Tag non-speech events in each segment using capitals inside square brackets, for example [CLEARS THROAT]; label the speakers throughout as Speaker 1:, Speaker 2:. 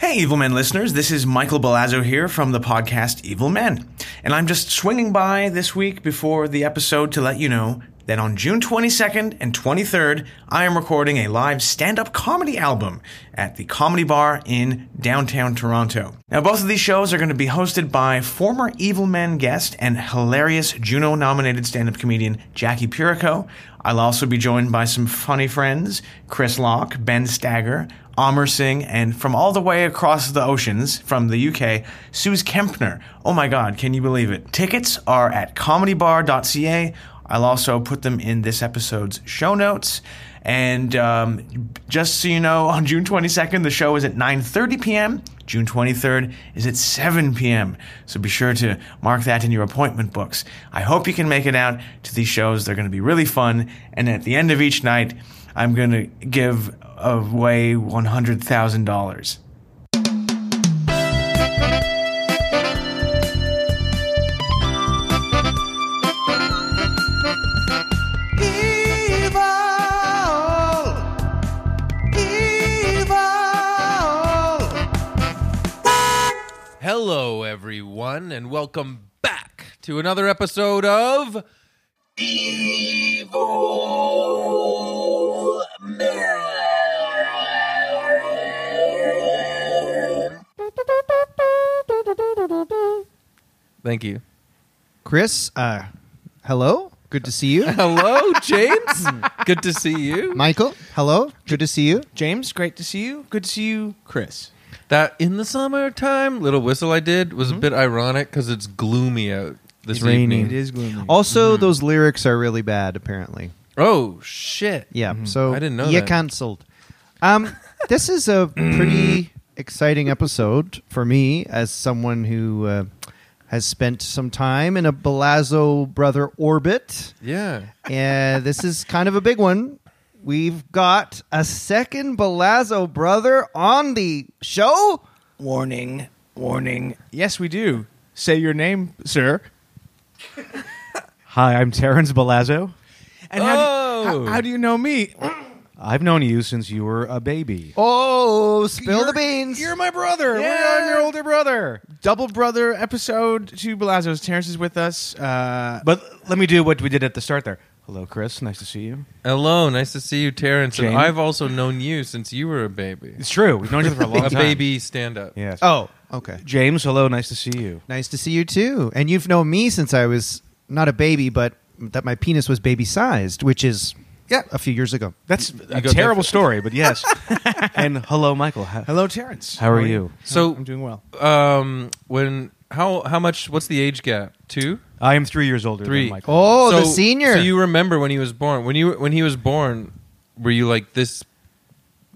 Speaker 1: Hey, Evil Men listeners, this is Michael Balazzo here from the podcast Evil Men. And I'm just swinging by this week before the episode to let you know that on June 22nd and 23rd, I am recording a live stand up comedy album at the Comedy Bar in downtown Toronto. Now, both of these shows are going to be hosted by former Evil Men guest and hilarious Juno nominated stand up comedian Jackie Purico. I'll also be joined by some funny friends Chris Locke, Ben Stagger, Amr Singh, and from all the way across the oceans from the UK, Suze Kempner. Oh my God, can you believe it? Tickets are at comedybar.ca. I'll also put them in this episode's show notes. And um, just so you know, on June 22nd, the show is at 9:30 p.m. June 23rd is at 7 p.m. So be sure to mark that in your appointment books. I hope you can make it out to these shows. They're going to be really fun. And at the end of each night, I'm going to give away $100,000.
Speaker 2: Hello, everyone, and welcome back to another episode of Thank you.
Speaker 3: Chris, uh, hello. Good to see
Speaker 2: [LAUGHS]
Speaker 3: you. Hmm.
Speaker 2: Hello,
Speaker 3: [LAUGHS]
Speaker 2: James. Good to see you.
Speaker 3: Michael, hello. Good to see you.
Speaker 1: James, great to see you. Good to see you, Chris.
Speaker 2: That in the summertime little whistle I did was
Speaker 3: Hmm?
Speaker 2: a bit ironic because it's gloomy out this evening.
Speaker 1: is gloomy.
Speaker 2: Mm-hmm.
Speaker 3: Also, those lyrics are really bad, apparently.
Speaker 2: Oh shit!
Speaker 3: Yeah, so
Speaker 2: Mm-hmm. I didn't know
Speaker 3: you
Speaker 2: that.
Speaker 3: canceled. Um, this
Speaker 2: [CLEARS THROAT]
Speaker 3: is a pretty exciting episode for me as someone who uh, has spent some time in a Balazzo brother orbit.
Speaker 2: Yeah.
Speaker 3: Yeah, this is kind of a big one. We've got a second Balazzo brother on the show.
Speaker 1: Warning, warning. Yes, we do. Say your name, sir.
Speaker 4: Hi, I'm Terrence Balazzo.
Speaker 1: And how, do,
Speaker 2: Oh.
Speaker 1: how, how do you know me?
Speaker 4: I've known you since you were a baby.
Speaker 3: Oh, spill the beans.
Speaker 1: my brother.
Speaker 4: I'm your older brother.
Speaker 1: Double brother episode to Belazos. Terrence is with us. Uh,
Speaker 4: But let me do what we did at the start there. Hello, Chris. Nice to see you.
Speaker 2: Hello, nice to see you, Terrence.
Speaker 4: Jane?
Speaker 2: And I've also known you since you were a baby.
Speaker 4: It's true. We've known each other for a long
Speaker 2: a
Speaker 4: time.
Speaker 2: baby stand up.
Speaker 4: Yes.
Speaker 3: Oh, okay.
Speaker 4: James, hello. Nice to see you.
Speaker 3: Nice to see you too. And you've known me since I was not a baby, but that my penis was baby sized, which is yeah a few years ago.
Speaker 4: That's a
Speaker 2: go
Speaker 4: terrible
Speaker 2: different.
Speaker 4: story, but yes. [LAUGHS] and hello, Michael. How,
Speaker 1: hello, Terrence.
Speaker 4: how are you?
Speaker 2: So-
Speaker 1: I'm doing well.
Speaker 2: Um, when how how much? What's the age gap? Two,
Speaker 4: I am three years older
Speaker 2: three.
Speaker 4: than Michael.
Speaker 3: Oh,
Speaker 2: So-
Speaker 3: the senior.
Speaker 2: So you remember when he was born? When you when he was born, were you like this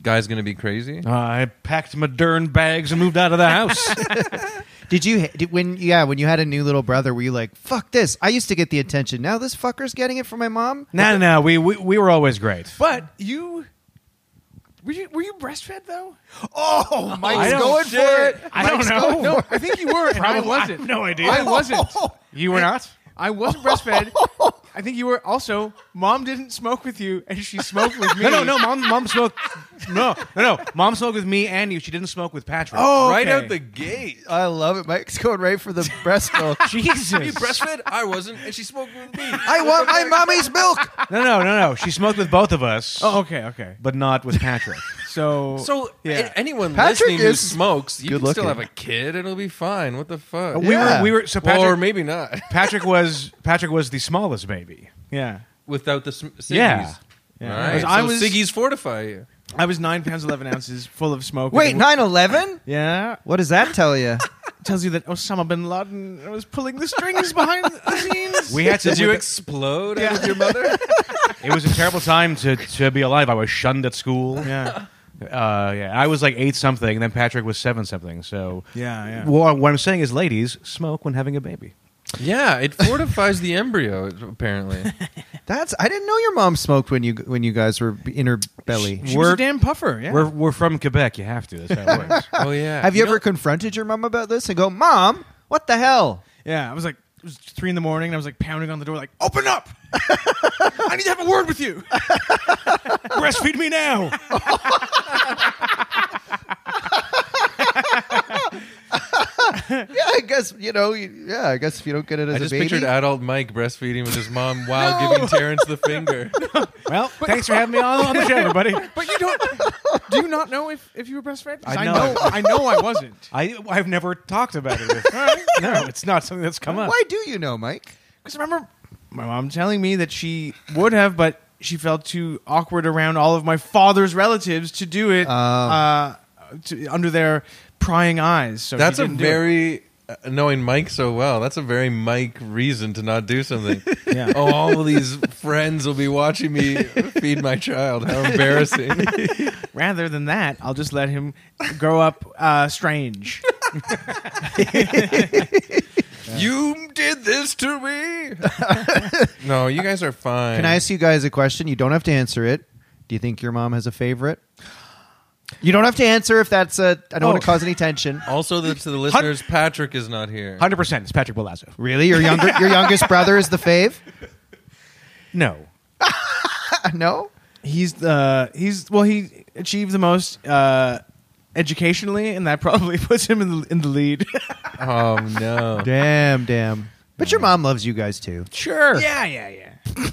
Speaker 2: guy's gonna be crazy?
Speaker 4: I packed my darn bags and moved out of the [LAUGHS] house.
Speaker 3: did you did, when yeah when you had a new little brother? Were you like fuck this? I used to get the attention. Now this fucker's getting it from my mom.
Speaker 4: no, no, no. We, we, we were always great.
Speaker 1: But you were you, were you breastfed though?
Speaker 3: Oh, Mike's
Speaker 4: don't-
Speaker 3: going for it.
Speaker 4: I don't know.
Speaker 1: No, I think you
Speaker 4: [LAUGHS]
Speaker 1: were. and I wasn't.
Speaker 4: no idea.
Speaker 1: I wasn't.
Speaker 4: [LAUGHS] You were not?
Speaker 1: I wasn't breastfed. I think you were. Also, mom didn't smoke with you, and she smoked with me.
Speaker 4: No, no, no. Mom, mom smoked. No, no, no. Mom smoked with me and you. She didn't smoke with Patrick.
Speaker 1: Oh,
Speaker 2: Right
Speaker 1: okay. [LAUGHS]
Speaker 2: out the gate.
Speaker 3: I love it. Mike's going right for [LAUGHS] the breast milk.
Speaker 4: Jesus.
Speaker 2: You breastfed? I wasn't, and she smoked with me.
Speaker 3: I want my mommy's [LAUGHS] milk.
Speaker 4: no, no, no, no. She smoked with both of us,
Speaker 1: Oh, okay, okay.
Speaker 4: but not with Patrick.
Speaker 1: So,
Speaker 2: So
Speaker 1: Yeah.
Speaker 2: a- anyone
Speaker 3: Patrick
Speaker 2: listening who
Speaker 3: is
Speaker 2: smokes, you
Speaker 3: good
Speaker 2: can still have
Speaker 3: looking.
Speaker 2: a kid. It'll be fine. What the fuck?
Speaker 4: we
Speaker 3: Yeah.
Speaker 4: were, we were. So
Speaker 2: Well,
Speaker 4: Patrick,
Speaker 2: or maybe not. [LAUGHS]
Speaker 4: Patrick was Patrick was the smallest baby.
Speaker 1: yeah,
Speaker 2: Without the sm- Siggy's.
Speaker 4: Yeah.
Speaker 2: All
Speaker 4: Yeah.
Speaker 2: right.
Speaker 1: I
Speaker 2: so
Speaker 1: was-
Speaker 2: Siggy's fortify you.
Speaker 1: I was nine pounds eleven ounces, full of smoke.
Speaker 3: Wait,
Speaker 1: no.
Speaker 3: nine eleven?
Speaker 1: yeah,
Speaker 3: What does that tell you?
Speaker 1: tells you that Osama bin Laden was pulling the strings behind
Speaker 2: [LAUGHS]
Speaker 1: the scenes.
Speaker 4: We had to.
Speaker 2: Did you
Speaker 4: we-
Speaker 2: explode out of your mother?
Speaker 4: it was a terrible time to, to be alive. I was shunned at school.
Speaker 1: yeah,
Speaker 4: Uh, yeah, I was like eight something, and then Patrick was seven something. So,
Speaker 1: yeah, yeah.
Speaker 4: Well, what I'm saying is, ladies, smoke when having a baby.
Speaker 2: yeah, it fortifies the embryo, apparently.
Speaker 3: That's I didn't know your mom smoked when you when you guys were in her belly.
Speaker 1: she was
Speaker 4: We're-
Speaker 1: a damn puffer. Yeah,
Speaker 4: We're we're from Quebec. You have to. That's how it works.
Speaker 1: [LAUGHS]
Speaker 2: Oh, yeah.
Speaker 3: Have you,
Speaker 2: know-
Speaker 3: ever confronted your mom about this and go, "Mom, what the hell?"
Speaker 1: yeah. I was like, it was three in the morning, and I was like pounding on the door, like, "Open up! [LAUGHS] I need to have a word with [LAUGHS] you. Breastfeed me now."
Speaker 3: yeah, I guess you know. you- Yeah, I guess if you don't get it as
Speaker 2: I
Speaker 3: a
Speaker 2: just
Speaker 3: baby,
Speaker 2: pictured adult Mike breastfeeding with his mom while giving Terrence the finger.
Speaker 4: Well, thanks for having me on, on the show, everybody.
Speaker 1: [LAUGHS] But you don't. Do you not know if, if you were breastfed? 'Cause
Speaker 4: I
Speaker 1: I
Speaker 4: know.
Speaker 1: know. I know I wasn't.
Speaker 4: [LAUGHS] I, I've never talked about
Speaker 1: [LAUGHS]
Speaker 4: it. All right. No, it's not something that's come up.
Speaker 3: Why do you know, Mike?
Speaker 1: Because remember, my mom telling me that she would have, but she felt too awkward around all of my father's relatives to do
Speaker 4: Oh.
Speaker 1: it uh, to, under their prying eyes.
Speaker 4: Oh,
Speaker 1: So
Speaker 2: That's
Speaker 1: she
Speaker 2: a
Speaker 1: didn't do it.
Speaker 2: very uh, knowing Mike so well. That's a very Mike reason to not do something.
Speaker 4: [LAUGHS] Yeah.
Speaker 2: Oh, all of these friends will be watching me feed my child. How
Speaker 4: [LAUGHS]
Speaker 2: embarrassing!
Speaker 1: Rather than that, I'll just let him grow up uh,
Speaker 4: [LAUGHS]
Speaker 1: strange.
Speaker 2: you did this to
Speaker 4: [LAUGHS]
Speaker 2: me. no, you guys are fine.
Speaker 3: Can I ask you guys a question? You don't have to answer it. Do you think your mom has a favorite? You don't have to answer if that's a. I don't want to cause any tension.
Speaker 2: Also, the, to the listeners, Patrick is not here.
Speaker 4: 100%. It's Patrick Belazzo.
Speaker 3: Really, your younger your youngest brother is the fave?
Speaker 4: No.
Speaker 3: [LAUGHS] No.
Speaker 1: He's the he's well he achieved the most uh, educationally, and that probably [LAUGHS] puts him in the, in the lead.
Speaker 2: Oh
Speaker 1: Uh,
Speaker 2: no!
Speaker 3: Damn, damn. But your mom loves you guys too.
Speaker 1: [LAUGHS]
Speaker 4: Sure.
Speaker 1: yeah, yeah, yeah.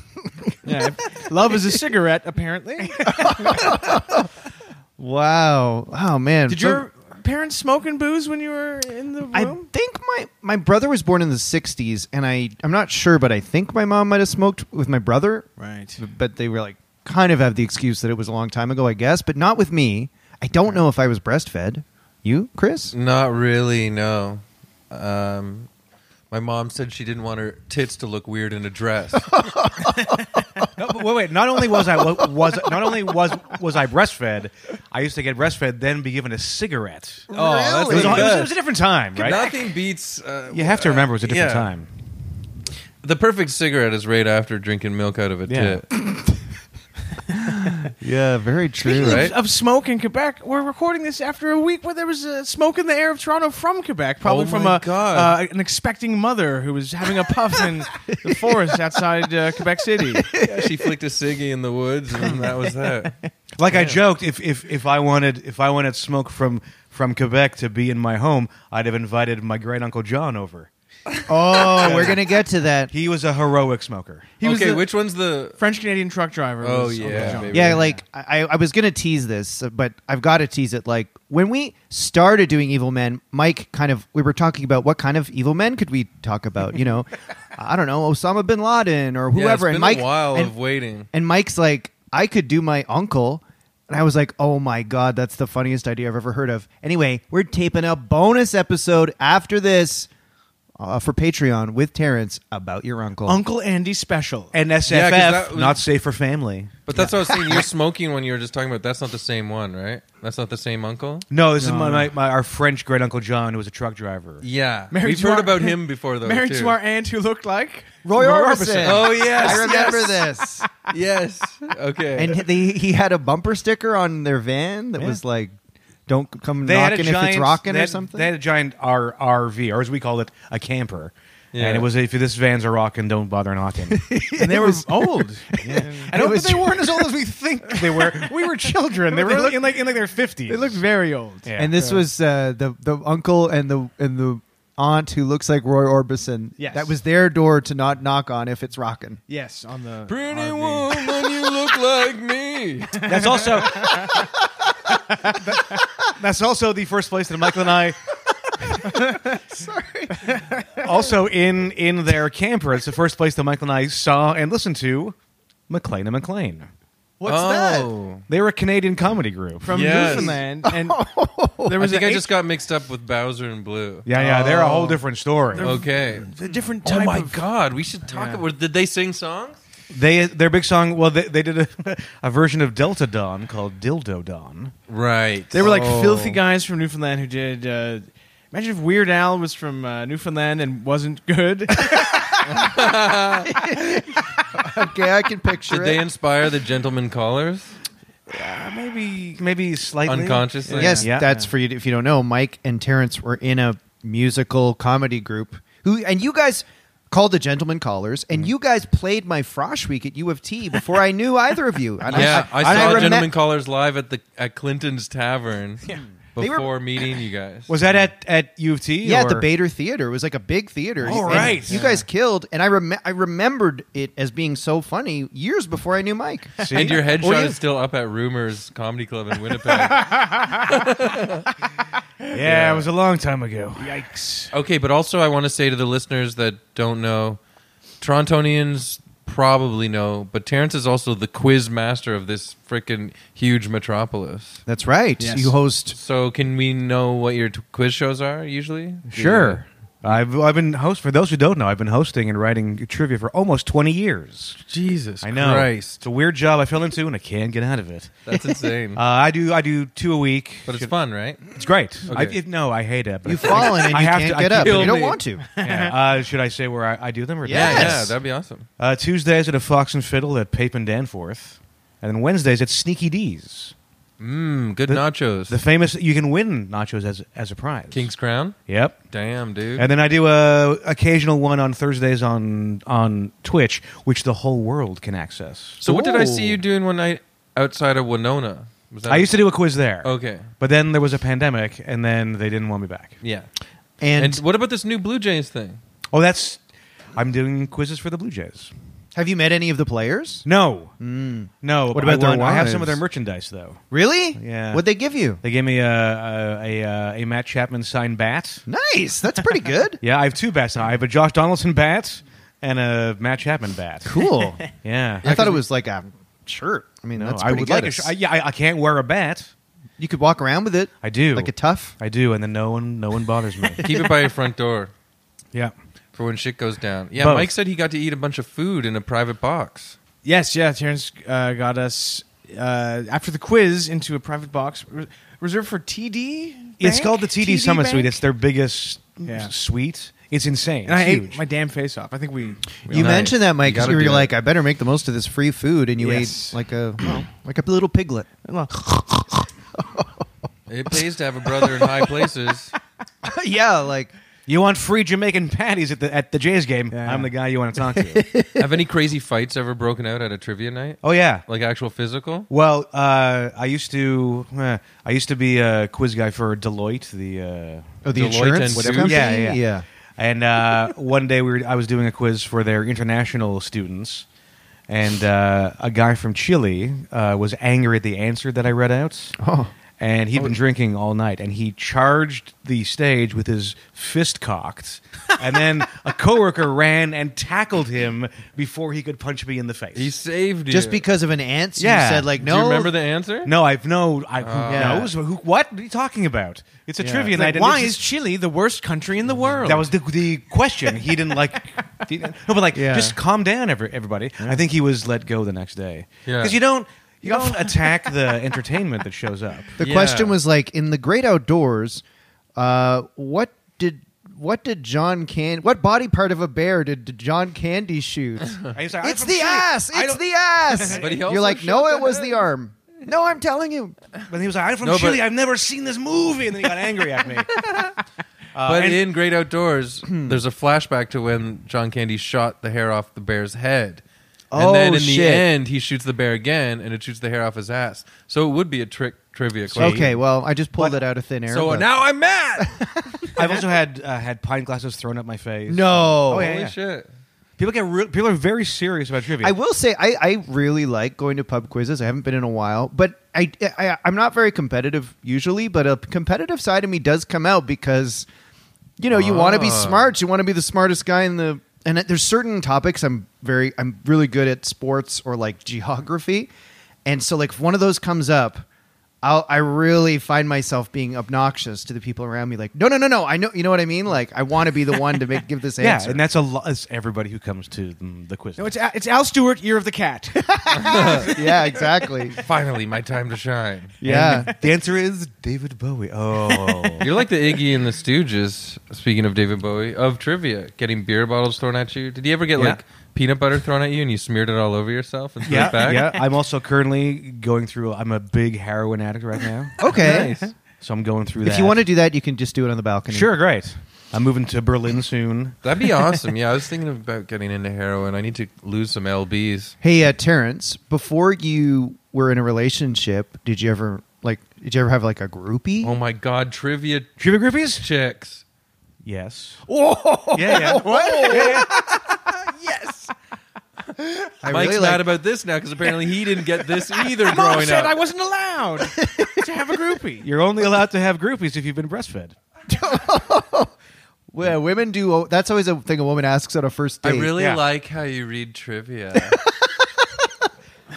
Speaker 1: yeah, love is a cigarette. Apparently,
Speaker 3: Wow. Oh man.
Speaker 1: did
Speaker 3: So-
Speaker 1: your parents smoke and booze when you were in the room?
Speaker 3: I think my my brother was born in the '60s, and I I'm not sure, but I think my mom might have smoked with my brother,
Speaker 1: right.
Speaker 3: but they were like kind of have the excuse that it was a long time ago, I guess, but not with me. I don't know if I was breastfed. You, Chris?
Speaker 2: Not really. No. Um, my mom said she didn't want her tits to look weird in a
Speaker 4: [LAUGHS]
Speaker 2: dress.
Speaker 4: No, but wait, wait. Not only was I wa- was not only was was I breastfed, I used to get breastfed, then be given a cigarette.
Speaker 2: Oh, that's
Speaker 4: It was,
Speaker 2: the
Speaker 4: it was-
Speaker 2: best.
Speaker 4: it was a different time, right?
Speaker 2: Nothing beats. Uh,
Speaker 4: you have to remember it was a different
Speaker 2: yeah.
Speaker 4: time.
Speaker 2: The perfect cigarette is right after drinking milk out of a
Speaker 4: Yeah.
Speaker 2: tit.
Speaker 3: Yeah, very true. [LAUGHS]
Speaker 2: Speaking
Speaker 1: Of-
Speaker 2: right?
Speaker 1: Of smoke in Quebec, we're recording this after a week where there was uh, smoke in the air of Toronto from Quebec, probably
Speaker 2: Oh
Speaker 1: from
Speaker 2: my
Speaker 1: a
Speaker 2: God.
Speaker 1: Uh, an expecting mother who was having a puff in the
Speaker 2: [LAUGHS]
Speaker 1: forest outside uh, Quebec City.
Speaker 2: [LAUGHS] Yeah, she flicked a ciggy in the woods, and that was that.
Speaker 4: Like I joked, if, if if I wanted if I wanted smoke from from Quebec to be in my home, I'd have invited my great uncle John over.
Speaker 3: Oh, we're gonna get to that.
Speaker 4: He was a heroic smoker.
Speaker 1: He was
Speaker 2: okay,
Speaker 1: the
Speaker 2: which one's the?
Speaker 1: French Canadian truck driver.
Speaker 2: Oh
Speaker 1: was Uncle
Speaker 2: yeah,
Speaker 1: John.
Speaker 2: baby.
Speaker 3: Yeah, like I, I was gonna tease this, but I've got to tease it. Like when we started doing Evil Men, Mike kind of we were talking about what kind of evil men could we talk about?
Speaker 2: [LAUGHS]
Speaker 3: You know, I don't know Osama bin Laden or
Speaker 2: Yeah,
Speaker 3: whoever.
Speaker 2: it's been
Speaker 3: and Mike,
Speaker 2: a while
Speaker 3: and,
Speaker 2: of waiting.
Speaker 3: and Mike's like, I could do my uncle, and I was like, oh my god, that's the funniest idea I've ever heard of. Anyway, we're taping a bonus episode after this uh, for Patreon with Terrence about your uncle.
Speaker 1: Uncle Andy special.
Speaker 4: And
Speaker 2: Yeah,
Speaker 4: SFF,
Speaker 2: 'cause that was-
Speaker 4: not safe for family.
Speaker 2: But that's what I was saying. You're smoking when you were just talking about. That's not the same one, right? That's not the same uncle.
Speaker 4: No, this is my, my, my our French great uncle John, who was a truck driver.
Speaker 2: Yeah,
Speaker 1: Married
Speaker 2: we've
Speaker 1: to
Speaker 2: heard
Speaker 1: our-
Speaker 2: about him before, though.
Speaker 1: Married
Speaker 2: too.
Speaker 1: to our aunt who looked like
Speaker 3: Roy Orbison.
Speaker 1: Orbison.
Speaker 2: Oh yes,
Speaker 3: [LAUGHS] I remember
Speaker 2: yes,
Speaker 3: this.
Speaker 2: Yes. Okay.
Speaker 3: and they, he had a bumper sticker on their van that
Speaker 4: Yeah.
Speaker 3: was like, "Don't come
Speaker 4: They had a
Speaker 3: knocking if it's
Speaker 4: giant-
Speaker 3: rocking
Speaker 4: they
Speaker 3: or
Speaker 4: had-
Speaker 3: something."
Speaker 4: They had a giant R, RV, or as we call it, a camper.
Speaker 2: Yeah.
Speaker 4: And it was if this van's a rocking, don't bother knocking.
Speaker 1: [LAUGHS] and they were
Speaker 4: [LAUGHS]
Speaker 1: old.
Speaker 4: I don't think they weren't as old as
Speaker 1: [LAUGHS]
Speaker 4: we think they were. We were children. They were in like in like their fifties.
Speaker 1: They looked very old.
Speaker 4: Yeah.
Speaker 3: and this was uh, the the uncle and the and the aunt who looks like Roy Orbison.
Speaker 1: Yes.
Speaker 3: that was their door to not knock on if it's rocking.
Speaker 1: Yes, on the
Speaker 2: Pretty
Speaker 1: RV.
Speaker 2: woman, you look like me.
Speaker 4: That's also that's also the first place that Michael and I. Sorry. [LAUGHS] also in in their camper, it's the first place that Michael and I saw and listened to McLean and McLean.
Speaker 3: What's
Speaker 2: oh.
Speaker 4: They were a Canadian comedy group.
Speaker 1: from
Speaker 2: Yes.
Speaker 4: [LAUGHS]
Speaker 1: Newfownland, and there
Speaker 2: I
Speaker 1: was
Speaker 2: think
Speaker 1: an
Speaker 2: I just got mixed up with Bowser and Blue.
Speaker 4: yeah, yeah, they're a whole different story.
Speaker 2: Okay.
Speaker 1: a different
Speaker 2: Oh
Speaker 1: type
Speaker 2: my
Speaker 1: of
Speaker 2: God! We should talk
Speaker 1: Yeah.
Speaker 2: about. Did they sing songs?
Speaker 4: They their big song. Well, they, they did a, [LAUGHS] a version of Delta Dawn called Dildo Dawn.
Speaker 2: Right.
Speaker 1: They were like
Speaker 2: Oh.
Speaker 1: filthy guys from Newfoundland who did. Uh, imagine if Weird Al was from uh, Newfoundland and wasn't good.
Speaker 3: okay, I can picture
Speaker 2: Did they
Speaker 3: it.
Speaker 2: inspire the gentleman callers
Speaker 4: Uh, maybe maybe slightly
Speaker 2: unconsciously?
Speaker 3: yes,
Speaker 4: Yeah.
Speaker 3: that's for you. to- If you don't know, Mike and Terrence were in a musical comedy group. Who and you guys called the Gentlemen Callers, and
Speaker 4: Mm.
Speaker 3: you guys played my Frosh Week at U of T before I knew either of you. And
Speaker 2: Yeah, I,
Speaker 3: and
Speaker 2: saw
Speaker 4: [LAUGHS]
Speaker 3: remem-
Speaker 2: gentleman callers live at the at Clinton's Tavern.
Speaker 3: They were-
Speaker 2: before meeting you guys.
Speaker 4: Was that at at U of T?
Speaker 3: Yeah, at the
Speaker 4: or-
Speaker 3: Bader Theater. It was like a big theater.
Speaker 4: Oh,
Speaker 3: And
Speaker 4: right.
Speaker 3: You guys killed, and I rem- I remembered it as being so funny years before I knew Mike.
Speaker 4: [LAUGHS] See?
Speaker 2: and your
Speaker 4: Or
Speaker 2: headshot
Speaker 4: you-
Speaker 2: is still up at Rumors Comedy Club
Speaker 4: [LAUGHS]
Speaker 2: in Winnipeg.
Speaker 4: Yeah, it was a long time ago. Yikes!
Speaker 2: okay, but also I want to say to the listeners that don't know, Torontonians probably know, but Terrence is also the quiz master of this freaking huge metropolis.
Speaker 3: That's right.
Speaker 4: Yes.
Speaker 3: You host.
Speaker 2: So can we know what your t- quiz shows are usually?
Speaker 4: Sure. uh, I've I've been host for those who don't know. I've been hosting and writing trivia for almost twenty years.
Speaker 2: Jesus
Speaker 4: I know [LAUGHS]
Speaker 2: Christ.
Speaker 4: it's a weird job I fell into, and I can't get out of it.
Speaker 2: That's insane.
Speaker 4: Uh, I do I do two a week,
Speaker 2: but it's fun, right?
Speaker 4: It's great. I,
Speaker 2: Okay.
Speaker 4: it, no, I hate it. But
Speaker 3: You've
Speaker 4: I think-
Speaker 3: fallen and
Speaker 4: [LAUGHS]
Speaker 3: you
Speaker 4: I have
Speaker 3: can't
Speaker 4: to- I
Speaker 3: get up.
Speaker 4: keep-
Speaker 2: kill
Speaker 3: And you don't
Speaker 2: me.
Speaker 3: want to.
Speaker 4: [LAUGHS] Yeah. Uh, should I say where I, I do them or
Speaker 3: Yeah,
Speaker 4: not?
Speaker 2: Yeah,
Speaker 3: Yes.
Speaker 2: that'd be awesome.
Speaker 4: Uh, Tuesdays at a Fox and Fiddle at Pape and Danforth, and then Wednesdays at Sneaky D's.
Speaker 2: Mmm, good
Speaker 4: The-
Speaker 2: nachos.
Speaker 4: The famous you can win nachos as as a prize.
Speaker 2: King's Crown.
Speaker 4: Yep.
Speaker 2: Damn, dude.
Speaker 4: And then I do a occasional one on Thursdays on on Twitch, which the whole world can access.
Speaker 2: so what did I see
Speaker 3: Ooh.
Speaker 2: you doing one night outside of Winona? Was
Speaker 4: I used to do a quiz there.
Speaker 2: Okay.
Speaker 4: But then there was a pandemic, and then they didn't want me back.
Speaker 2: Yeah.
Speaker 3: And,
Speaker 2: And, what about this new Blue Jays thing?
Speaker 4: Oh, that's. I'm doing quizzes for the Blue Jays.
Speaker 3: have you met any of the players?
Speaker 4: No, no.
Speaker 3: Hmm. What
Speaker 4: but I
Speaker 3: about their
Speaker 4: want- I have some
Speaker 3: wives?
Speaker 4: of their merchandise though.
Speaker 3: Really?
Speaker 4: Yeah.
Speaker 3: What'd they give you?
Speaker 4: They gave me a a, a, uh, a Matt Chapman signed bat.
Speaker 3: Nice. That's pretty good.
Speaker 4: [LAUGHS] Yeah, I have two bats now. I have a Josh Donaldson bat and a Matt Chapman bat. [LAUGHS]
Speaker 3: Cool.
Speaker 4: Yeah.
Speaker 3: I thought it was like a shirt. I mean,
Speaker 4: No,
Speaker 3: that's
Speaker 4: I
Speaker 3: pretty
Speaker 4: would
Speaker 3: good.
Speaker 4: like a sh-
Speaker 3: It's-
Speaker 4: I, yeah, I, I can't wear a bat.
Speaker 3: you could walk around with it.
Speaker 4: I do.
Speaker 3: Like a tough.
Speaker 4: I do, and then no one no one bothers me.
Speaker 2: Keep it by your front door
Speaker 4: yeah.
Speaker 2: for when shit goes down. Yeah,
Speaker 5: Both.
Speaker 2: Mike said he got to eat a bunch of food in a private box.
Speaker 5: Yes, yeah. Terrence uh, got us uh, after the quiz into a private box re- reserved for TD.
Speaker 4: It's
Speaker 5: Bank?
Speaker 4: called the TD, Summit
Speaker 5: Bank?
Speaker 4: Suite. It's their biggest
Speaker 5: Yeah.
Speaker 4: suite. It's insane.
Speaker 5: and I
Speaker 4: It's
Speaker 5: ate
Speaker 4: huge.
Speaker 5: my damn face off. I think we. we
Speaker 3: You
Speaker 2: Nice.
Speaker 3: mentioned that, Mike,
Speaker 2: You
Speaker 3: 'cause
Speaker 2: gotta
Speaker 3: you,
Speaker 2: do
Speaker 3: were
Speaker 2: it.
Speaker 3: like, "I better make the most of this free food," and you
Speaker 5: Yes.
Speaker 3: ate like a [CLEARS THROAT] like a little piglet.
Speaker 2: It pays to have a brother in high places.
Speaker 4: [LAUGHS]
Speaker 3: yeah, like
Speaker 4: you want free Jamaican [LAUGHS] patties at the at the Jays game?
Speaker 5: Yeah.
Speaker 4: I'm the guy you want to talk [LAUGHS] to.
Speaker 2: Have any crazy fights ever broken out at a trivia night?
Speaker 4: oh yeah.
Speaker 2: Like actual physical?
Speaker 4: Well, uh, I used to eh, I used to be a quiz guy for Deloitte, the uh,
Speaker 3: oh, the
Speaker 2: Deloitte
Speaker 3: insurance
Speaker 2: and Suze.
Speaker 3: company.
Speaker 4: Yeah, yeah. And uh, one day we were, I was doing a quiz for their international students, and uh, a guy from Chile uh, was angry at the answer that I read out.
Speaker 3: Oh.
Speaker 4: And he'd been drinking all night, and he charged the stage with his fist
Speaker 3: [LAUGHS]
Speaker 4: cocked. And then a coworker ran and tackled him before he could punch me in the face.
Speaker 2: He saved you.
Speaker 3: Just because of an ant,
Speaker 4: Yeah.
Speaker 3: you said like,
Speaker 2: Do
Speaker 3: "No."
Speaker 2: you remember the answer?
Speaker 4: no, I've no. I, who
Speaker 3: Yeah.
Speaker 4: knows? Who, what are you talking about? It's a
Speaker 5: Yeah.
Speaker 4: trivia
Speaker 5: It's
Speaker 4: night.
Speaker 5: like,
Speaker 4: and
Speaker 5: why
Speaker 4: this
Speaker 5: is Chile the worst country in the world?
Speaker 4: That was the, the question. He didn't like. he didn't- no, but like,
Speaker 3: Yeah.
Speaker 4: just calm down, every, everybody. I think he was let go the next day
Speaker 2: Yeah.
Speaker 4: because you don't you don't attack the entertainment that shows up.
Speaker 3: The
Speaker 2: Yeah.
Speaker 3: question was like, in the great outdoors, uh, what did what did John Can what body part of a bear did, did John Candy
Speaker 2: [LAUGHS]
Speaker 3: shoot?
Speaker 4: I was like, I'm
Speaker 3: it's
Speaker 4: from
Speaker 3: the
Speaker 4: Chile.
Speaker 3: ass.
Speaker 4: I
Speaker 3: It's
Speaker 4: don't-
Speaker 3: the ass.
Speaker 2: But he also
Speaker 3: You're like,
Speaker 2: shot
Speaker 3: no,
Speaker 2: the
Speaker 3: it was
Speaker 2: head."
Speaker 3: the arm. No, I'm telling you.
Speaker 4: But he was like, I'm from
Speaker 2: No, but-
Speaker 4: Chile. I've never seen this movie, and then he got angry at me.
Speaker 2: But
Speaker 4: Uh, and-
Speaker 2: in Great Outdoors, [CLEARS THROAT] there's a flashback to when John Candy shot the hair off the bear's head.
Speaker 3: Oh,
Speaker 2: and then in the
Speaker 3: shit.
Speaker 2: end, he shoots the bear again, and it shoots the hair off his ass. So it would be a trick trivia question.
Speaker 3: Okay, well, I just pulled it out of thin air.
Speaker 2: So
Speaker 3: but-
Speaker 2: now I'm mad.
Speaker 4: I've also had uh, had pine glasses thrown up my face.
Speaker 3: no.
Speaker 4: Oh, yeah,
Speaker 2: Holy
Speaker 4: yeah.
Speaker 2: shit.
Speaker 4: people get real people are very serious about trivia.
Speaker 3: I will say I, I really like going to pub quizzes. I haven't been in a while, but I, I I'm not very competitive usually, but a competitive side of me does come out because you know you want to be
Speaker 2: Ah.
Speaker 3: smart, you want to be the smartest guy in the and there's certain topics I'm very I'm really good at sports or like geography, and so like if one of those comes up. I'll, I really find myself being obnoxious to the people around me. Like, no, no, no, no. I know. You know what I mean? Like, I want to be the one to make give
Speaker 4: [LAUGHS]
Speaker 3: this
Speaker 4: yeah,
Speaker 3: answer.
Speaker 4: and that's a lot. It's everybody who comes to mm, the quiz.
Speaker 5: No, it's Al, it's Al Stewart, Year of the Cat.
Speaker 4: uh,
Speaker 3: [LAUGHS] yeah, exactly.
Speaker 2: Finally, my time to shine. [LAUGHS]
Speaker 3: Yeah.
Speaker 4: the answer is David Bowie. [LAUGHS] Oh,
Speaker 2: You're like the Iggy and the Stooges, speaking of David Bowie, of trivia, getting beer bottles thrown at you. Did you ever get
Speaker 4: Yeah.
Speaker 2: like peanut butter thrown at you and you smeared it all over yourself and threw
Speaker 4: Yeah,
Speaker 2: it back?
Speaker 4: yeah. I'm also currently going through. I'm a big heroin addict right [LAUGHS] now.
Speaker 3: Okay.
Speaker 4: so I'm going through.
Speaker 3: If you want to do that, you can just do it on the balcony.
Speaker 4: [LAUGHS] sure, great. I'm moving to Berlin soon.
Speaker 2: That'd be awesome. Yeah, I was thinking about getting into heroin. I need to lose some LBs.
Speaker 3: Hey, uh, Terrence, before you were in a relationship, did you ever Like, did you ever have like a groupie?
Speaker 2: Oh my God, trivia
Speaker 4: Trivia groupies?
Speaker 2: chicks.
Speaker 4: Yes.
Speaker 1: Whoa!
Speaker 4: Yeah,
Speaker 5: [LAUGHS]
Speaker 4: yeah.
Speaker 3: I
Speaker 2: Mike's
Speaker 3: really
Speaker 2: mad
Speaker 3: like,
Speaker 2: about this now because apparently he didn't get
Speaker 4: [LAUGHS]
Speaker 2: this either
Speaker 5: Mom
Speaker 2: growing
Speaker 5: said I
Speaker 2: up.
Speaker 5: wasn't allowed to have a groupie.
Speaker 4: You're only allowed to have groupies if you've been breastfed.
Speaker 3: well, women do. oh, That's always a thing a woman asks on a first
Speaker 2: I
Speaker 3: date.
Speaker 2: really
Speaker 4: Yeah.
Speaker 2: like how you
Speaker 4: [LAUGHS]
Speaker 2: read trivia.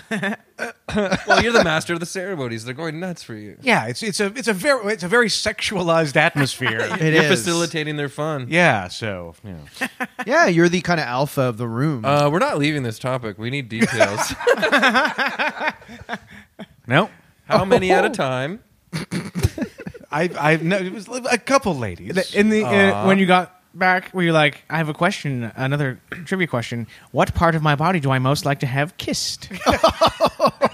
Speaker 2: well, you're the master of the ceremonies. They're going nuts for you.
Speaker 4: Yeah, it's it's a it's a very it's a very sexualized
Speaker 2: [LAUGHS]
Speaker 4: atmosphere.
Speaker 3: It
Speaker 2: you're
Speaker 3: is.
Speaker 2: facilitating their fun.
Speaker 4: yeah, so you know.
Speaker 3: Yeah, you're the kind of alpha of the room.
Speaker 2: Uh, we're not leaving this topic. We
Speaker 4: [LAUGHS]
Speaker 2: need details.
Speaker 4: no,
Speaker 2: how many
Speaker 4: Oh.
Speaker 2: at a time?
Speaker 4: I I no, it was a couple ladies.
Speaker 5: In the uh, when you got back, were you like, I have a question, another trivia question. What part of my body do I most like to
Speaker 4: [LAUGHS]
Speaker 5: have kissed? [LAUGHS] here's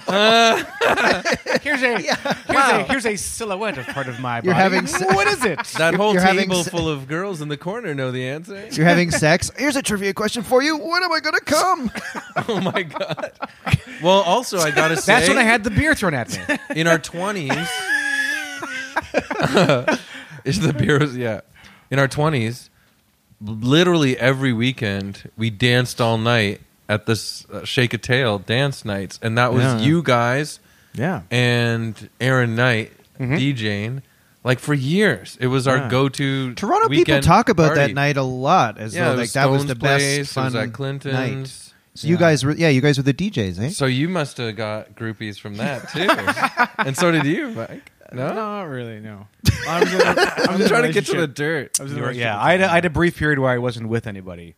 Speaker 5: a here's a here's a silhouette of part of my body.
Speaker 3: You're
Speaker 5: [LAUGHS]
Speaker 3: having se-
Speaker 5: what is it?
Speaker 2: That whole
Speaker 3: you're having
Speaker 2: table
Speaker 3: se-
Speaker 2: full of girls in the corner know the answer. [LAUGHS]
Speaker 3: you're having sex. Here's a trivia question for you. When am I going to come?
Speaker 2: Oh my god. Well, also I gotta say
Speaker 4: [LAUGHS] That's when I had the beer thrown at me.
Speaker 2: in our twenties. [LAUGHS] is the beer? Yeah, in our twenties, literally every weekend we danced all night at this uh, Shake a Tail dance nights, and that was
Speaker 4: Yeah.
Speaker 2: you guys
Speaker 4: yeah,
Speaker 2: and Aaron Knight DJing. Like for years, it was our
Speaker 4: Yeah.
Speaker 2: go-to.
Speaker 3: Toronto people
Speaker 2: weekend
Speaker 3: talk about that
Speaker 2: party.
Speaker 3: night a lot as
Speaker 2: Yeah,
Speaker 3: though
Speaker 2: it
Speaker 3: like that was
Speaker 2: Stone's
Speaker 3: the best
Speaker 2: place,
Speaker 3: fun
Speaker 2: It was at
Speaker 3: night.
Speaker 2: Clinton's.
Speaker 3: So you guys were yeah, you guys were the DJs,
Speaker 2: [LAUGHS]
Speaker 3: eh?
Speaker 2: So you must have got groupies from that too, and so did you, Mike. No,
Speaker 5: [LAUGHS] Not really. No. I was in a- I was
Speaker 2: [LAUGHS]
Speaker 5: in
Speaker 2: I'm
Speaker 5: a
Speaker 2: trying to get to the
Speaker 5: relationship.
Speaker 2: dirt.
Speaker 5: I was in a
Speaker 4: yeah.
Speaker 5: relationship.
Speaker 4: I had, a, I had a brief period where I wasn't with anybody,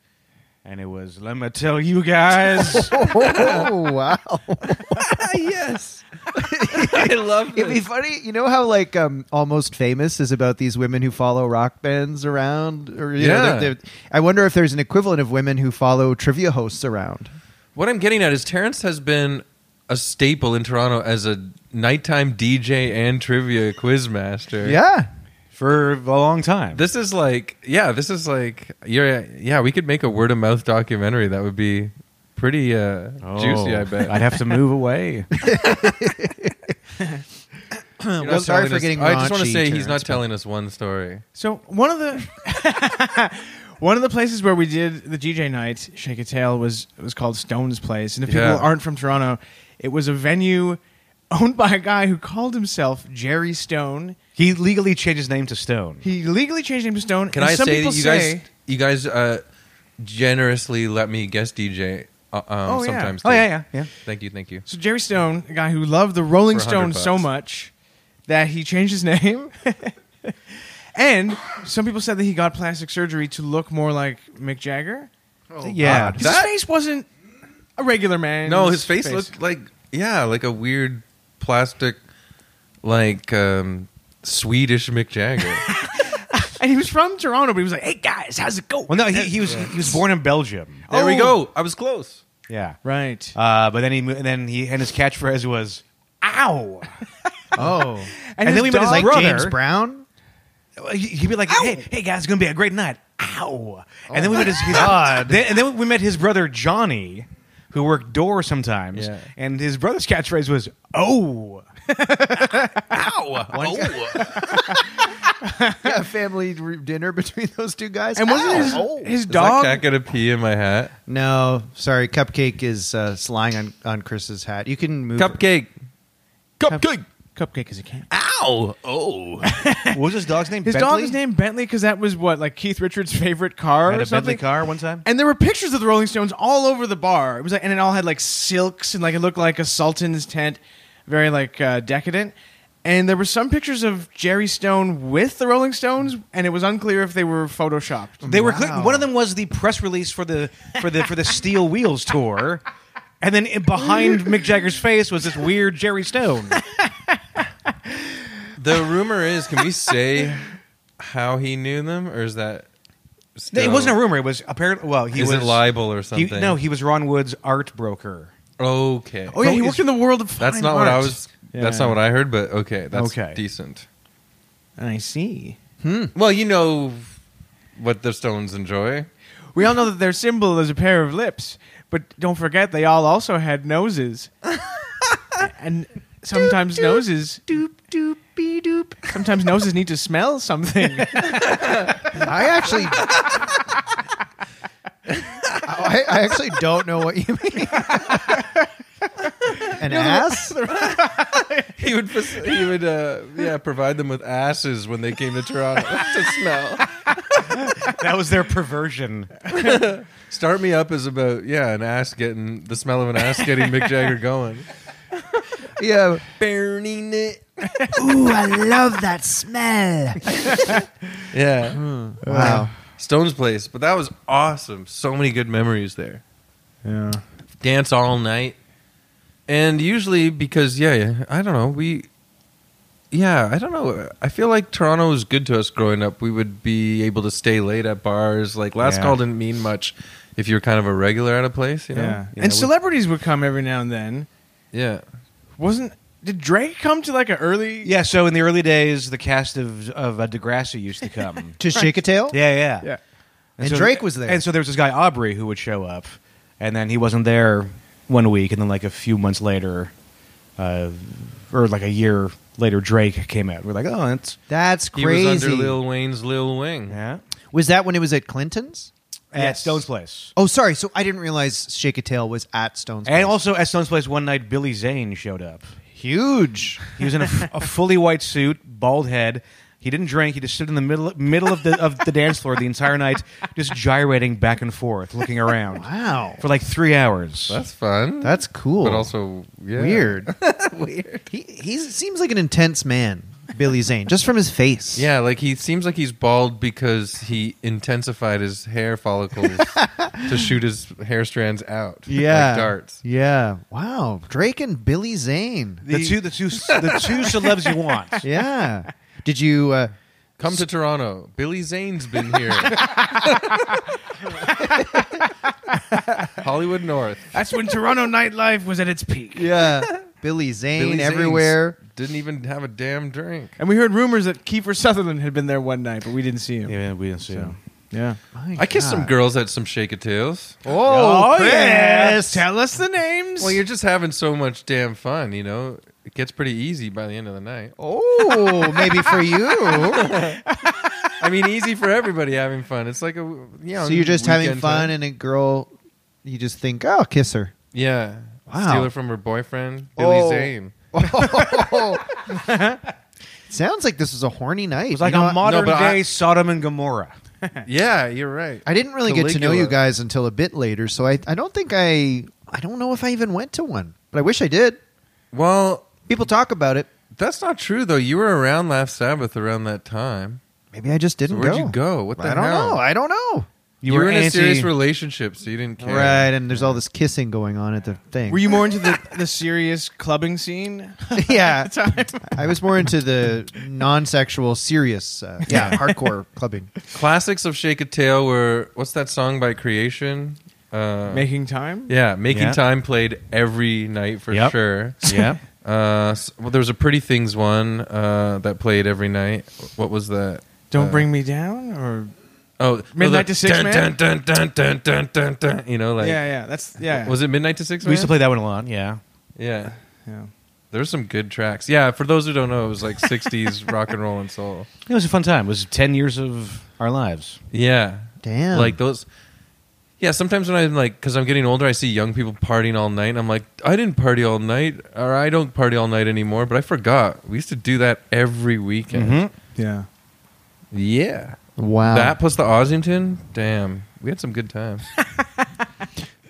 Speaker 4: and it was let me tell you [LAUGHS] guys.
Speaker 3: oh wow.
Speaker 2: yes, [LAUGHS] I love
Speaker 3: [LAUGHS] It'd be
Speaker 2: this.
Speaker 3: funny, you know how like um, almost famous is about these women who follow rock bands around, or you know,
Speaker 2: Yeah.
Speaker 3: they're- they're- I wonder if there's an equivalent of women who follow trivia hosts around.
Speaker 2: What I'm getting at is Terrence has been a staple in Toronto as a nighttime DJ and trivia quiz master.
Speaker 3: Yeah,
Speaker 4: for a long time.
Speaker 2: This is like, yeah, this is like, you're, yeah, we could make a word of mouth documentary that would be pretty uh,
Speaker 4: Oh,
Speaker 2: juicy, I bet.
Speaker 4: I'd have to move away.
Speaker 2: You're not
Speaker 3: Well,
Speaker 2: telling
Speaker 3: sorry for
Speaker 2: us-
Speaker 3: getting
Speaker 2: I just want to say
Speaker 3: raunchy, Terrence,
Speaker 2: he's not
Speaker 3: but-
Speaker 2: telling us one story.
Speaker 5: So one of the [LAUGHS] one of the places where we did the DJ night, Shake a Tail, was was called Stone's Place. And if people
Speaker 2: Yeah.
Speaker 5: aren't from Toronto, it was a venue owned by a guy who called himself Jerry Stone.
Speaker 4: He legally changed his name to Stone.
Speaker 5: He legally changed his name to Stone.
Speaker 2: Can
Speaker 5: and
Speaker 2: I
Speaker 5: some
Speaker 2: say
Speaker 5: people
Speaker 2: that you
Speaker 5: say,
Speaker 2: guys, you guys uh, generously let me guest DJ uh, um,
Speaker 5: Oh, yeah.
Speaker 2: sometimes?
Speaker 4: Oh
Speaker 2: too.
Speaker 4: yeah, yeah, yeah.
Speaker 2: Thank you, thank you.
Speaker 5: So Jerry Stone, a guy who loved the Rolling
Speaker 2: For 100
Speaker 5: Stones so
Speaker 2: bucks.
Speaker 5: much that he changed his [LAUGHS] name. and some people said that he got plastic surgery to look more like Mick Jagger.
Speaker 4: yeah.
Speaker 5: His
Speaker 2: That-
Speaker 5: face wasn't a regular man.
Speaker 2: No, his face, looked like yeah, like a weird plastic, like um, Swedish Mick Jagger.
Speaker 5: And he was from Toronto, Oh, but he was like, "Hey guys, how's it going?"
Speaker 4: Well, no, he, he was he was born in Belgium.
Speaker 2: there we
Speaker 5: Oh.
Speaker 2: go. I was close.
Speaker 4: Yeah.
Speaker 5: right.
Speaker 4: Uh, but then he mo- and then he and his catchphrase was "Ow!"
Speaker 3: [LAUGHS] Oh, [LAUGHS]
Speaker 5: and
Speaker 4: then we met his
Speaker 3: like
Speaker 4: brother-
Speaker 3: James Brown. [LAUGHS]
Speaker 4: He- He'd be like, "Hey, hey guys, it's gonna be a great night." Ow! And then we met his, his then, and then we met his brother Johnny, who worked door sometimes,
Speaker 2: Yeah.
Speaker 4: and his brother's catchphrase was "Oh."
Speaker 3: yeah, family re- dinner between [LAUGHS] those two guys.
Speaker 5: and wasn't his,
Speaker 4: Oh.
Speaker 3: Ow.
Speaker 5: his
Speaker 2: Is
Speaker 5: dog?
Speaker 2: that cat gonna pee in my hat?
Speaker 3: no, sorry, Cupcake is uh, slying on, on Chris's hat. You can move. her.
Speaker 2: Cupcake. Cupcake.
Speaker 5: Cupcake is a cat.
Speaker 2: Ow. Oh.
Speaker 4: What was his dog's name?
Speaker 5: His
Speaker 4: Bentley?
Speaker 5: dog is named Bentley because that was what like Keith Richards' favorite car
Speaker 4: Had
Speaker 5: or
Speaker 4: a Bentley
Speaker 5: something.
Speaker 4: car one time.
Speaker 5: And there were pictures of the Rolling Stones all over the bar. It was like, and it all had like silks and like it looked like a sultan's tent, very like uh, decadent. And there were some pictures of Jerry Stone with the Rolling Stones, and it was unclear if they were photoshopped.
Speaker 4: They were
Speaker 3: Wow.
Speaker 4: clear- one of them was the press release for the for the for the Steel Wheels tour, and then in- behind Mick Jagger's face was this weird Jerry Stone.
Speaker 2: The rumor is, can we say [LAUGHS] how he knew them, or is that? Still,
Speaker 4: It wasn't a rumor. It was apparently well he
Speaker 2: Is
Speaker 4: was
Speaker 2: it libel or
Speaker 4: he-
Speaker 2: something?
Speaker 4: no, he was Ron Wood's art broker.
Speaker 2: Okay.
Speaker 5: Oh yeah, he
Speaker 4: Is-
Speaker 5: worked in the world of.
Speaker 2: that's
Speaker 5: fine
Speaker 2: not what I
Speaker 5: art.
Speaker 2: was. That's not what I heard. But okay, that's
Speaker 4: Okay.
Speaker 2: decent.
Speaker 5: I see.
Speaker 2: Well, you know what the Stones enjoy.
Speaker 5: We all know that their symbol is a pair of lips, but don't forget they all also had noses. and sometimes noses doop doop be doop. Sometimes noses need to smell something.
Speaker 3: I actually. I, I actually don't know what you mean. An ass?
Speaker 2: [LAUGHS] He would, fac- he would, uh, yeah, provide them with asses when they came to Toronto [LAUGHS] to smell.
Speaker 4: That was their perversion.
Speaker 2: Start me up is about yeah, an ass getting the smell of an ass getting Mick Jagger [LAUGHS] going.
Speaker 3: yeah.
Speaker 2: Burning it.
Speaker 3: Ooh, I love that smell.
Speaker 2: Yeah,
Speaker 3: Wow.
Speaker 2: Stone's place, but that was awesome. So many good memories there.
Speaker 4: Yeah.
Speaker 2: dance all night. And usually because yeah, yeah, I don't know, we yeah, I don't know. I feel like Toronto was good to us growing up. We would be able to stay late at bars. Like last
Speaker 4: Yeah.
Speaker 2: call didn't mean much if you were kind of a regular at a place, you know.
Speaker 4: Yeah.
Speaker 5: and celebrities would come every now and then.
Speaker 2: Yeah.
Speaker 5: Wasn't did Drake come to like an early?
Speaker 4: Yeah, so in the early days, the cast of, of uh, Degrassi used to
Speaker 5: [LAUGHS]
Speaker 4: come.
Speaker 3: To shake a tail?
Speaker 4: yeah, yeah.
Speaker 5: yeah.
Speaker 3: And Drake was there.
Speaker 4: And so there was this guy, Aubrey, who would show up, and then he wasn't there one week, and then like a few months later, uh, or like a year later, Drake came out. We're like, oh, that's.
Speaker 3: That's
Speaker 2: He
Speaker 3: crazy.
Speaker 2: was under Lil Wayne's Lil Wing.
Speaker 4: Yeah.
Speaker 3: Was that when it was at Clinton's?
Speaker 4: At
Speaker 5: Yes.
Speaker 4: Stone's Place.
Speaker 3: Oh, sorry. So I didn't realize Shake a Tail was at Stone's.
Speaker 4: And
Speaker 3: Place.
Speaker 4: also at Stone's Place one night, Billy Zane showed up.
Speaker 3: huge.
Speaker 4: He was in a, f- a fully white suit, bald head. He didn't drink. He just stood in the middle middle of the of the dance floor the entire night, just gyrating back and forth, looking around
Speaker 3: Wow.
Speaker 4: for like three hours.
Speaker 2: That's fun.
Speaker 3: That's cool.
Speaker 2: but also yeah. [LAUGHS]
Speaker 3: weird. weird. He he seems like an intense man, Billy Zane, just from his face.
Speaker 2: Yeah, like he seems like he's bald because he intensified his hair
Speaker 3: [LAUGHS]
Speaker 2: follicles to shoot his hair strands out.
Speaker 3: Yeah.
Speaker 2: Like darts.
Speaker 3: Yeah. Wow. Drake and Billy Zane.
Speaker 4: the, two the two the two celebs you want.
Speaker 3: Yeah. Did you uh,
Speaker 2: Come to Toronto. Billy Zane's been
Speaker 3: [LAUGHS]
Speaker 2: here. Hollywood North.
Speaker 5: That's when [LAUGHS] Toronto nightlife was at its peak.
Speaker 3: Yeah. Billy Zane
Speaker 2: Billy Zane's
Speaker 3: everywhere.
Speaker 2: Didn't even have a damn drink.
Speaker 5: And we heard rumors that Kiefer Sutherland had been there one night, but we didn't see him.
Speaker 4: Yeah, we didn't see him.
Speaker 5: Yeah.
Speaker 3: My
Speaker 2: I kissed some
Speaker 3: Oh, God.
Speaker 2: girls at some Shake It Tails.
Speaker 5: Oh,
Speaker 4: Chris.
Speaker 5: yeah. Tell us the names.
Speaker 2: Well, you're just having so much damn fun, you know? It gets pretty easy by the end of the night.
Speaker 3: Oh, maybe
Speaker 2: [LAUGHS]
Speaker 3: for you.
Speaker 2: I mean, easy for everybody having fun. It's like a, you know.
Speaker 3: so you're just having
Speaker 2: weekend
Speaker 3: fun,
Speaker 2: time.
Speaker 3: and a girl, you just think, oh, kiss her.
Speaker 2: yeah.
Speaker 3: Wow.
Speaker 2: Steal her from her boyfriend, Billy
Speaker 3: Oh. [LAUGHS]
Speaker 2: Zane.
Speaker 3: Sounds like this was a horny night.
Speaker 4: It's like
Speaker 3: You know,
Speaker 4: a modern
Speaker 2: but I-
Speaker 4: day Sodom and Gomorrah.
Speaker 2: Yeah, you're right.
Speaker 3: I didn't really get to know
Speaker 2: Caligula.
Speaker 3: you guys until a bit later, so I, I don't think I I don't know if I even went to one, but I wish I did.
Speaker 2: Well,
Speaker 3: People talk about it.
Speaker 2: that's not true, though. You were around last Sabbath around that time.
Speaker 3: Maybe I just
Speaker 2: So
Speaker 3: didn't
Speaker 2: where'd
Speaker 3: go.
Speaker 2: you go? What the
Speaker 3: I don't
Speaker 2: hell?
Speaker 3: know. I don't know.
Speaker 2: You, were, in a serious relationship, so you didn't care.
Speaker 3: Right, and there's all this kissing going on at the thing. [LAUGHS]
Speaker 5: Were you more into the, the serious clubbing scene?
Speaker 3: yeah, I was more into the non-sexual, serious,
Speaker 5: [LAUGHS]
Speaker 3: uh, yeah, hardcore clubbing.
Speaker 2: Classics of Shake a Tail were what's that song by Creation? Uh,
Speaker 5: [LAUGHS] Making time?
Speaker 2: yeah, Making
Speaker 4: Yeah.
Speaker 2: Time played every night for
Speaker 4: Yep.
Speaker 2: sure.
Speaker 4: Yeah.
Speaker 2: Uh, s- well, there was a Pretty Things one uh, that played every night. What was that?
Speaker 5: Don't
Speaker 2: Uh,
Speaker 5: bring me down or
Speaker 2: oh
Speaker 5: Midnight
Speaker 2: the-
Speaker 5: to Six
Speaker 2: dun,
Speaker 5: Man?
Speaker 2: Dun, dun, dun, dun, dun, dun, you know, like
Speaker 5: Yeah, yeah. That's yeah.
Speaker 2: was it Midnight to Six Man?
Speaker 4: We used to play that one a lot. Yeah.
Speaker 2: Yeah,
Speaker 5: yeah.
Speaker 2: there's some good tracks. Yeah, for those who don't know, it was like
Speaker 5: [LAUGHS]
Speaker 2: '60s rock and roll and soul.
Speaker 4: It was a fun time. It was 10 years of our lives.
Speaker 2: Yeah,
Speaker 3: Damn,
Speaker 2: Like those. Yeah, sometimes when I'm like, because I'm getting older, I see young people partying all night, and I'm like, I didn't party all night, or I don't party all night anymore, but I forgot. We used to do that every weekend.
Speaker 5: Mm-hmm. Yeah.
Speaker 2: Yeah.
Speaker 3: wow,
Speaker 2: That plus the Ossington? Damn. We had some good times.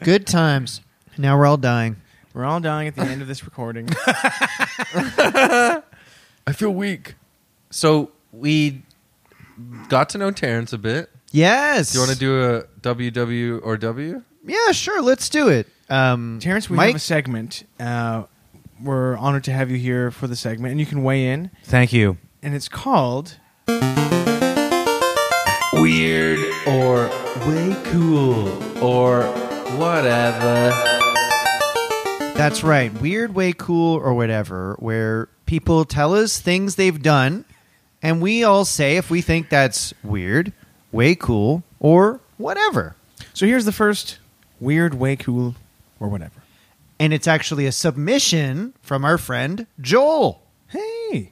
Speaker 3: good times. Now we're all dying.
Speaker 5: We're all dying at the end of this recording.
Speaker 2: I feel weak. So we got to know Terrence a bit.
Speaker 3: Yes.
Speaker 2: Do you want to do a WW or W?
Speaker 3: Yeah, sure. Let's do it. Um,
Speaker 5: [LAUGHS] Terrence, we
Speaker 3: Mike,
Speaker 5: have a segment. Uh, we're honored to have you here for the segment, and you can weigh in.
Speaker 4: Thank you.
Speaker 5: And it's called
Speaker 2: Weird or way cool or whatever.
Speaker 3: That's right. Weird way cool or whatever, where people tell us things they've done, and we all say if we think that's weird, way cool, or whatever.
Speaker 5: So here's the first weird, way cool, or whatever.
Speaker 3: and it's actually a submission from our friend Joel.
Speaker 5: Hey.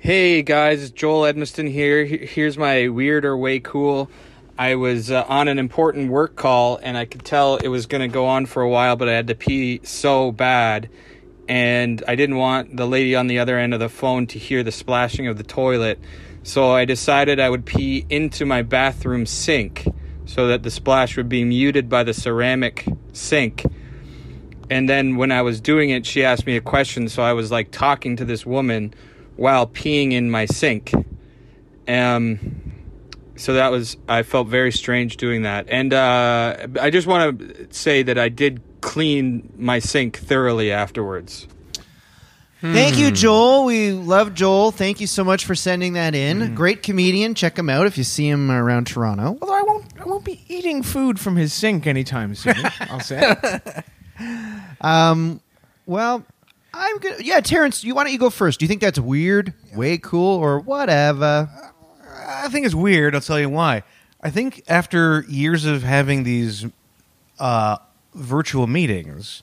Speaker 6: Hey guys, it's Joel Edmiston here. He- Here's my weird or way cool. I was uh, on an important work call and I could tell it was going to go on for a while, but I had to pee so bad. And I didn't want the lady on the other end of the phone to hear the splashing of the toilet. So I decided I would pee into my bathroom sink so that the splash would be muted by the ceramic sink and then when I was doing it, she asked me a question. So I was like talking to this woman while peeing in my sink. Um, so that was I felt very strange doing that. And uh, I just want to say that I did clean my sink thoroughly afterwards.
Speaker 3: Thank you, Joel. We love Joel. Thank you so much for sending that in. Great comedian. Check him out if you see him around Toronto.
Speaker 5: Although I won't, I won't be eating food from his sink anytime [LAUGHS] soon. I'll say.
Speaker 3: Well, I'm good. Yeah, Terrence, you why don't you go first? Do you think that's weird, way cool, or whatever?
Speaker 4: I think it's weird. I'll tell you why. I think after years of having these uh, virtual meetings,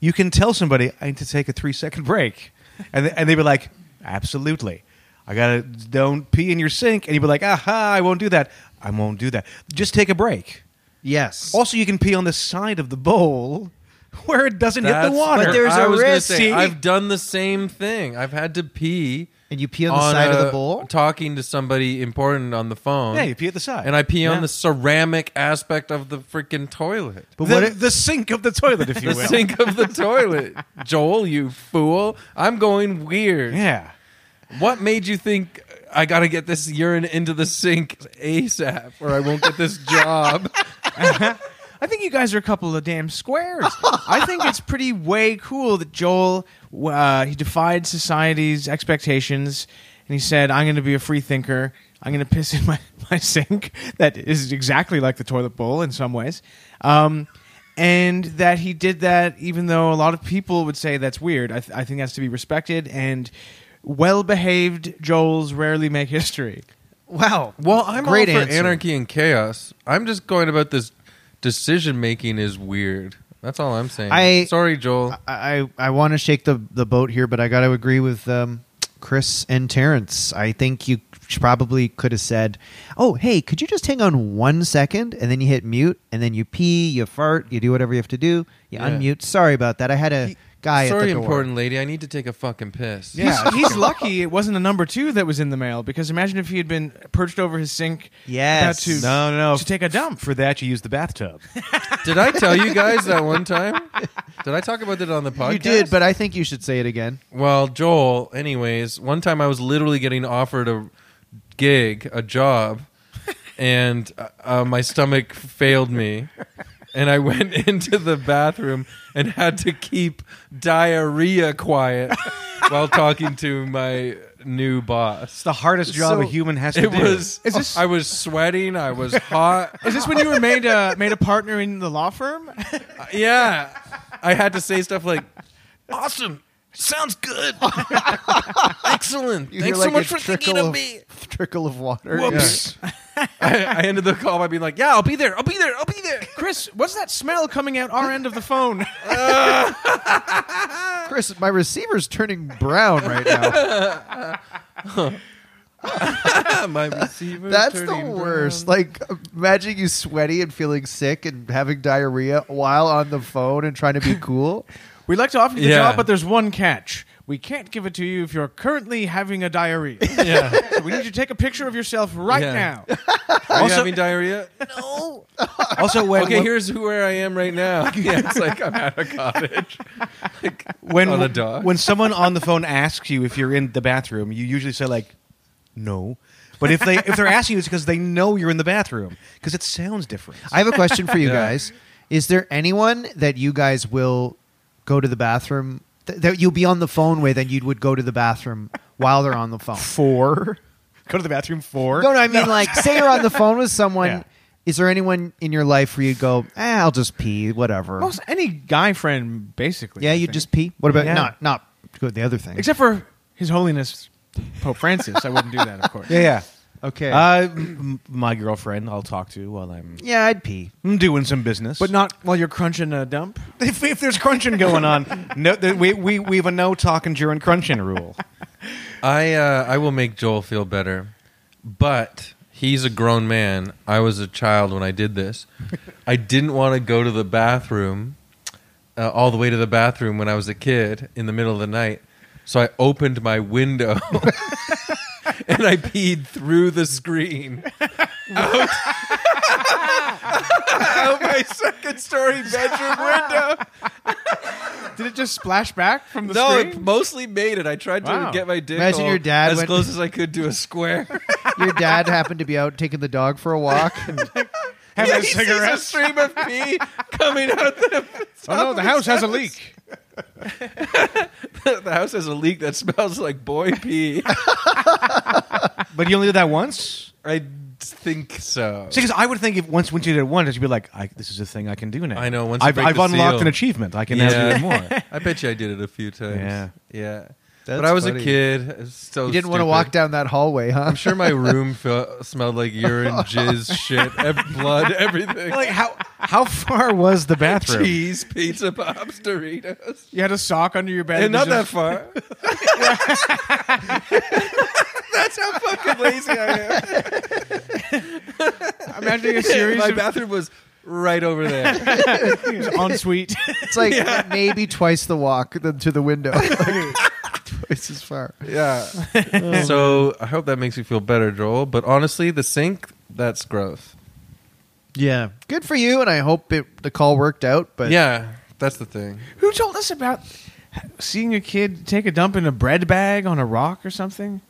Speaker 4: you can tell somebody I need to take a three second break, and they, and they'd be like, absolutely. I gotta don't pee in your sink, and you'd be like, aha, I won't do that. I won't do that. Just take a break.
Speaker 3: Yes.
Speaker 4: Also, you can pee on the side of the bowl where it doesn't hit
Speaker 2: That's-
Speaker 4: the water.
Speaker 3: But there's
Speaker 2: I
Speaker 3: a
Speaker 2: was gonna
Speaker 3: risk.
Speaker 2: say,
Speaker 3: See?
Speaker 2: I've done the same thing. I've had to pee
Speaker 3: and you pee on the side of
Speaker 2: a-
Speaker 3: the bowl?
Speaker 2: talking to somebody important on the phone.
Speaker 4: yeah, you pee at the side,
Speaker 2: and I pee
Speaker 4: Yeah.
Speaker 2: on the ceramic aspect of the freaking toilet.
Speaker 4: But
Speaker 3: what
Speaker 4: the,
Speaker 3: if-
Speaker 4: the sink of the toilet, if you
Speaker 2: the
Speaker 4: will.
Speaker 2: sink of the
Speaker 3: [LAUGHS]
Speaker 2: toilet. Joel, you fool. I'm going weird.
Speaker 4: Yeah.
Speaker 2: What made you think I got to get this urine into the sink ASAP or I won't get this
Speaker 3: [LAUGHS]
Speaker 2: job?
Speaker 5: I think you guys are a couple of damn squares. I think it's pretty way cool that Joel uh, he defied society's expectations and he said, "I'm going to be a free thinker. I'm going to piss in my, [LAUGHS] my sink that is exactly like the toilet bowl in some ways." Um, and that he did that, even though a lot of people would say that's weird. I, th- I think that's to be respected. And well-behaved Joels rarely make history.
Speaker 3: Wow.
Speaker 2: Well, I'm
Speaker 3: Great
Speaker 2: all for
Speaker 3: answer.
Speaker 2: anarchy and chaos. I'm just going about this decision making is weird. That's all I'm saying.
Speaker 3: I-
Speaker 2: Sorry, Joel.
Speaker 3: I, I want to shake the, the boat here, but I got to agree with um, Chris and Terrence. I think you sh- probably could have said, oh, hey, could you just hang on one second? And then you hit mute, and then you pee, you fart, you do whatever you have to do, you
Speaker 2: Yeah.
Speaker 3: unmute. Sorry about that. I had a guy
Speaker 2: Sorry,
Speaker 3: at the door.
Speaker 2: important lady. I need to take a fucking piss.
Speaker 5: Yeah, he's lucky it wasn't a number two that was in the mail because imagine if he had been perched over his sink.
Speaker 3: Yes.
Speaker 5: About to,
Speaker 4: No, no, no.
Speaker 5: To take a dump.
Speaker 4: For that, you use the bathtub.
Speaker 5: [LAUGHS]
Speaker 2: Did I tell you guys that
Speaker 3: [LAUGHS]
Speaker 2: one time? Did I talk about it on the podcast?
Speaker 3: You did, but I think you should say it again.
Speaker 2: Well, Joel, anyways, one time I was literally getting offered a gig, a job, and uh, uh, my stomach failed me. And I went [LAUGHS] into the bathroom and had to keep diarrhea quiet while talking to my new
Speaker 4: It's
Speaker 2: boss.
Speaker 4: the hardest job
Speaker 2: So,
Speaker 4: a human has to
Speaker 2: It
Speaker 4: do.
Speaker 2: was.
Speaker 5: Is this-
Speaker 2: I was sweating. I was hot. Uh,
Speaker 5: Is this when you were made a made a partner in the law firm?
Speaker 2: Yeah, I had to say stuff like, "Awesome, sounds good, [LAUGHS] excellent,
Speaker 3: You
Speaker 2: thanks
Speaker 3: hear
Speaker 2: so much for
Speaker 3: like a
Speaker 2: thinking
Speaker 3: trickle
Speaker 2: of
Speaker 3: of-
Speaker 2: me."
Speaker 3: [LAUGHS] Trickle of water.
Speaker 2: Whoops. I, I ended the call by being like, "Yeah, I'll be there. I'll be there. I'll be there." [LAUGHS]
Speaker 5: Chris, what's that smell coming out our end of the [LAUGHS] phone?
Speaker 3: Yeah. Chris, my receiver's turning brown right
Speaker 2: [LAUGHS]
Speaker 3: now.
Speaker 2: My receiver.
Speaker 3: That's the worst. Like, imagine you sweaty and feeling sick and having diarrhea while on the phone and trying to be cool.
Speaker 5: We'd like to offer you the
Speaker 2: Yeah.
Speaker 5: job, but there's one catch. We can't give it to you if you're currently having
Speaker 4: [LAUGHS]
Speaker 5: a diarrhea.
Speaker 3: [LAUGHS]
Speaker 2: Yeah.
Speaker 5: so we need you to take a picture of yourself right
Speaker 2: Yeah.
Speaker 5: now.
Speaker 2: Are you having diarrhea?
Speaker 4: [LAUGHS] also when
Speaker 2: Okay, here's who- where I am right now. [LAUGHS] Yeah, it's like I'm at a cottage. Like,
Speaker 4: when
Speaker 2: on a dock.
Speaker 4: when someone on the phone asks you if you're in the bathroom, you usually say like, "No." But if they if they're asking you, it's because they know you're in the bathroom because it sounds different.
Speaker 3: I have a question [LAUGHS] for you guys. Is there anyone that you guys will go to the bathroom th- that you'll be on the phone with and you would go to the bathroom while they're on the phone?
Speaker 4: four. Go to the bathroom four.
Speaker 3: No, no, I mean like [LAUGHS] say you're on the phone with someone.
Speaker 4: Yeah.
Speaker 3: Is there anyone in your life where you go, eh, I'll just pee, whatever?
Speaker 5: Most any guy friend, basically.
Speaker 3: yeah,
Speaker 5: I
Speaker 3: you
Speaker 5: think.
Speaker 3: just pee. What about
Speaker 4: Yeah.
Speaker 3: not not go the other thing?
Speaker 5: [LAUGHS] Except for His Holiness Pope Francis, I wouldn't do that, of course.
Speaker 4: Yeah, yeah.
Speaker 3: Okay.
Speaker 4: Uh, m- my girlfriend, I'll talk to while I'm
Speaker 3: yeah, I'd pee.
Speaker 4: I'm doing some business.
Speaker 5: But not while you're crunching a dump.
Speaker 4: if, if there's crunching going on, no, th- we, we, we have a no talking during crunching rule.
Speaker 2: I uh, I will make Joel feel better, but he's a grown man. I was a child when I did [LAUGHS] this. I didn't want to go to the bathroom, uh, all the way to the bathroom when I was a kid in the middle of the night. So I opened my [LAUGHS] window and I peed through the screen. [LAUGHS] out- out my second story bedroom window.
Speaker 5: Did it just splash back from the
Speaker 2: No, it
Speaker 5: screen?
Speaker 2: mostly made it. I tried to
Speaker 5: Wow.
Speaker 2: get my dick
Speaker 3: Imagine
Speaker 2: hole
Speaker 3: your dad
Speaker 2: as
Speaker 3: went-
Speaker 2: close as I could to a square.
Speaker 3: Your dad happened to be out taking the dog for a walk.
Speaker 2: Yeah,
Speaker 5: Having a
Speaker 2: he
Speaker 5: cigarette.
Speaker 2: sees a stream of pee coming out the,
Speaker 5: Oh no, the house has a leak.
Speaker 2: the house has a leak that smells like boy pee.
Speaker 4: But you only did that once?
Speaker 2: I think so.
Speaker 4: See, because I would think if once once you did it once, you'd be like, I, this is a thing I can do now.
Speaker 2: I know, once you
Speaker 4: I've,
Speaker 2: break
Speaker 4: I've
Speaker 2: the
Speaker 4: unlocked
Speaker 2: seal.
Speaker 4: an achievement. I can now do it more.
Speaker 2: I bet you I did it a few times.
Speaker 4: Yeah.
Speaker 2: yeah.
Speaker 3: That's
Speaker 2: but I was
Speaker 3: funny.
Speaker 2: a kid. I was So
Speaker 3: You didn't want to
Speaker 2: stupid.
Speaker 3: walk down that hallway, huh?
Speaker 2: I'm sure my room fe- smelled like urine, jizz, shit, ev- blood,
Speaker 3: [LAUGHS]
Speaker 2: everything.
Speaker 4: like how how far was [LAUGHS] the bathroom?
Speaker 2: cheese, pizza pops, Doritos,
Speaker 5: You had a sock under your bed.
Speaker 2: and not [LAUGHS] that
Speaker 5: just-
Speaker 2: far. That's how fucking lazy I
Speaker 4: [LAUGHS]
Speaker 2: am.
Speaker 5: Imagining a series
Speaker 2: My
Speaker 5: of
Speaker 2: bathroom was right over there. [LAUGHS]
Speaker 5: ensuite.
Speaker 3: It's like maybe twice the walk than to the window. Like, twice as far.
Speaker 2: Yeah. so I hope that makes you feel better, Joel. But honestly, the sink, that's growth.
Speaker 3: Yeah. Good for you, and I hope it, the call worked out. But
Speaker 2: yeah, that's the thing.
Speaker 5: Who told us about seeing a kid take a dump in a bread bag on a rock or something?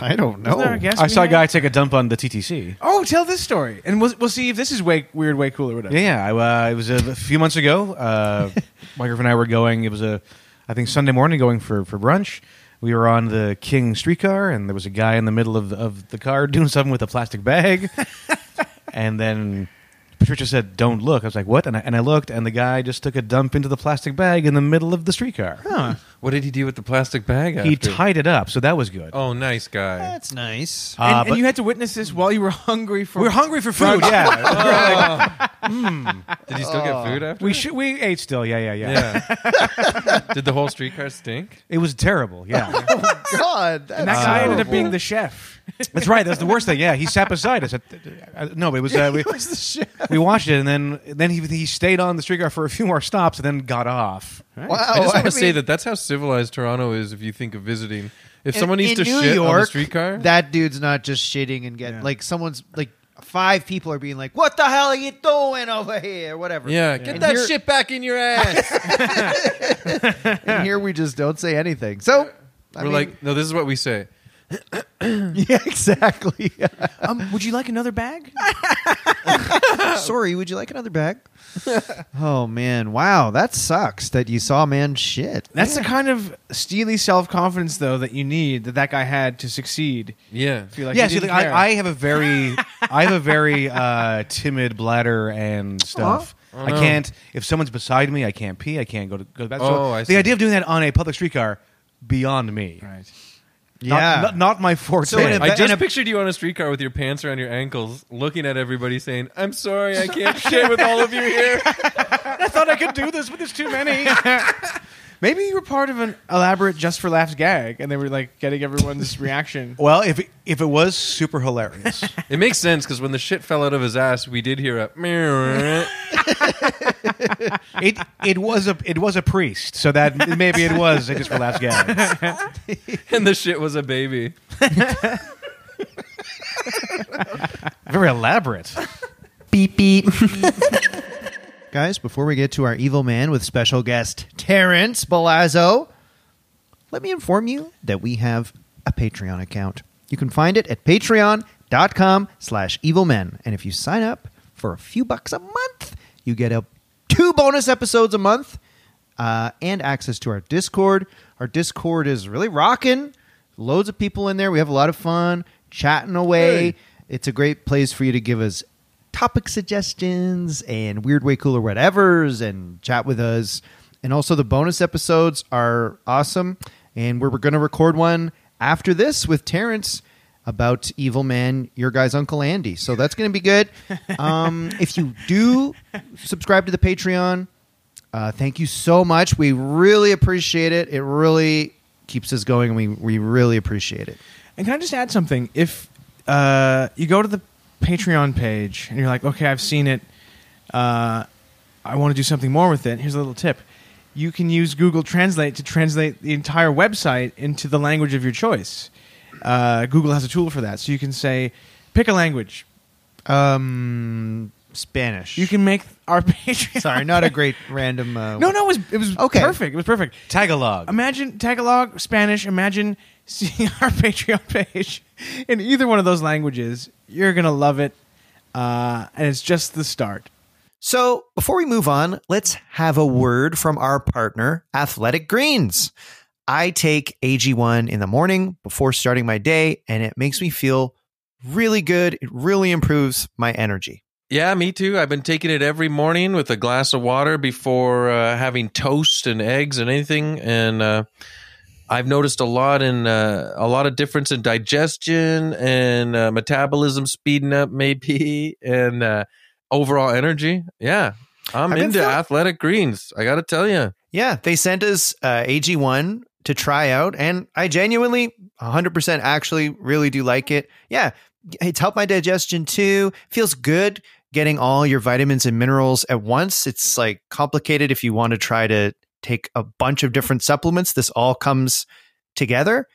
Speaker 3: I don't
Speaker 5: Isn't
Speaker 3: know.
Speaker 5: there a guest
Speaker 4: Oh, I
Speaker 5: we
Speaker 4: saw a
Speaker 5: had?
Speaker 4: guy take a dump on the TTC.
Speaker 5: Oh, tell this story, and we'll, we'll see if this is way weird, way cooler. Whatever.
Speaker 4: Yeah, I, uh, it was a, a few months ago.
Speaker 5: [LAUGHS]
Speaker 4: Uh, my girlfriend and I were going. It was a, I think Sunday morning, going for, for brunch. We were on the King streetcar, and there was a guy in the middle of the, of the car [LAUGHS] doing something with a plastic
Speaker 5: [LAUGHS]
Speaker 4: bag. and then Patricia said, "Don't look." I was like, "What?" And I, and I looked, and the guy just took a dump into the plastic bag in the middle of the streetcar.
Speaker 2: What did he do with the plastic bag? After?
Speaker 4: He tied it up, so that was good.
Speaker 2: Oh, nice guy.
Speaker 3: That's nice.
Speaker 5: And,
Speaker 4: Uh,
Speaker 5: and
Speaker 4: but-
Speaker 5: you had to witness this while you were hungry for.
Speaker 4: we were hungry for food. Yeah,
Speaker 2: Did he still get food after?
Speaker 4: we
Speaker 2: that?
Speaker 4: should, we ate still. Yeah, yeah, yeah,
Speaker 2: Oh. Yeah. [LAUGHS] did the whole streetcar stink?
Speaker 4: It was terrible. Yeah.
Speaker 3: [LAUGHS] God,
Speaker 5: and that
Speaker 3: that's
Speaker 5: guy ended up
Speaker 3: horrible.
Speaker 5: being the chef.
Speaker 4: [LAUGHS] That's right. That's the worst thing. Yeah, he sat beside us. At, uh, no, but it was, uh, we, we watched it, and then then he he stayed on the streetcar for a few more stops, and then got off.
Speaker 3: Wow,
Speaker 2: I just want to say
Speaker 3: Oh, mean,
Speaker 2: that that's how civilized Toronto is. If you think of visiting, if
Speaker 3: in-
Speaker 2: someone needs
Speaker 3: in
Speaker 2: to
Speaker 3: New
Speaker 2: shit
Speaker 3: York,
Speaker 2: on the streetcar,
Speaker 3: that dude's not just shitting and getting like someone's like five people are being like, "What the hell are you doing over here?" Whatever.
Speaker 2: yeah, get
Speaker 3: And
Speaker 2: that
Speaker 3: here-
Speaker 2: shit back
Speaker 3: [LAUGHS]
Speaker 2: in your ass.
Speaker 3: And here we just don't say anything. So I
Speaker 2: we're
Speaker 3: mean-
Speaker 2: like, no, this is what we say.
Speaker 3: [LAUGHS] yeah, exactly. [LAUGHS]
Speaker 5: Um, would you like another bag?
Speaker 3: Sorry, would you like another bag? oh man, wow, that sucks that you saw a man shit.
Speaker 5: That's the kind of steely self confidence, though, that you need that that guy had to succeed.
Speaker 2: Yeah,
Speaker 5: If you like,
Speaker 4: yeah,
Speaker 5: you
Speaker 4: see,
Speaker 5: didn't
Speaker 4: like, I,
Speaker 5: care.
Speaker 4: I have a very I have a very uh, timid bladder and stuff. I
Speaker 2: no.
Speaker 4: can't. If someone's beside me, I can't pee. I can't go to go to the bathroom.
Speaker 2: Oh, I
Speaker 4: the
Speaker 2: see.
Speaker 4: idea of doing that on a public streetcar beyond me.
Speaker 5: Right.
Speaker 4: Not,
Speaker 3: Yeah.
Speaker 4: not, not my forte.
Speaker 3: So in a-
Speaker 2: I
Speaker 3: But-
Speaker 2: just
Speaker 3: and a-
Speaker 2: pictured you on a streetcar with your pants around your ankles, looking at everybody saying, I'm sorry, I can't share with all of you here.
Speaker 5: I thought I could do this, but there's too many. Maybe you were part of an elaborate just for laughs gag, and they were like getting [LAUGHS] everyone's reaction.
Speaker 4: well, if it- if it was super
Speaker 5: [LAUGHS]
Speaker 4: hilarious,
Speaker 2: It makes sense because when the shit fell out of his ass, we did hear a [LAUGHS] "Meow."
Speaker 4: it it was a it was a priest. So that maybe it was I just for last gag.
Speaker 5: [LAUGHS]
Speaker 2: and the shit was a baby.
Speaker 4: Very elaborate.
Speaker 3: [LAUGHS] Guys, before we get to our evil man with special guest Terrence Balazzo, let me inform you that we have a Patreon account. You can find it at patreon.com slash evilmen. And if you sign up for a few bucks a month, you get a, two bonus episodes a month uh, and access to our Discord. Our Discord is really rocking. Loads of people in there. We have a lot of fun chatting away. It's a great place for you to give us topic suggestions and weird way cooler whatevers and chat with us and also the bonus episodes are awesome and we're going to record one after this with terrence about Evil Man, your guy's Uncle Andy. So that's going to be
Speaker 5: [LAUGHS]
Speaker 3: good. Um, if you do subscribe to the Patreon, uh, thank you so much. We really appreciate it. It really keeps us going. and We we really appreciate it.
Speaker 5: And can I just add something? If uh, you go to the Patreon page and you're like, okay, I've seen it, uh, I want to do something more with it, here's a little tip. You can use Google Translate to translate the entire website into the language of your choice. Uh, Google has a tool for that. So you can say, pick a language.
Speaker 3: Um, Spanish.
Speaker 5: You can make our [LAUGHS] Patreon.
Speaker 3: Sorry, not a great random. Uh,
Speaker 5: No, no, it was, it was
Speaker 3: Okay.
Speaker 5: perfect. It was perfect.
Speaker 4: Tagalog.
Speaker 5: Imagine Tagalog, Spanish. Imagine [LAUGHS] seeing our Patreon page in either one of those languages. You're gonna love it, uh, and it's just the start.
Speaker 7: So, before we move on, let's have a word from our partner, Athletic Greens. I take AG1 in the morning before starting my day, and it makes me feel really good. It really improves my energy.
Speaker 2: Yeah, me too. I've been taking it every morning with a glass of water before uh, having toast and eggs and anything, and uh, I've noticed a lot in uh, a lot of difference in digestion and uh, metabolism speeding up, [LAUGHS] maybe, and uh, overall energy. Yeah, I'm
Speaker 7: I've been
Speaker 2: into
Speaker 7: feel-
Speaker 2: athletic greens. I got to tell you.
Speaker 7: Yeah, they sent us uh, AG1 to try out, and I genuinely, 100% actually really do like it. Yeah, it's helped my digestion too. Feels good getting all your vitamins and minerals at once. It's like complicated if you want to try to take a bunch of different supplements. This all comes together,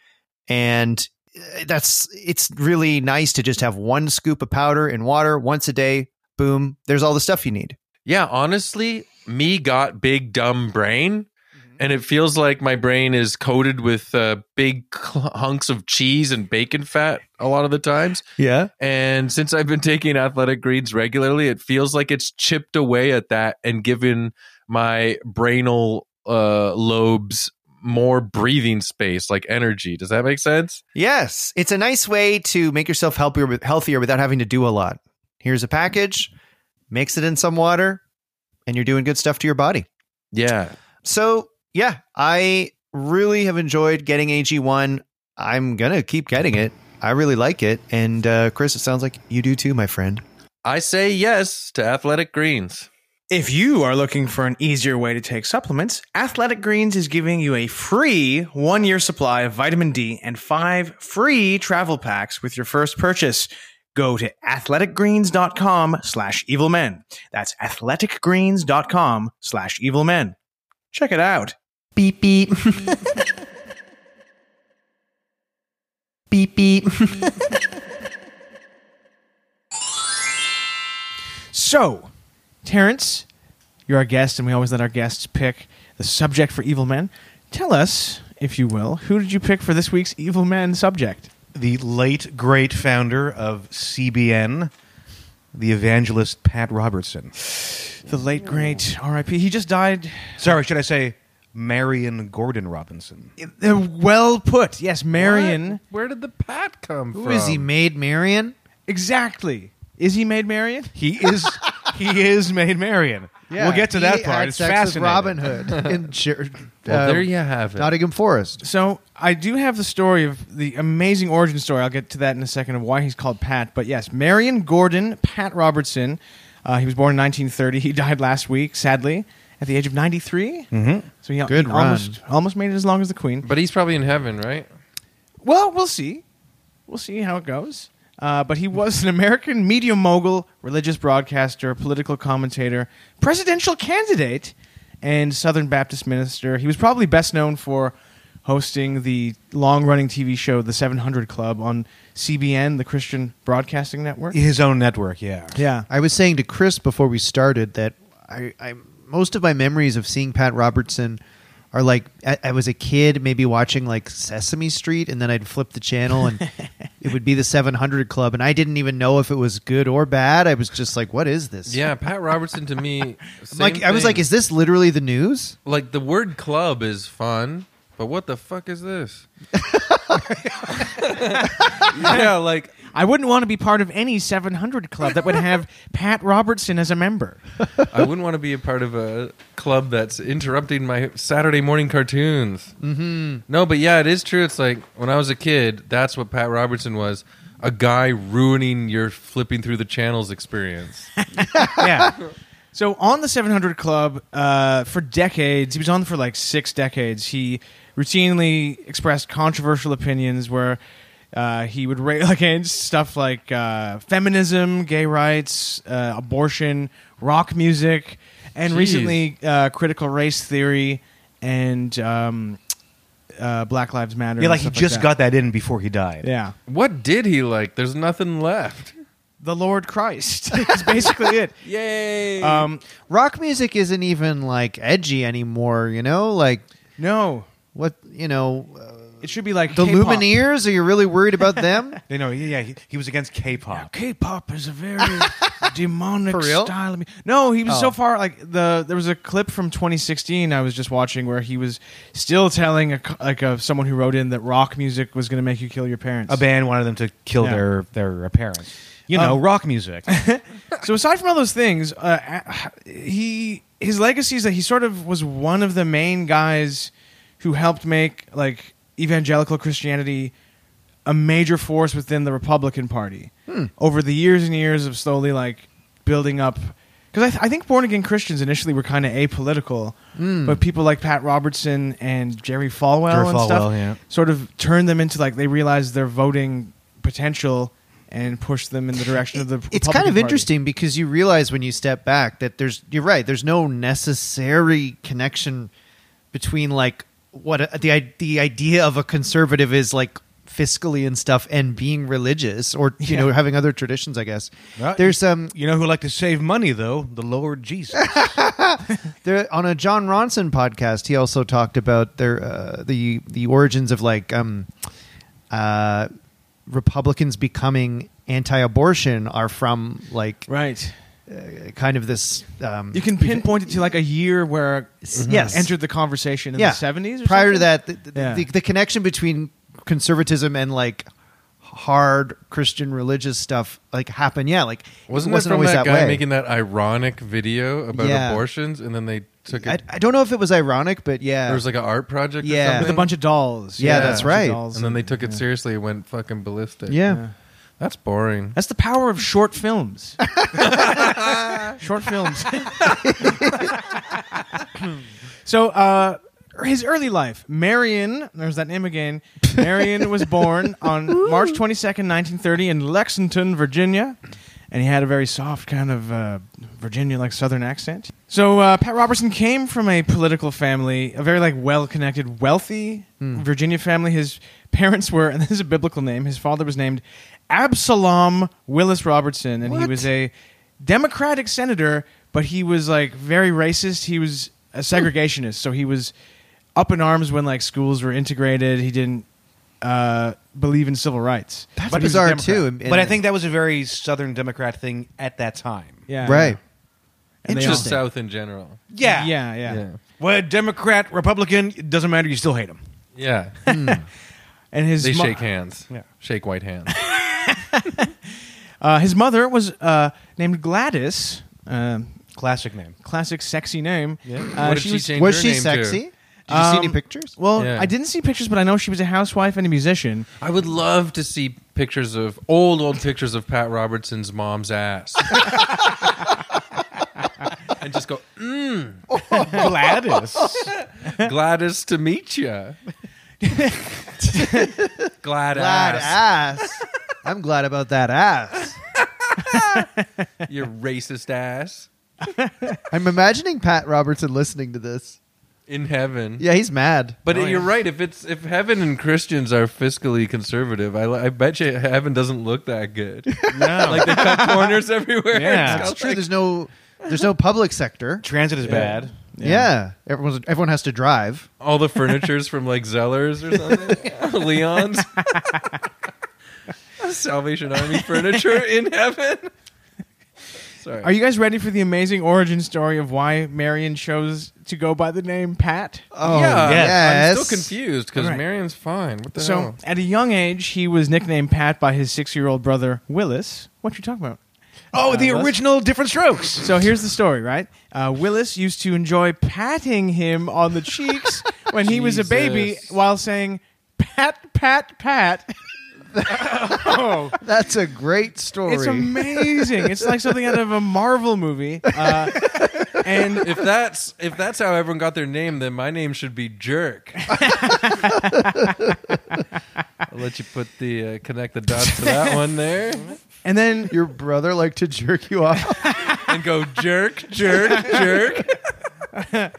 Speaker 7: and uh, that's it's really nice to just have one scoop of powder in water once a day. Boom, there's all the stuff you need.
Speaker 2: Yeah, honestly, me got big dumb brain,
Speaker 3: Mm-hmm.
Speaker 2: and it feels like my brain is coated with uh, big [LAUGHS] cl- hunks of cheese and bacon fat a lot of the times.
Speaker 7: Yeah.
Speaker 2: And since I've been taking athletic greens regularly, it feels like it's chipped away at that and given my brainal uh, lobes more breathing space, like energy. Does that make sense?
Speaker 7: Yes, it's a nice way to make yourself healthier, healthier without having to do a lot. Here's a package, mix it in some water, and you're doing good stuff to your body.
Speaker 2: Yeah.
Speaker 7: So, yeah, I really have enjoyed getting AG1. I'm going to keep getting it. I really like it. And uh, Chris, it sounds like you do too, my friend.
Speaker 2: I say yes to athletic greens.
Speaker 1: If you are looking for an easier way to take supplements, Athletic Greens is giving you a free one year supply of vitamin D and five free travel packs with your first purchase. Go to athleticgreens.com slash evilmen. That's athleticgreens.com slash evilmen. Check it out.
Speaker 7: Beep, beep. beep, beep.
Speaker 5: So, Terrence, you're our guest, and we always let our guests pick the subject for Evil Men. Tell us, if you will, who did you pick for this week's Evil Men subject?
Speaker 4: the late great founder of CBN, the evangelist Pat Robertson.
Speaker 5: The late great R.I.P. He just died.
Speaker 4: Sorry, should I say Marion Gordon Robinson?
Speaker 5: Uh, Well put. Yes, Marion.
Speaker 2: Where did the pat come
Speaker 3: Who
Speaker 2: from?
Speaker 3: is he? Maid Marian.
Speaker 5: Exactly. Is he made Marion? [LAUGHS]
Speaker 4: He is he is made Marion. we'll get to that
Speaker 3: He
Speaker 4: part.
Speaker 3: had
Speaker 4: It's
Speaker 3: sex
Speaker 4: fascinating.
Speaker 3: With Robin Hood
Speaker 4: [LAUGHS]
Speaker 3: in Jer-
Speaker 2: Well,
Speaker 3: uh,
Speaker 2: there you have it.
Speaker 3: Nottingham Forest.
Speaker 5: So I do have the story of the amazing origin story. I'll get to that in a second of why he's called Pat. But yes, Marion Gordon Pat Robertson. Uh, he was born in 1930. He died last week, sadly, at the age of 93. Mm-hmm. So he,
Speaker 3: Good
Speaker 5: he
Speaker 3: run.
Speaker 5: almost almost made it as long as the Queen.
Speaker 2: But he's probably in heaven, right?
Speaker 5: Well, we'll see. We'll see how it goes. Uh, but he was an American media mogul, religious broadcaster, political commentator, presidential candidate, and Southern Baptist minister. He was probably best known for hosting the long running TV show The 700 Club on CBN, the Christian Broadcasting Network.
Speaker 4: His own network, yeah.
Speaker 5: Yeah.
Speaker 3: I was saying to Chris before we started that I, I most of my memories of seeing Pat Robertson are like I, I was a kid, maybe watching like Sesame Street, and then I'd flip the channel and it would be the 700 Club, and I didn't even know if it was good or bad. I was just like, "What is this?"
Speaker 2: Yeah, Pat Robertson to me.
Speaker 3: I'm
Speaker 2: same
Speaker 3: [LAUGHS] like I was
Speaker 2: thing.
Speaker 3: like, "Is this literally the news?"
Speaker 2: like the word club is fun, but what the fuck is this? yeah, like
Speaker 5: I wouldn't want to be part of any 700 club that would [LAUGHS] have Pat Robertson as a member.
Speaker 2: I wouldn't want to be a part of a club that's interrupting my Saturday morning cartoons. Mm-hmm. No, but yeah, it is true. It's like when I was a kid, that's what Pat Robertson was a guy ruining your flipping through the channels
Speaker 3: [LAUGHS]
Speaker 2: experience.
Speaker 5: yeah. So on the 700 Club, uh, for decades, he was on for like six decades. He routinely expressed controversial opinions where uh, he would rail [LAUGHS] against stuff like uh, feminism, gay rights, uh, abortion, rock music, and
Speaker 2: Jeez.
Speaker 5: recently uh, critical race theory and um, uh, Black Lives Matter.
Speaker 4: Yeah,
Speaker 5: and
Speaker 4: like he
Speaker 5: stuff
Speaker 4: just
Speaker 5: that.
Speaker 4: got that in before he died.
Speaker 5: Yeah.
Speaker 2: What did he like? There's nothing left.
Speaker 5: The Lord Christ [LAUGHS] is
Speaker 4: [LAUGHS]
Speaker 5: basically it.
Speaker 2: Yay.
Speaker 5: Um,
Speaker 3: Rock music isn't even like edgy anymore, you know? Like
Speaker 5: no,
Speaker 3: what, you know, uh,
Speaker 5: it should be like
Speaker 3: the
Speaker 5: K-pop.
Speaker 3: Lumineers, are you really worried about
Speaker 2: [LAUGHS]
Speaker 3: them?
Speaker 4: You know, yeah, he, he was against K-pop.
Speaker 5: K-pop is
Speaker 4: [LAUGHS]
Speaker 5: a very demonic
Speaker 3: For real?
Speaker 5: style of mu- No, he was
Speaker 4: Oh.
Speaker 5: so far like the there was a clip from 2016 I was just watching where he was still telling a, co- like a, someone who wrote in that rock music was going to make you kill your parents.
Speaker 4: A band wanted them to kill
Speaker 5: Yeah.
Speaker 4: their their parents. You know,
Speaker 5: Um,
Speaker 4: rock music.
Speaker 5: [LAUGHS] so aside from all those things, uh, a- he his legacy is that he sort of was one of the main guys who helped make like evangelical Christianity a major force within the Republican Party
Speaker 3: Hmm.
Speaker 5: over the years and years of slowly like building up. Because I, th- I think born again Christians initially were kind of apolitical,
Speaker 3: Hmm.
Speaker 5: but people like Pat Robertson and Jerry Falwell
Speaker 4: Jerry
Speaker 5: and stuff
Speaker 4: Falwell, yeah.
Speaker 5: sort of turned them into like they realized their voting potential and pushed them in the direction of the.
Speaker 3: it's kind
Speaker 5: Republican
Speaker 3: of
Speaker 5: Party.
Speaker 3: interesting because you realize when you step back that there's you're right there's no necessary connection between like what a, the i- the idea of a conservative is like fiscally and stuff and being religious or you know having other traditions i guess
Speaker 4: Well,
Speaker 3: there's um
Speaker 4: you know who like to save money though? The Lord Jesus.
Speaker 3: there on a John Ronson podcast, he also talked about their uh, the the origins of like um, uh, Republicans becoming anti-abortion are from like
Speaker 5: Right.
Speaker 3: kind of this. Um,
Speaker 5: You can pinpoint it to like a year where it
Speaker 3: Yes.
Speaker 5: entered the conversation in the 70s or
Speaker 3: Prior to
Speaker 5: something?
Speaker 3: that, the, the,
Speaker 5: Yeah.
Speaker 3: the, the connection between conservatism and like hard Christian religious stuff like happened. Yeah, like
Speaker 2: wasn't
Speaker 3: it wasn't
Speaker 2: it from
Speaker 3: always
Speaker 2: that,
Speaker 3: that,
Speaker 2: guy
Speaker 3: way.
Speaker 2: making that ironic video about
Speaker 3: Yeah.
Speaker 2: abortions and then they took it?
Speaker 3: I, I don't know if it was ironic, but yeah,
Speaker 2: there was like an art project
Speaker 3: Yeah.
Speaker 2: or something.
Speaker 5: with a bunch of dolls.
Speaker 3: Yeah, that's
Speaker 5: a bunch of
Speaker 3: right.
Speaker 5: dolls
Speaker 2: and then they took it seriously and went fucking ballistic.
Speaker 3: yeah.
Speaker 2: That's boring.
Speaker 5: That's the power of short films. short films. so, uh, his early life, Marion, there's that name again. Marion was born on March 22nd, 1930, in Lexington, Virginia. And he had a very soft kind of uh, Virginia like Southern accent. So, uh, Pat Robertson came from a political family, a very like well connected, wealthy Virginia family. His parents were, [LAUGHS] and this is a biblical name, his father was named Absalom Willis Robertson, and he was a Democratic senator, but he was like very racist. He was a segregationist, so he was up in arms when like schools were integrated. He didn't uh, believe in civil rights.
Speaker 3: That's
Speaker 5: But he was a
Speaker 3: bizarre
Speaker 5: Democrat.
Speaker 3: too. in-
Speaker 4: but I
Speaker 3: in-
Speaker 4: think that was a very Southern Democrat thing at that time.
Speaker 5: Yeah,
Speaker 3: right.
Speaker 5: And they
Speaker 2: Just
Speaker 5: all-
Speaker 2: South in general.
Speaker 5: Yeah. yeah, yeah,
Speaker 4: Well, Democrat, Republican, it doesn't matter. You still hate him.
Speaker 2: Yeah.
Speaker 5: And his
Speaker 2: they
Speaker 5: mo-
Speaker 2: shake hands. Shake white hands.
Speaker 5: Uh, his mother was uh, named Gladys. Um
Speaker 4: Classic name.
Speaker 5: classic sexy name. Uh,
Speaker 2: what did
Speaker 5: she
Speaker 2: she,
Speaker 5: was-
Speaker 2: change
Speaker 3: Was
Speaker 2: her
Speaker 3: she
Speaker 2: name
Speaker 3: sexy?
Speaker 2: To?
Speaker 3: Did you see any
Speaker 5: Um,
Speaker 3: pictures?
Speaker 5: Well,
Speaker 2: Yeah.
Speaker 5: I didn't see pictures, but I know she was a housewife and a musician.
Speaker 2: [LAUGHS] I would love to see pictures of old, old pictures of Pat Robertson's mom's ass. and just go, "Mm."
Speaker 4: Gladys.
Speaker 2: [LAUGHS] Gladys to meet you. Glad,
Speaker 3: Glad
Speaker 2: ass.
Speaker 3: ass. I'm glad about that ass.
Speaker 2: You racist ass.
Speaker 3: I'm imagining Pat Robertson listening to this.
Speaker 2: In heaven.
Speaker 3: Yeah, he's mad.
Speaker 2: But you're right. If it's if heaven and Christians are fiscally conservative, I, I bet you heaven doesn't look that good.
Speaker 4: no.
Speaker 2: [LAUGHS] like they cut corners everywhere.
Speaker 4: Yeah.
Speaker 2: It's
Speaker 3: That's true.
Speaker 2: like-
Speaker 3: There's no there's no public sector.
Speaker 4: Transit is bad.
Speaker 3: Yeah. Everyone's everyone has to drive.
Speaker 2: all the furniture's from like Zellers or something. [LAUGHS] Leon's Salvation Army furniture in heaven. It's Sorry.
Speaker 5: Are you guys ready for the amazing origin story of why Marion chose to go by the name Pat?
Speaker 3: Oh,
Speaker 2: yeah,
Speaker 3: yes.
Speaker 2: I'm still confused because
Speaker 5: Alright.
Speaker 2: Marion's fine. What the
Speaker 5: so,
Speaker 2: hell?
Speaker 5: at a young age, he was nicknamed Pat by his six-year-old brother Willis. What you talking about?
Speaker 4: Oh, the
Speaker 5: Wes?
Speaker 4: original Different Strokes.
Speaker 5: So here's the story, right? Uh, Willis used to enjoy patting him on
Speaker 4: [LAUGHS]
Speaker 5: the cheeks when he was a baby
Speaker 2: Jesus.
Speaker 5: while saying, Pat, Pat, Pat. oh,
Speaker 3: That's a great story.
Speaker 5: it's amazing. It's like something out of a Marvel movie.
Speaker 4: [LAUGHS]
Speaker 5: Uh, and
Speaker 2: If that's if that's how everyone got their name, then my name should be [LAUGHS] Jerk. I'll let you put the uh, connect the dots to that one there,
Speaker 5: and then
Speaker 3: Your brother liked to jerk you
Speaker 5: [LAUGHS]
Speaker 3: off.
Speaker 2: and go Jerk, Jerk, Jerk.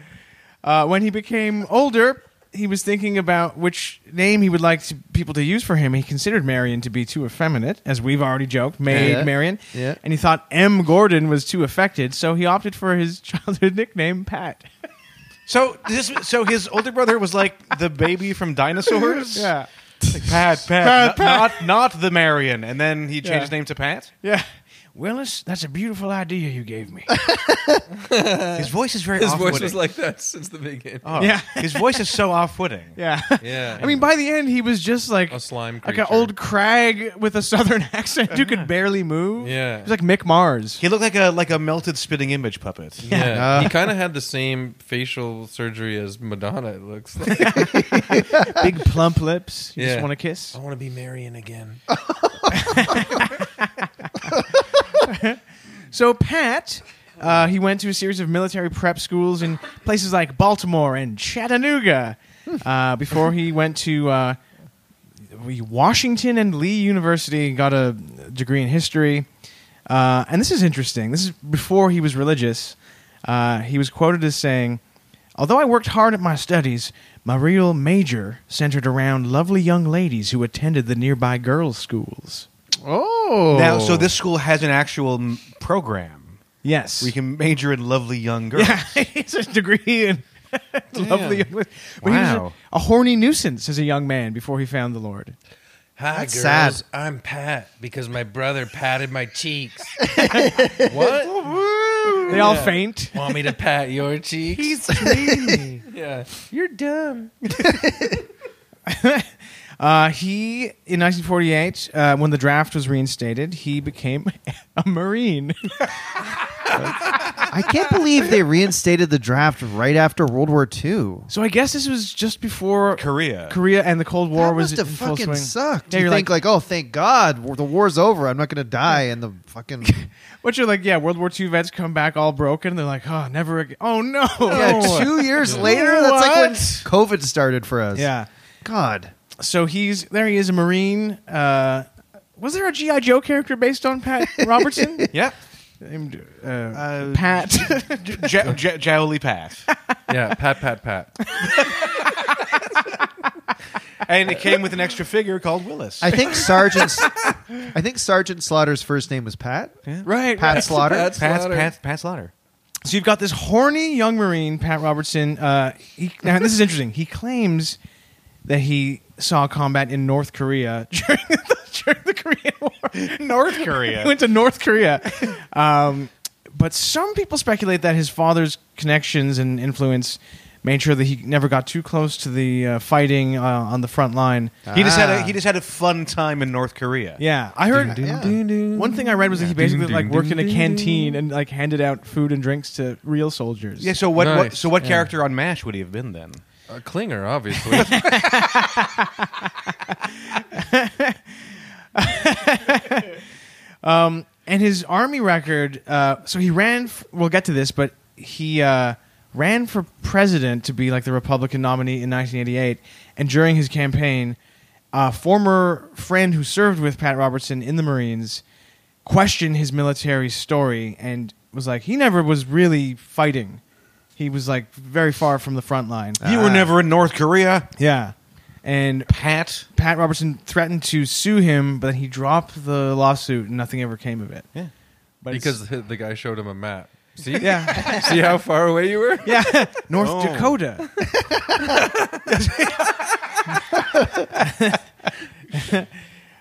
Speaker 5: Uh, when he became older, he was thinking about which name he would like to, people to use for him. He considered Marion to be too effeminate, as we've already joked, Maid
Speaker 3: Yeah.
Speaker 5: Marion.
Speaker 3: Yeah.
Speaker 5: And he thought M. Gordon was too affected, so he opted for his [LAUGHS] childhood nickname, Pat.
Speaker 4: So this, so his older brother was like the baby from Dinosaurs.
Speaker 5: Yeah.
Speaker 4: Like, Pat,
Speaker 5: Uh,
Speaker 4: Pat, not, Not, not the Marion, and then he changed
Speaker 5: Yeah.
Speaker 4: his name to Pat.
Speaker 5: Yeah. Willis, that's a beautiful idea you gave me.
Speaker 4: His voice is very.
Speaker 2: His
Speaker 4: off-putting.
Speaker 2: voice was like that since the beginning.
Speaker 4: Oh,
Speaker 5: Yeah.
Speaker 4: [LAUGHS] his voice is so off-putting.
Speaker 5: yeah.
Speaker 2: Yeah,
Speaker 5: I mean, by the end, he was just like
Speaker 2: a slime
Speaker 5: like
Speaker 2: creature.
Speaker 5: an old crag with a [LAUGHS] southern accent who could barely move.
Speaker 2: Yeah.
Speaker 5: He was like Mick Mars.
Speaker 4: He looked like a like a melted spitting image puppet.
Speaker 2: Yeah, he kind of had the same facial surgery as Madonna. It looks like.
Speaker 5: [LAUGHS] Big plump lips. You
Speaker 2: Yeah.
Speaker 5: just want to kiss.
Speaker 2: want to be Marion again.
Speaker 5: [LAUGHS] So Pat, uh, he went to a series of military prep schools in places like Baltimore and Chattanooga uh, before he went to uh, Washington and Lee University and got a degree in history. Uh, and this is interesting. This is before he was religious. Uh, he was quoted as saying, Although I worked hard at my studies, my real major centered around lovely young ladies who attended the nearby girls' schools.
Speaker 3: oh.
Speaker 4: Now, so this school has an actual m- program.
Speaker 5: Yes.
Speaker 4: We can major in lovely young girls.
Speaker 5: [LAUGHS] Yeah, it's a degree in [LAUGHS] lovely young But he was
Speaker 4: Wow.
Speaker 5: a, a horny nuisance as a young man before he found the Lord.
Speaker 2: Hi,
Speaker 3: That's
Speaker 2: girls.
Speaker 3: sad.
Speaker 2: I'm Pat because my brother patted my cheeks. what?
Speaker 5: They all faint.
Speaker 2: Want me to pat your cheeks?
Speaker 3: [LAUGHS]
Speaker 2: yeah. You're dumb.
Speaker 5: Uh, he, in 1948, uh, when the draft was reinstated, he became a Marine.
Speaker 3: I can't believe they reinstated the draft right after World War II.
Speaker 5: so I guess this was just before
Speaker 4: Korea.
Speaker 5: Korea and the Cold War
Speaker 3: that
Speaker 5: was
Speaker 3: must
Speaker 5: in
Speaker 3: have
Speaker 5: full
Speaker 3: fucking
Speaker 5: swing.
Speaker 3: sucked.
Speaker 5: Yeah,
Speaker 3: you
Speaker 5: you're
Speaker 3: think like, oh, thank God, war- the war's over. I'm not going to die in the
Speaker 5: [LAUGHS]
Speaker 3: fucking [LAUGHS]
Speaker 5: But you're like, yeah, World War II vets come back all broken. They're like, oh, never again. Oh, no.
Speaker 3: yeah. Two years later, that's like when
Speaker 5: What?
Speaker 3: COVID started for us.
Speaker 5: Yeah.
Speaker 3: God,
Speaker 5: So he's there. He is a Marine. Uh, was there a GI Joe character based on Pat Robertson?
Speaker 4: Yeah.
Speaker 5: named uh, Pat.
Speaker 4: J- J- Jowly Pat.
Speaker 2: Yeah, pat, pat, pat.
Speaker 4: [LAUGHS] And it came with an extra figure called Willis.
Speaker 3: I think Sergeant, [LAUGHS] I think Sergeant Slaughter's first name was Pat.
Speaker 5: right.
Speaker 3: Pat Slaughter.
Speaker 2: Pat
Speaker 4: Pat,
Speaker 2: Slaughter.
Speaker 4: Pat, Pat Slaughter.
Speaker 5: So you've got this horny young Marine, Pat Robertson. Uh, he, now this is interesting. He claims that he saw combat in North Korea [LAUGHS] during the, during the Korean War.
Speaker 4: North
Speaker 5: He
Speaker 4: Korea.
Speaker 5: went to North Korea. Um, but some people speculate that his father's connections and influence made sure that he never got too close to the uh, fighting uh, on the front line.
Speaker 4: He just had a he just had a fun time in North Korea.
Speaker 5: Yeah, I heard.
Speaker 3: Yeah.
Speaker 5: One thing I read was that he basically
Speaker 2: Ding,
Speaker 5: like
Speaker 2: ding,
Speaker 5: worked in a
Speaker 2: ding,
Speaker 5: canteen and like handed out food and drinks to real soldiers.
Speaker 4: Yeah. So what? what
Speaker 2: Nice.
Speaker 4: so what character on Mash would he have been then?
Speaker 2: A clinger, obviously.
Speaker 5: and his army record. Uh, so he ran. F- we'll get to this, but he uh, ran for president to be like the Republican nominee in 1988. And during his campaign, a former friend who served with Pat Robertson in the Marines questioned his military story and was like, he never was really fighting. He was like very far from the front line.
Speaker 4: You were never in North Korea,
Speaker 5: Yeah. And
Speaker 4: Pat.
Speaker 5: Pat Robertson threatened to sue him, but then he dropped the lawsuit and nothing ever came of it.
Speaker 4: Yeah.
Speaker 5: But it's-
Speaker 2: because the, the guy showed him a map. See?
Speaker 5: yeah.
Speaker 2: See how far away you were?
Speaker 5: Yeah. North Dakota.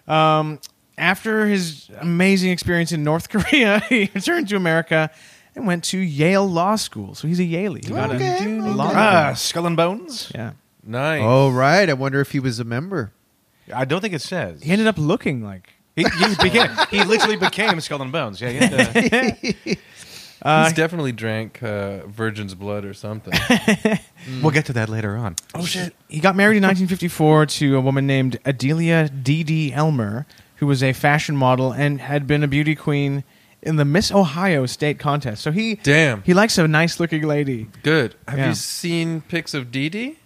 Speaker 5: um after his amazing experience in North [LAUGHS] Korea, he returned to America and went to Yale Law School. So he's a Yaley. He got a- Law
Speaker 4: Ah, Skull and Bones?
Speaker 5: yeah.
Speaker 2: Nice.
Speaker 3: Oh, right. I wonder if he was a member.
Speaker 4: I don't think it says.
Speaker 5: He ended up looking like
Speaker 4: He, he became. He literally became Skull and Bones. Yeah. he had to-
Speaker 2: He's definitely drank uh, virgin's blood or something.
Speaker 4: we'll get to that later on.
Speaker 5: Oh shit! He got married in 1954 to a woman named Adelia D.D. Elmer, who was a fashion model and had been a beauty queen in the Miss Ohio state contest. So he
Speaker 2: Damn.
Speaker 5: he likes a nice looking lady.
Speaker 2: Good. Have
Speaker 5: Yeah.
Speaker 2: you seen pics of Dee Dee?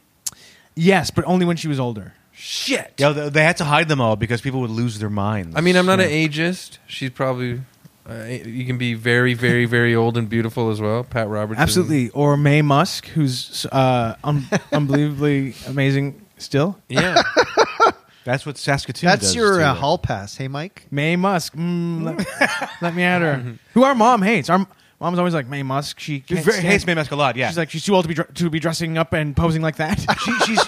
Speaker 5: Yes, but only when she was older.
Speaker 2: Shit.
Speaker 4: Yeah, they they had to hide them all because people would lose their minds.
Speaker 2: I mean, I'm not
Speaker 4: Yeah.
Speaker 2: an ageist. She's probably. Uh, you can be very, very, very old and beautiful as well. Pat Robertson.
Speaker 5: Absolutely. Or Mae Musk, who's uh,
Speaker 4: [LAUGHS]
Speaker 5: un- unbelievably amazing still.
Speaker 2: Yeah.
Speaker 4: That's what Saskatoon
Speaker 3: That's
Speaker 4: does
Speaker 3: your
Speaker 4: to
Speaker 3: uh,
Speaker 4: it.
Speaker 3: hall pass. Hey, Mike.
Speaker 5: Mae Musk. Mm, let, let me
Speaker 4: [LAUGHS]
Speaker 5: at her. Who our mom hates. Our m- mom's always like Mae Musk. She
Speaker 4: She
Speaker 5: can't
Speaker 4: very,
Speaker 5: stand-
Speaker 4: hates Mae Musk a lot. Yeah,
Speaker 5: She's like she's too old to be dr- to be dressing up and posing
Speaker 4: [LAUGHS]
Speaker 5: like that.
Speaker 4: she, she's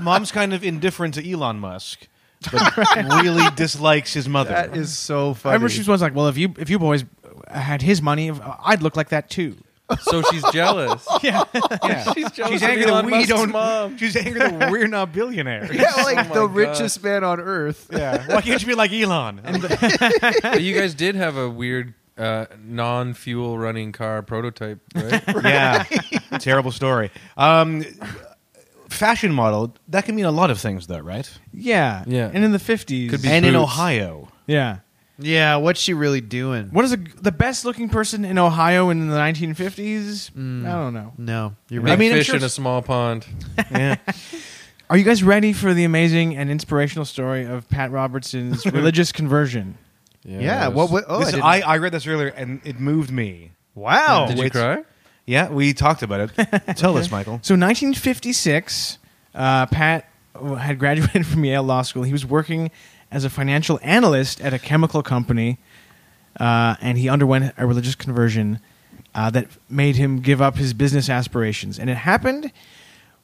Speaker 4: [LAUGHS] mom's kind of indifferent to Elon Musk, but really dislikes his mother.
Speaker 3: is so
Speaker 5: I
Speaker 3: funny.
Speaker 5: remember
Speaker 3: [LAUGHS]
Speaker 5: she was once like, "Well, if you if you boys had his money, if- I'd look like
Speaker 2: [LAUGHS]
Speaker 5: that too."
Speaker 2: so she's jealous.
Speaker 5: Yeah,
Speaker 4: Yeah.
Speaker 2: Oh, She's jealous
Speaker 4: She's
Speaker 2: of
Speaker 4: angry
Speaker 2: Elon
Speaker 4: that we
Speaker 2: Musk's
Speaker 4: don't.
Speaker 2: mom.
Speaker 4: She's angry that we're not
Speaker 2: [LAUGHS]
Speaker 4: billionaires.
Speaker 3: yeah,
Speaker 2: Oh
Speaker 3: like
Speaker 2: my
Speaker 3: the
Speaker 2: God.
Speaker 3: richest man on earth.
Speaker 4: Yeah. Why can't you be like Elon?
Speaker 2: But you guys did have a weird uh, non-fuel running car prototype, right?
Speaker 4: yeah. Terrible story. Um, fashion model that can mean a lot of things, though, right?
Speaker 5: [LAUGHS] yeah,
Speaker 2: Yeah.
Speaker 5: And in the fifties,
Speaker 2: Could be-
Speaker 4: And in
Speaker 2: Boots.
Speaker 4: Ohio,
Speaker 5: yeah.
Speaker 3: Yeah, what's she really doing?
Speaker 5: What is a, the best looking person in Ohio in the 1950s? I don't know.
Speaker 3: No, you're
Speaker 2: Big
Speaker 3: right.
Speaker 4: I mean, I'm
Speaker 2: fish
Speaker 4: sure
Speaker 2: in a
Speaker 4: it's-
Speaker 2: small pond.
Speaker 5: Are you guys ready for the amazing and inspirational story of Pat [LAUGHS] Robertson's religious conversion?
Speaker 3: yeah,
Speaker 2: it
Speaker 3: what?
Speaker 2: was-
Speaker 3: what oh,
Speaker 4: This-
Speaker 3: I didn't-
Speaker 4: I, I read this earlier and it moved me.
Speaker 3: wow.
Speaker 2: Did you
Speaker 4: Wait.
Speaker 2: cry?
Speaker 4: Yeah, we talked about it. Tell us, Michael.
Speaker 5: So, 1956, uh, Pat had graduated [LAUGHS] from Yale Law School. He was working as a financial analyst at a chemical company, uh, and he underwent a religious conversion uh, that made him give up his business aspirations. And it happened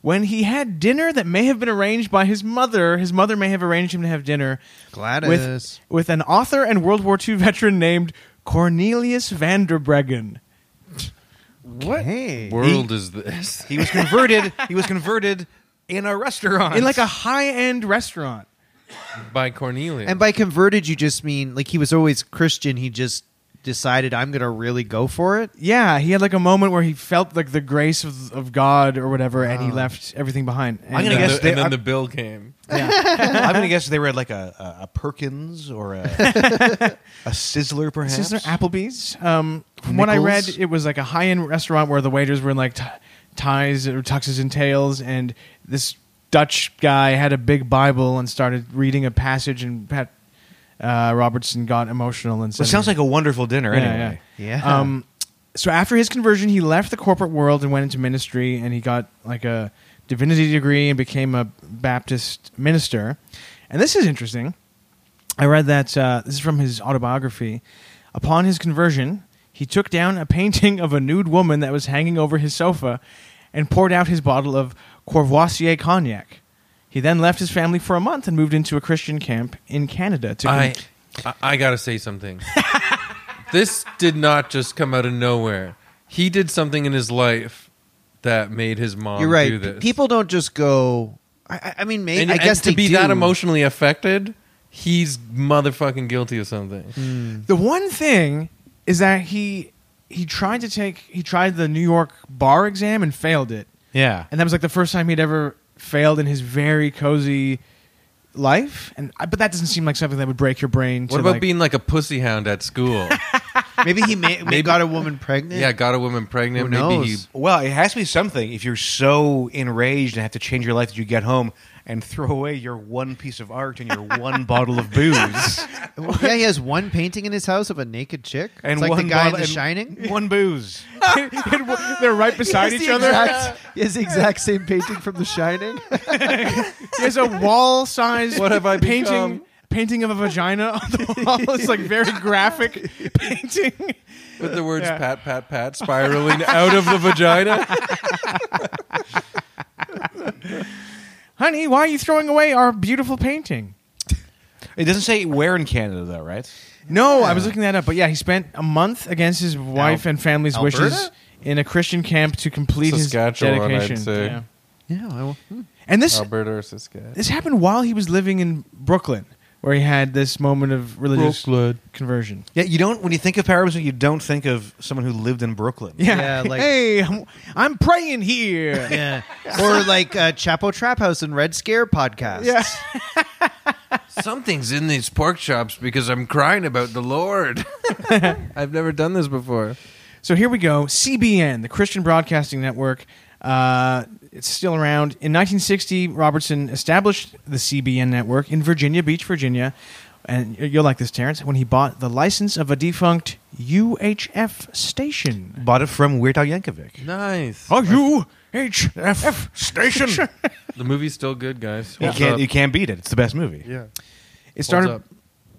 Speaker 5: when he had dinner that may have been arranged by his mother. His mother may have arranged him to have dinner
Speaker 3: Gladys.
Speaker 5: with, with an author and World War II veteran named Cornelius Vanderbreggen.
Speaker 2: What
Speaker 3: Hey.
Speaker 2: world is this?
Speaker 4: He was converted. he was converted in a restaurant.
Speaker 5: In like a high end restaurant.
Speaker 2: [LAUGHS] By Cornelius.
Speaker 3: And by converted, you just mean like he was always Christian. He just decided I'm gonna really go for it.
Speaker 5: Yeah, he had like a moment where he felt like the grace of, of God or whatever, and he left everything behind. And, uh,
Speaker 4: I'm gonna
Speaker 2: and
Speaker 4: guess
Speaker 2: the-
Speaker 4: they-
Speaker 2: and then
Speaker 4: I-
Speaker 2: the bill came.
Speaker 4: I'm gonna guess they read like a, a, a Perkins or a a Sizzler, perhaps.
Speaker 5: Is there Applebee's? Um, from what I read,
Speaker 4: Nichols?
Speaker 5: it was like a high end restaurant where the waiters were in like t- ties or tuxes and tails, and this Dutch guy had a big Bible and started reading a passage, and Pat uh, Robertson got emotional and said,
Speaker 4: Well, it sounds like a wonderful dinner,
Speaker 5: Yeah,
Speaker 4: anyway.
Speaker 3: Yeah.
Speaker 5: Um, so after his conversion, he left the corporate world and went into ministry, and he got like a divinity degree and became a Baptist minister. And this is interesting. I read that uh, this is from his autobiography. Upon his conversion, he took down a painting of a nude woman that was hanging over his sofa and poured out his bottle of Courvoisier cognac. He then left his family for a month and moved into a Christian camp in Canada to
Speaker 2: I, I I gotta say
Speaker 3: [LAUGHS]
Speaker 2: something. this did not just come out of nowhere. He did something in his life that made his mom
Speaker 3: You're right.
Speaker 2: do
Speaker 3: P-
Speaker 2: this.
Speaker 3: People don't just go. I- I, I mean, maybe
Speaker 2: and,
Speaker 3: I
Speaker 2: and
Speaker 3: guess
Speaker 2: to
Speaker 3: they
Speaker 2: be
Speaker 3: do.
Speaker 2: that emotionally affected, he's motherfucking guilty of something.
Speaker 3: Hmm,
Speaker 5: The one thing is that he he tried to take he tried the New York bar exam and failed it,
Speaker 4: Yeah.
Speaker 5: and that was like the first time he'd ever failed in his very cozy life. And I- but that doesn't seem like something that would break your brain. To
Speaker 2: What about
Speaker 5: like- [LAUGHS]
Speaker 2: being like a pussy hound at
Speaker 3: [LAUGHS]
Speaker 2: school?
Speaker 3: Maybe he may, maybe got a woman pregnant.
Speaker 2: yeah, got a woman pregnant.
Speaker 3: Who
Speaker 2: Maybe he
Speaker 3: knows?
Speaker 4: Well, it has to be something if you're so enraged and have to change your life that you get home and throw away your one piece of art and your one bottle of booze
Speaker 3: yeah. He has one painting in his house of a naked chick.
Speaker 4: and
Speaker 3: it's like
Speaker 4: one
Speaker 3: the guy in
Speaker 4: bottle-
Speaker 3: The
Speaker 4: and
Speaker 3: [LAUGHS] Shining.
Speaker 4: One booze.
Speaker 5: And w-
Speaker 4: [LAUGHS]
Speaker 5: they're right beside each other? [LAUGHS]
Speaker 3: is the exact same painting from The Shining.
Speaker 5: There's a wall
Speaker 2: [LAUGHS]
Speaker 5: size
Speaker 2: What have I
Speaker 5: painting
Speaker 2: become?
Speaker 5: painting of a vagina
Speaker 2: [LAUGHS]
Speaker 5: on the wall. It's like very graphic painting.
Speaker 2: with the words "pat pat pat" spiraling out of the vagina.
Speaker 3: [LAUGHS]
Speaker 5: Honey, why are you throwing away our beautiful painting?
Speaker 4: It doesn't say where in Canada though, right?
Speaker 5: No, I was looking that up, but yeah, he spent a month against his wife and family's
Speaker 7: Alberta?
Speaker 5: wishes in a Christian camp to complete his
Speaker 2: Saskatchewan, I'd
Speaker 5: dedication.
Speaker 2: say.
Speaker 5: Yeah.
Speaker 3: [LAUGHS] Yeah, I will. hmm.
Speaker 5: And this
Speaker 2: Alberta or Saskatchewan.
Speaker 5: this happened while he was living in Brooklyn, where he had this moment of religious conversion.
Speaker 4: Yeah, you don't. When you think of Parabellum, you don't think of someone who lived in Brooklyn.
Speaker 5: [LAUGHS] Yeah,
Speaker 3: Yeah, like-
Speaker 5: hey, I'm, I'm praying here.
Speaker 3: [LAUGHS]
Speaker 5: [LAUGHS]
Speaker 3: Yeah. or like uh, Chapo Trap House and Red Scare podcast.
Speaker 5: Yeah.
Speaker 2: Something's in these pork chops because I'm crying about
Speaker 4: [LAUGHS]
Speaker 2: the Lord. I've never done this before.
Speaker 5: So here we go. CBN, the Christian Broadcasting Network. Uh, it's still around. In 1960, Robertson established the CBN network in Virginia Beach, Virginia. And you'll like this, Terrence, when he bought the license of a defunct UHF station.
Speaker 4: Bought it from Weird Al Yankovic.
Speaker 2: Nice.
Speaker 5: A UHF station.
Speaker 2: The movie's still good, guys.
Speaker 4: You
Speaker 2: What's
Speaker 4: can't.
Speaker 2: up?
Speaker 4: You can't [LAUGHS] beat it. It's the best movie.
Speaker 2: yeah.
Speaker 5: It started.
Speaker 2: up?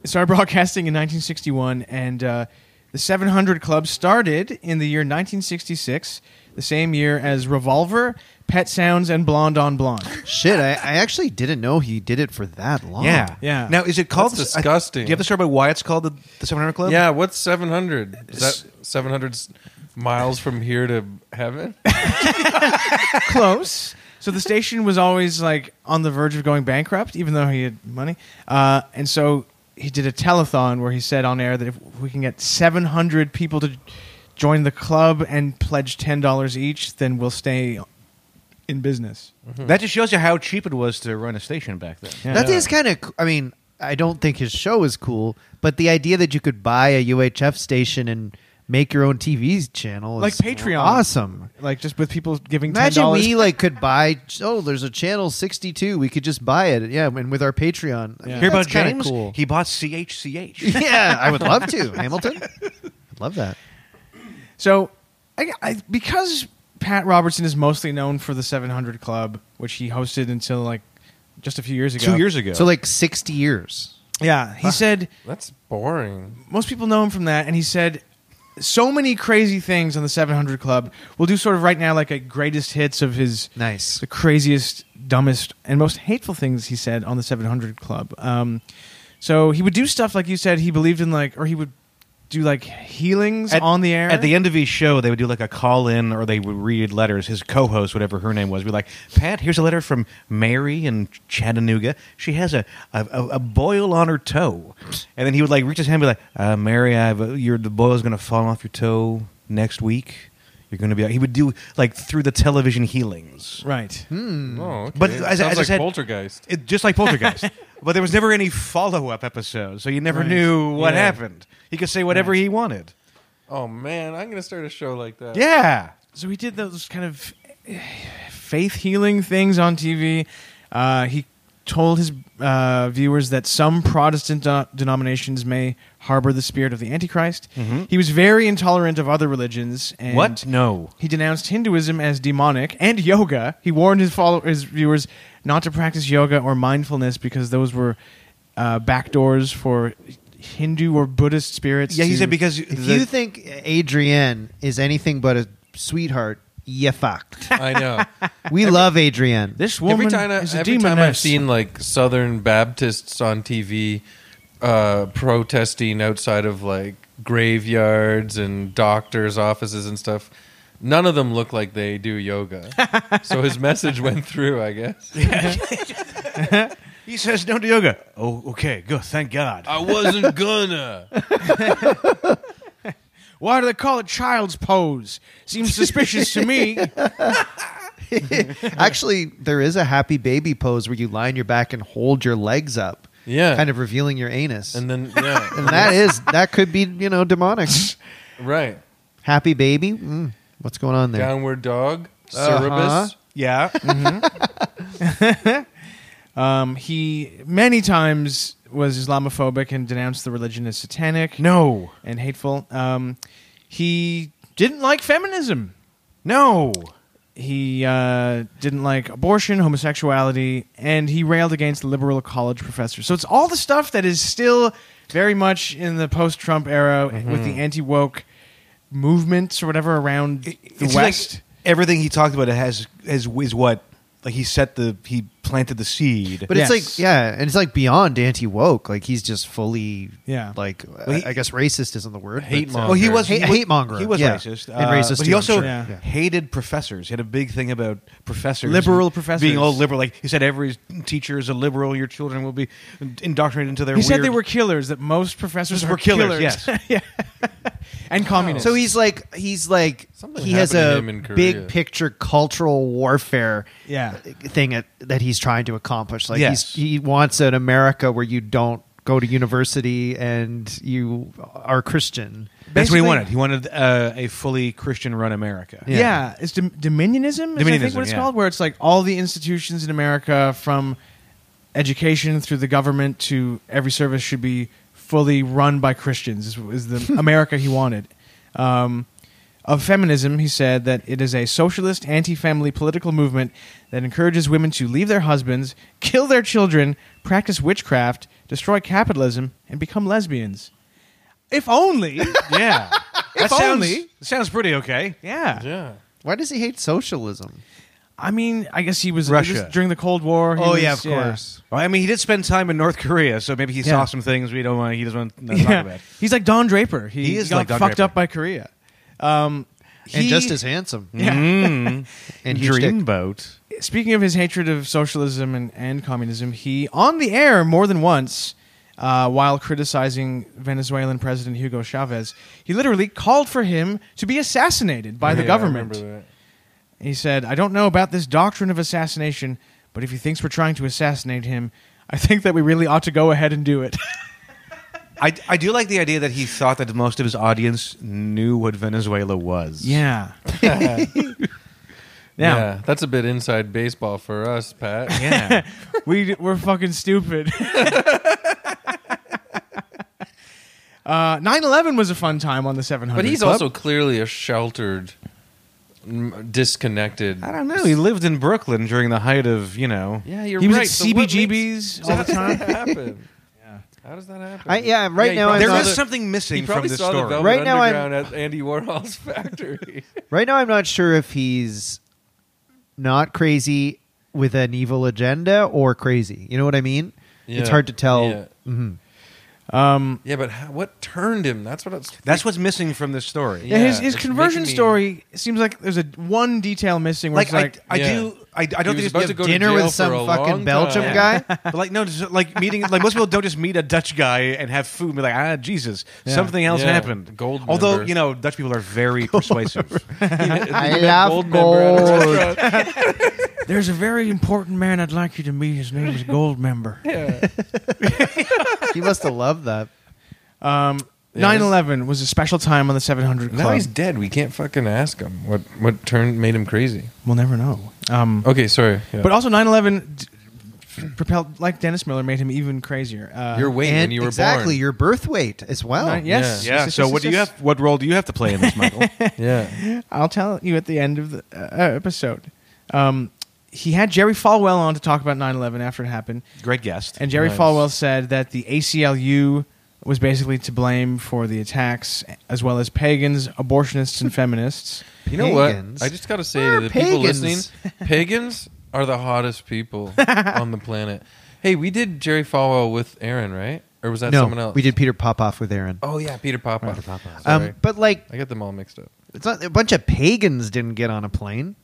Speaker 5: It started [LAUGHS] broadcasting in 1961, and uh, the 700 Club started in the year 1966, the same year as Revolver, Pet Sounds, and Blonde on Blonde.
Speaker 3: Shit, I, I actually didn't know he did it for that long.
Speaker 4: Yeah.
Speaker 5: Yeah.
Speaker 4: Now is it called?
Speaker 2: That's disgusting.
Speaker 4: I, do you have to start about why it's called the, the Seven Hundred Club?
Speaker 2: Yeah, what's 700? Is that 700 s- miles from here to
Speaker 4: [LAUGHS]
Speaker 2: heaven?
Speaker 5: [LAUGHS] Close. So the station was always like on the verge of going bankrupt, even though he had money. Uh, and so he did a telethon where he said on air that if we can get 700 people to join the club and pledge $10 each, then we'll stay in business.
Speaker 4: That just shows you how cheap it was to run a station back then.
Speaker 3: That is kind of. I mean, I don't think his show is cool, but the idea that you could buy a UHF station and make your own TV channel is
Speaker 5: Like Patreon.
Speaker 3: awesome.
Speaker 5: Like just with people giving
Speaker 3: Imagine
Speaker 5: $10.
Speaker 3: we like could buy. Oh, there's a channel 62. We could just buy it. Yeah, and with our Patreon, I mean,
Speaker 4: Hear about
Speaker 3: that's kinda
Speaker 4: James?
Speaker 3: Cool.
Speaker 4: He bought CHCH.
Speaker 3: [LAUGHS] yeah, I would love to. Hamilton, I'd love that.
Speaker 5: So, I, I, because Pat Robertson is mostly known for the 700 Club, which he hosted until like just a few years ago.
Speaker 4: Two years ago. Ah.
Speaker 3: So like 60 years.
Speaker 5: Yeah, he said
Speaker 2: That's boring.
Speaker 5: most people know him from that, and he said so many crazy things on the 700 Club. We'll do sort of right now like a greatest hits of his
Speaker 3: Nice.
Speaker 5: the craziest, dumbest, and most hateful things he said on the 700 Club. Um, so he would do stuff like you said. He believed in like, or he would do like healings on the air
Speaker 4: At the end of each show, they would do like a call in or they would read letters. His co host, whatever her name was, would be like, Pat, here's a letter from Mary in Chattanooga. She has a, a, a a boil on her toe. And then he would like reach his hand and be like, uh, Mary, I have a, your, the boil's going to fall off your toe next week. You're going to be. He would do like through the television healings.
Speaker 5: Right.
Speaker 2: Oh, okay.
Speaker 4: Hmm. But as,
Speaker 2: Sounds
Speaker 4: as I
Speaker 2: like
Speaker 4: said,
Speaker 2: Poltergeist.
Speaker 4: It, just like
Speaker 5: [LAUGHS]
Speaker 4: Poltergeist. but there was never any follow up episode, so you never knew what
Speaker 2: Yeah.
Speaker 4: happened. He could say whatever he wanted.
Speaker 2: Oh man, I'm gonna start a show like that.
Speaker 4: Yeah.
Speaker 5: So he did those kind of eh, faith healing things on TV. Uh, he told his uh, viewers that some Protestant de- denominations may harbor the spirit of the Antichrist. He was very intolerant of other religions. And
Speaker 4: What? No.
Speaker 5: He denounced Hinduism as demonic and yoga. He warned his follow- his viewers not to practice yoga or mindfulness because those were uh, backdoors for Hindu or Buddhist spirits.
Speaker 4: Yeah, he
Speaker 5: to-
Speaker 4: said because
Speaker 3: If
Speaker 4: the-
Speaker 3: you think Adrienne is anything but a sweetheart, you fucked.
Speaker 4: [LAUGHS]
Speaker 2: I know.
Speaker 3: We love Adrienne.
Speaker 5: this woman
Speaker 2: every time, I,
Speaker 5: is a
Speaker 2: every time I've
Speaker 5: demoness.
Speaker 2: seen like Southern Baptists on TV uh, protesting outside of like graveyards and doctors' offices and stuff, none of them look like they do
Speaker 5: [LAUGHS]
Speaker 2: yoga. so his message went through, I guess.
Speaker 4: He says no to yoga. Oh, okay, good. Thank God.
Speaker 2: I wasn't gonna.
Speaker 5: Why do they call it child's pose? Seems suspicious to
Speaker 4: [LAUGHS]
Speaker 5: me.
Speaker 3: [LAUGHS] Actually, there is a happy baby pose where you lie on your back and hold your legs up.
Speaker 2: Yeah.
Speaker 3: Kind of revealing your anus. And,
Speaker 2: And then yeah,
Speaker 4: [LAUGHS]
Speaker 3: that is that could be, you know, demonic.
Speaker 2: right.
Speaker 3: happy baby? Mm, what's going on there?
Speaker 2: Downward dog,
Speaker 3: Uh-huh.
Speaker 2: cerebus.
Speaker 4: Yeah.
Speaker 5: Um, he many times was Islamophobic and denounced the religion as satanic
Speaker 4: no.
Speaker 5: and hateful. Um, he didn't like feminism.
Speaker 4: No.
Speaker 5: He uh, didn't like abortion, homosexuality, and he railed against liberal college professors. So it's all the stuff that is still very much in the post-Trump era
Speaker 4: Mm-hmm.
Speaker 5: with the anti-woke movements or whatever around the
Speaker 4: It's like
Speaker 5: West.
Speaker 4: everything he talked about has has is what like he set the he planted the seed.
Speaker 3: But
Speaker 5: Yes.
Speaker 3: it's like yeah, and it's like beyond anti woke. Like he's just fully
Speaker 5: Yeah.
Speaker 3: like
Speaker 4: Well, he-
Speaker 3: I guess racist isn't the word.
Speaker 2: Hate
Speaker 3: but, uh,
Speaker 4: well, he was
Speaker 3: hate,
Speaker 4: he was,
Speaker 3: hate monger.
Speaker 4: He was
Speaker 3: yeah.
Speaker 4: racist
Speaker 3: and
Speaker 4: uh,
Speaker 3: racist.
Speaker 4: But
Speaker 3: too,
Speaker 4: he
Speaker 3: I'm
Speaker 4: also
Speaker 3: sure.
Speaker 5: Yeah.
Speaker 4: hated professors. He had a big thing about professors,
Speaker 5: Liberal professors.
Speaker 4: being all liberal. Like he said, every teacher is a liberal. Your children will be indoctrinated into their.
Speaker 5: He said
Speaker 4: weird-
Speaker 5: they were killers. That most professors
Speaker 4: Just
Speaker 5: are
Speaker 4: were killers, yes.
Speaker 5: [LAUGHS] yeah, and communists.
Speaker 3: So he's like he's like
Speaker 2: Something
Speaker 3: he has
Speaker 2: happened to
Speaker 3: a
Speaker 2: him in Korea.
Speaker 3: big picture cultural warfare
Speaker 5: Yeah.
Speaker 3: thing at, that he's trying to accomplish. Like
Speaker 4: Yes.
Speaker 3: he's, he wants an America where you don't go to university and you are Christian.
Speaker 4: That's what he
Speaker 5: basically-
Speaker 4: wanted. He wanted uh, a fully Christian-run America.
Speaker 5: yeah. it's dom- dominionism. Is I think
Speaker 4: Dominionism,
Speaker 5: what it's
Speaker 4: yeah.
Speaker 5: called, where it's like all the institutions in America, from education through the government to every service, should be fully run by Christians. Is,
Speaker 4: [LAUGHS]
Speaker 5: is the America he wanted? Um, of feminism, he said that it is a socialist, anti-family political movement that encourages women to leave their husbands, kill their children, practice witchcraft, destroy capitalism, and
Speaker 4: [LAUGHS]
Speaker 5: become lesbians. If only, [LAUGHS]
Speaker 4: Yeah. that sounds,
Speaker 5: only-
Speaker 4: sounds pretty okay.
Speaker 5: yeah.
Speaker 2: Yeah.
Speaker 3: Why does he hate socialism?
Speaker 5: I mean, I guess he was
Speaker 4: Russia.
Speaker 5: it was during the Cold War. he
Speaker 4: Oh
Speaker 5: was-
Speaker 4: yeah, of
Speaker 5: [LAUGHS]
Speaker 4: course. Well, I mean, he did spend time in North Korea, so maybe he saw
Speaker 5: Yeah.
Speaker 4: some things we don't want. He doesn't want to
Speaker 5: Yeah.
Speaker 4: talk about.
Speaker 5: he's like Don Draper. He,
Speaker 4: He is
Speaker 5: got
Speaker 4: like Don
Speaker 5: fucked
Speaker 4: Draper.
Speaker 5: up by Korea. Um,
Speaker 3: And
Speaker 5: he-
Speaker 3: just as [LAUGHS] handsome.
Speaker 5: Yeah.
Speaker 3: And huge dick.
Speaker 4: Dreamboat.
Speaker 5: Speaking of his hatred of socialism and, and communism, he on the air more than once, uh, while criticizing Venezuelan President Hugo Chavez, he literally called for him to be assassinated by the
Speaker 2: Yeah, I
Speaker 5: government.
Speaker 2: remember that.
Speaker 5: He said, I don't know about this doctrine of assassination, but if he thinks we're trying to assassinate him, I think that we really ought to go ahead and do it. [LAUGHS]
Speaker 4: I, I do like the idea that he thought that most of his audience knew what Venezuela was.
Speaker 5: yeah.
Speaker 2: Yeah.
Speaker 5: now,
Speaker 2: that's a bit inside baseball for us, Pat.
Speaker 4: Yeah.
Speaker 5: we we're fucking [LAUGHS] stupid. Uh, 9-11 was a fun time on the 700
Speaker 2: But he's
Speaker 5: Club.
Speaker 2: also clearly a sheltered, m- disconnected.
Speaker 4: I don't know. He lived in Brooklyn during the height of, you know.
Speaker 2: Yeah, you're
Speaker 5: he was
Speaker 2: right.
Speaker 5: at
Speaker 2: So what makes-
Speaker 5: CBGBs
Speaker 2: [LAUGHS]
Speaker 5: all the
Speaker 2: How
Speaker 5: time.
Speaker 2: does that happen? How does that happen?
Speaker 3: I, yeah, right
Speaker 2: Yeah, he
Speaker 3: now
Speaker 2: probably-
Speaker 3: I'm
Speaker 4: There
Speaker 3: not,
Speaker 2: saw
Speaker 4: is
Speaker 2: the-
Speaker 4: something
Speaker 2: He
Speaker 4: missing from
Speaker 2: probably
Speaker 4: this
Speaker 2: saw the
Speaker 4: story.
Speaker 2: Velvet
Speaker 3: Right now I'm-
Speaker 2: Underground at Andy Warhol's [LAUGHS] factory.
Speaker 3: right now I'm not sure if he's not crazy with an evil agenda or crazy. You know what I mean? It's
Speaker 2: Yeah.
Speaker 3: hard to tell. Mm-hmm.
Speaker 2: Yeah, Um, yeah but how, what turned him? That's what it's.
Speaker 4: That's what's missing from this story.
Speaker 5: yeah, his,
Speaker 2: Yeah,
Speaker 5: his
Speaker 2: it's
Speaker 5: conversion
Speaker 2: making me-
Speaker 5: story seems like there's a one detail missing. Where
Speaker 4: Like,
Speaker 5: it's like,
Speaker 4: I, I
Speaker 2: Yeah.
Speaker 4: do. I, I
Speaker 2: He
Speaker 4: don't
Speaker 2: was
Speaker 4: think it's [LAUGHS]
Speaker 2: about to go to
Speaker 3: dinner
Speaker 2: jail
Speaker 3: with some
Speaker 2: for a
Speaker 3: fucking
Speaker 2: long [LAUGHS]
Speaker 3: Belgium
Speaker 2: time.
Speaker 3: guy?
Speaker 4: but like no, just, like meeting like most people don't just meet a Dutch guy and have food and be like ah Jesus something else
Speaker 2: Yeah.
Speaker 4: happened.
Speaker 2: Gold
Speaker 4: Although
Speaker 2: member.
Speaker 4: you know Dutch people are very persuasive.
Speaker 2: [LAUGHS]
Speaker 3: I
Speaker 2: That gold
Speaker 3: love
Speaker 2: member at a
Speaker 3: gold.
Speaker 2: restaurant.
Speaker 5: there's a very important man I'd like you to meet. His name [LAUGHS] is Goldmember.
Speaker 2: Yeah.
Speaker 3: he must have
Speaker 2: [LAUGHS]
Speaker 3: loved that.
Speaker 5: Um,
Speaker 2: Yeah, this-
Speaker 5: 9-11 was a special time on the 700 Club.
Speaker 2: Now he's dead. We can't fucking ask him what what turned made him crazy.
Speaker 5: we'll never know. Um,
Speaker 3: Mm.
Speaker 2: Okay, sorry. Yeah.
Speaker 5: But also 9-11 d- propelled, like Dennis Miller, made him even crazier. Uh,
Speaker 2: your weight when
Speaker 3: and
Speaker 2: you were born.
Speaker 3: exactly your birth weight as well.
Speaker 5: Nine- yes.
Speaker 4: yeah. So what do you have? What role do you have to play in this,
Speaker 2: [LAUGHS]
Speaker 4: Michael?
Speaker 3: [LAUGHS]
Speaker 2: yeah.
Speaker 5: I'll tell you at the end of the uh, episode. Um, he had Jerry Falwell on to talk about 9-11 after it happened.
Speaker 4: Great guest.
Speaker 5: And Jerry
Speaker 2: Nice.
Speaker 5: Falwell said that the ACLU was basically to blame for the attacks, as well as pagans,
Speaker 2: [LAUGHS]
Speaker 5: abortionists, and feminists.
Speaker 2: You know
Speaker 3: Pagans.
Speaker 2: what? I just got to say
Speaker 3: Where
Speaker 2: to the
Speaker 3: are
Speaker 2: people
Speaker 3: pagans?
Speaker 2: listening,
Speaker 3: [LAUGHS]
Speaker 2: pagans are the hottest people on the planet. Hey, we did Jerry Falwell with Aaron, right? Or was that
Speaker 3: no,
Speaker 2: someone else?
Speaker 3: we did Peter Popoff with Aaron.
Speaker 2: Oh yeah, Peter Popoff. Sorry.
Speaker 3: um, but like,
Speaker 2: I got them all mixed up.
Speaker 3: it's not a bunch of pagans didn't get on a plane.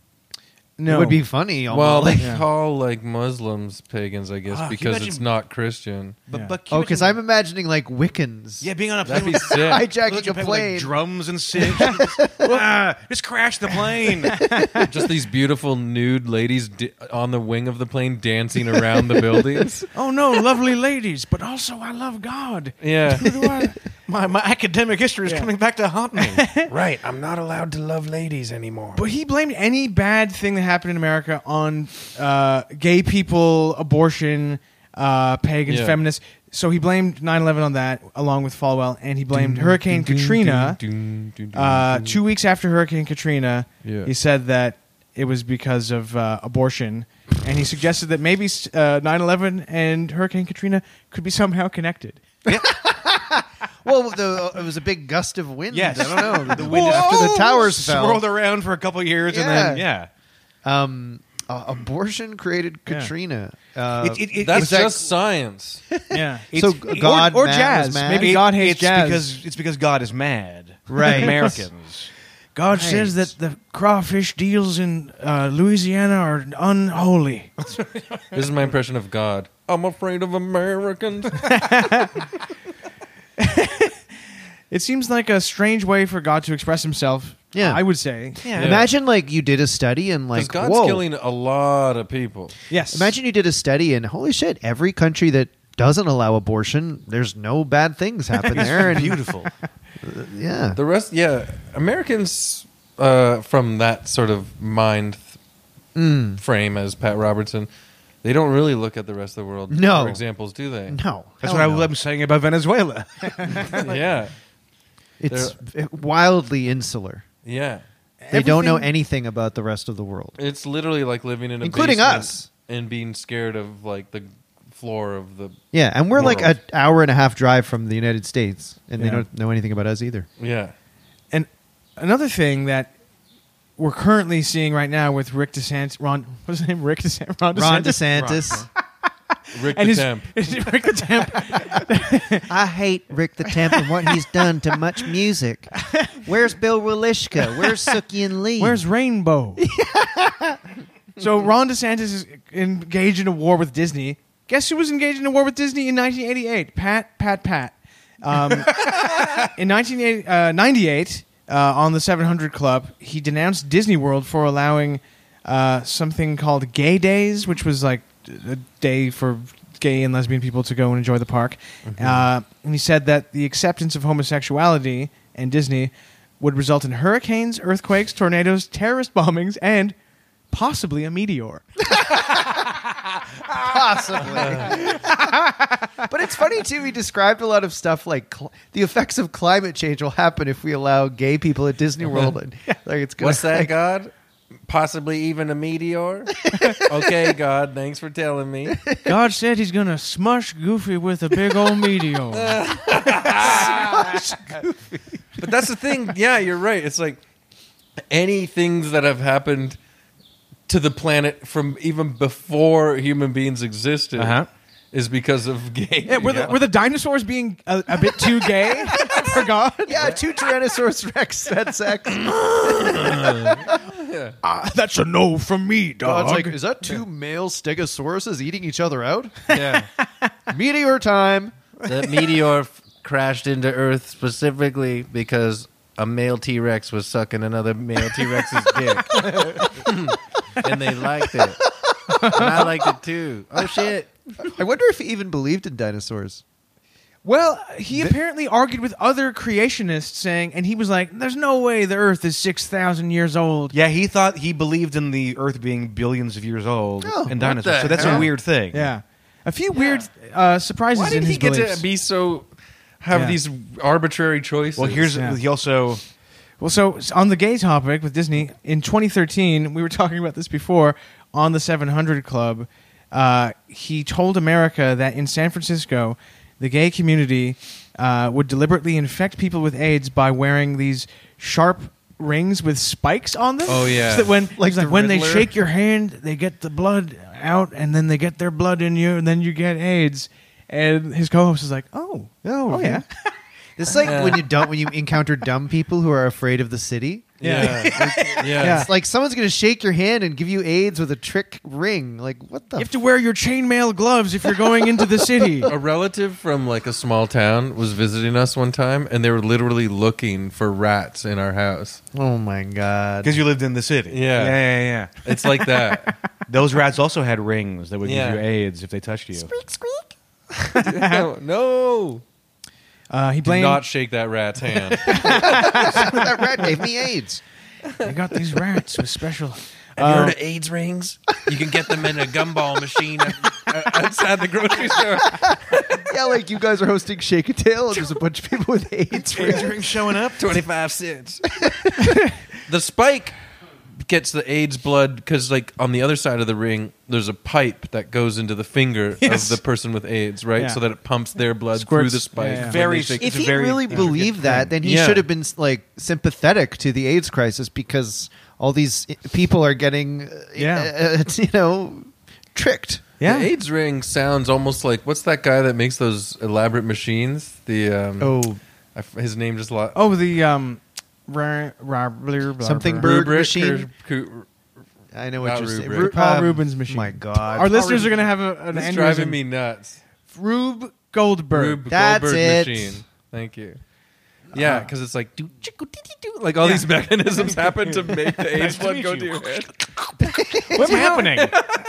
Speaker 5: No,
Speaker 3: It would be funny. Almost. [LAUGHS]
Speaker 2: Well, they
Speaker 5: Yeah.
Speaker 2: call like Muslims pagans, I guess,
Speaker 4: Ah, can you
Speaker 2: because it's
Speaker 4: imagine-
Speaker 2: not Christian.
Speaker 4: But,
Speaker 5: Yeah.
Speaker 4: but can
Speaker 3: oh,
Speaker 4: you
Speaker 3: because I'm
Speaker 4: imagine-
Speaker 3: imagining like Wiccans.
Speaker 4: yeah being on a plane.
Speaker 2: That'd be [LAUGHS]
Speaker 4: with-
Speaker 2: sick.
Speaker 3: hijacking
Speaker 4: with
Speaker 3: a
Speaker 4: Like,
Speaker 3: plane.
Speaker 4: drums and six. [LAUGHS] ah, just crash the plane. [LAUGHS]
Speaker 2: Just these beautiful nude ladies di- on the wing of the plane dancing around the
Speaker 3: [LAUGHS]
Speaker 2: buildings.
Speaker 5: oh no, lovely ladies, but also I love God.
Speaker 2: Yeah.
Speaker 5: Who do I-
Speaker 4: my, my academic history is coming back to haunt me.
Speaker 2: right. I'm not allowed to love ladies anymore.
Speaker 5: But he blamed any bad thing that happened in America on uh, gay people, abortion, uh, pagans,
Speaker 2: Yeah.
Speaker 5: feminists. So he blamed 9 11 on that, along with Falwell, and he blamed Hurricane Katrina. Uh, two weeks after Hurricane Katrina,
Speaker 2: Yeah.
Speaker 5: he said that it was because of uh, abortion, and he suggested that maybe uh, 9/11 and Hurricane Katrina could be somehow connected.
Speaker 3: Well, the, it was a big gust of wind.
Speaker 4: Yes.
Speaker 3: I don't know.
Speaker 4: The wind is-
Speaker 3: after the towers
Speaker 4: Swirled
Speaker 3: fell.
Speaker 4: around for a couple years and
Speaker 3: Yeah.
Speaker 4: then yeah.
Speaker 3: Um, Uh, abortion created Katrina. Uh,
Speaker 4: It- it- it-
Speaker 2: That's
Speaker 4: it's like-
Speaker 2: just science.
Speaker 5: Yeah.
Speaker 3: so
Speaker 4: it's-
Speaker 3: God
Speaker 5: or
Speaker 3: man
Speaker 5: jazz,
Speaker 3: was mad?
Speaker 5: maybe- God hates
Speaker 4: it's
Speaker 5: jazz.
Speaker 4: because it's because God is mad.
Speaker 3: Right.
Speaker 4: Americans.
Speaker 5: [LAUGHS] God says that the crawfish deals in uh, Louisiana are unholy.
Speaker 2: This is my impression of God. I'm afraid of Americans.
Speaker 5: [LAUGHS] It seems like a strange way for God to express himself.
Speaker 3: Yeah.
Speaker 5: I would say.
Speaker 3: Yeah. Imagine like you did a study and like
Speaker 2: Because God's
Speaker 3: whoa.
Speaker 2: killing a lot of people.
Speaker 5: Yes.
Speaker 3: Imagine you did a study and holy shit, every country that doesn't allow abortion, there's no bad things happen there. And
Speaker 4: Beautiful.
Speaker 3: [LAUGHS] yeah,
Speaker 2: The rest, yeah, Americans uh, from that sort of mind th-
Speaker 3: Mm.
Speaker 2: frame as Pat Robertson, they don't really look at the rest of the world
Speaker 3: No.
Speaker 2: for examples, do
Speaker 3: [LAUGHS]
Speaker 2: they?
Speaker 3: no,
Speaker 4: That's
Speaker 3: hell
Speaker 4: what I,
Speaker 3: no.
Speaker 4: I'm saying about Venezuela.
Speaker 2: yeah,
Speaker 3: It's wildly insular.
Speaker 2: yeah.
Speaker 3: They don't know
Speaker 5: Everything-
Speaker 3: anything about the rest of the world.
Speaker 2: It's literally like living in a
Speaker 3: Including
Speaker 2: basement
Speaker 3: us.
Speaker 2: and being scared of like the floor of the
Speaker 3: Yeah, and we're like
Speaker 2: World.
Speaker 3: an hour and a half drive from the United States, and they
Speaker 5: Yeah.
Speaker 3: don't know anything about us either.
Speaker 2: yeah.
Speaker 5: And another thing that we're currently seeing right now with Rick DeSantis, Ron, [LAUGHS] what's his name? Rick DeSantis. Ron DeSantis.
Speaker 3: Ron DeSantis,
Speaker 2: Rick
Speaker 5: And
Speaker 2: the
Speaker 5: [LAUGHS] his,
Speaker 2: temp.
Speaker 5: Rick the Temp.
Speaker 3: I hate Rick the Temp and what he's done to much music. Where's Bill Wilishka? Where's Sookie Lee?
Speaker 5: [LAUGHS] Where's Rainbow? [LAUGHS] so Ron DeSantis is engaged in a war with Disney. Guess who was engaged in a war with Disney in 1988? Pat, Pat, Pat. Um, in 1998, uh, on the 700 Club, he denounced Disney World for allowing uh, something called Gay Days, which was like a day for gay and lesbian people to go and enjoy the park. Uh, and he said that the acceptance of homosexuality and Disney would result in hurricanes, earthquakes, tornadoes, terrorist bombings, and possibly a meteor.
Speaker 3: [LAUGHS] But it's funny too. He described a lot of stuff like cl- the effects of climate change will happen if we allow gay people at Disney World. And, like it's gonna,
Speaker 2: What's that,
Speaker 3: like,
Speaker 2: God? Possibly even a
Speaker 5: [LAUGHS]
Speaker 2: meteor? okay, God, thanks for telling me.
Speaker 5: [LAUGHS] God said he's going to smush Goofy with a big old [LAUGHS] meteor.
Speaker 2: But that's the thing. Yeah, you're right. It's like any things that have happened to the planet from even before human beings existed
Speaker 4: Uh-huh.
Speaker 2: is because of [LAUGHS] gay.
Speaker 5: Yeah, were, The, were the dinosaurs being a, a bit too [LAUGHS] gay for God?
Speaker 3: Yeah, two Tyrannosaurus Rex had
Speaker 5: [LAUGHS]
Speaker 3: sex.
Speaker 5: Ah, that's a no from me,
Speaker 3: God's Oh, like, is that two male Stegosauruses eating each other out?
Speaker 2: yeah.
Speaker 3: Meteor time.
Speaker 2: That meteor f- crashed into Earth specifically because a male T Rex was sucking another male T Rex's dick. [LAUGHS] and they liked it. And I liked it too. Oh, shit.
Speaker 3: I wonder if he even believed in dinosaurs.
Speaker 5: well, he apparently argued with other creationists, saying, and he was like, "There's no way the Earth is six thousand years
Speaker 4: [LAUGHS]
Speaker 5: old."
Speaker 4: yeah, he thought he believed in the Earth being billions of years old
Speaker 3: Oh, what
Speaker 4: and dinosaurs.
Speaker 2: the
Speaker 4: So that's
Speaker 2: hell?
Speaker 4: a weird thing.
Speaker 5: Yeah, a few weird uh, surprises
Speaker 2: Why
Speaker 5: in
Speaker 2: did
Speaker 5: his
Speaker 2: he get
Speaker 5: beliefs.
Speaker 2: to be so have
Speaker 5: Yeah.
Speaker 2: these arbitrary choices?
Speaker 4: Well, here's
Speaker 5: Yeah.
Speaker 4: he also
Speaker 5: Well, so s- on the gay topic with Disney in 2013, we were [LAUGHS] talking about this before on the 700 Club. Uh, he told America that in San Francisco, the gay community uh, would deliberately infect people with AIDS by wearing these sharp rings with spikes on them.
Speaker 2: Oh, yeah.
Speaker 5: so that when like,
Speaker 2: the
Speaker 5: like when they
Speaker 2: Riddler.
Speaker 5: shake your hand, they get the blood out, and then they get their blood in you, and then you get AIDS. And his co-host is like, "Oh,
Speaker 3: Oh,
Speaker 5: oh yeah."
Speaker 3: It's like when you don't when you encounter dumb people who are afraid of the city.
Speaker 2: [LAUGHS] yeah. yeah.
Speaker 5: Yeah.
Speaker 3: It's [LAUGHS] like someone's gonna shake your hand and give you AIDS with a trick ring. Like what the
Speaker 5: [LAUGHS] You have to wear your chainmail gloves if you're going into the city.
Speaker 2: A relative from like a small town was visiting us one time and they were literally looking for rats in our house.
Speaker 3: Oh my god.
Speaker 4: because you lived in the city.
Speaker 2: Yeah.
Speaker 4: yeah, yeah. yeah.
Speaker 2: It's like [LAUGHS] that.
Speaker 4: Those rats also had rings that would
Speaker 2: Yeah.
Speaker 4: give you AIDS if they touched you.
Speaker 2: [LAUGHS] no. no.
Speaker 5: Uh, he
Speaker 2: Do
Speaker 5: blamed.
Speaker 2: not shake that rat's hand.
Speaker 3: that rat gave me AIDS.
Speaker 5: they got these rats with special.
Speaker 2: Have [LAUGHS] you heard of AIDS rings? You can get them in a gumball machine uh, outside the grocery store.
Speaker 3: Yeah, like you guys are hosting Shake a Tail, and there's a bunch of people with AIDS.
Speaker 4: rings showing up.
Speaker 2: 25 cents. [LAUGHS] the spike gets the AIDS blood because, like, on the other side of the ring, there's a pipe that goes into the finger
Speaker 5: Yes.
Speaker 2: of the person with AIDS, right?
Speaker 5: Yeah.
Speaker 2: So that it pumps their blood through
Speaker 5: Squirts.
Speaker 2: the spike.
Speaker 5: Yeah, yeah.
Speaker 2: when
Speaker 4: Very
Speaker 2: they shake-
Speaker 3: If
Speaker 4: It's a
Speaker 3: he
Speaker 4: very
Speaker 3: really believed that, then he
Speaker 2: Yeah.
Speaker 3: should have been like sympathetic to the AIDS crisis because all these i- people are getting, uh,
Speaker 4: Yeah.
Speaker 3: uh, [LAUGHS] you know, tricked.
Speaker 4: Yeah.
Speaker 2: The AIDS ring sounds almost like what's that guy that makes those elaborate machines? The um,
Speaker 3: Oh,
Speaker 2: I f- his name just lo-
Speaker 5: [LAUGHS] Oh, the um, ra- ra- blah, blah,
Speaker 3: Something
Speaker 5: blah.
Speaker 3: Berg
Speaker 2: Kubrick
Speaker 3: machine?
Speaker 2: or Ku-
Speaker 3: I know what
Speaker 2: Not
Speaker 3: you're saying. um,
Speaker 2: Rubrik.
Speaker 5: Paul Rubens machine.
Speaker 3: My God,
Speaker 5: Our listeners are gonna have a, an
Speaker 2: It's
Speaker 5: aneurysm.
Speaker 2: driving me nuts.
Speaker 5: Rube Goldberg.
Speaker 2: Rube
Speaker 3: That's
Speaker 2: Goldberg
Speaker 3: it.
Speaker 2: machine. Thank you.
Speaker 5: Uh,
Speaker 2: Yeah, because it's like do chicka dee dee doo. like all these [LAUGHS]
Speaker 5: [LAUGHS]
Speaker 2: mechanisms happen to make the AIDS blood go to [LAUGHS] your head.
Speaker 5: What's happening?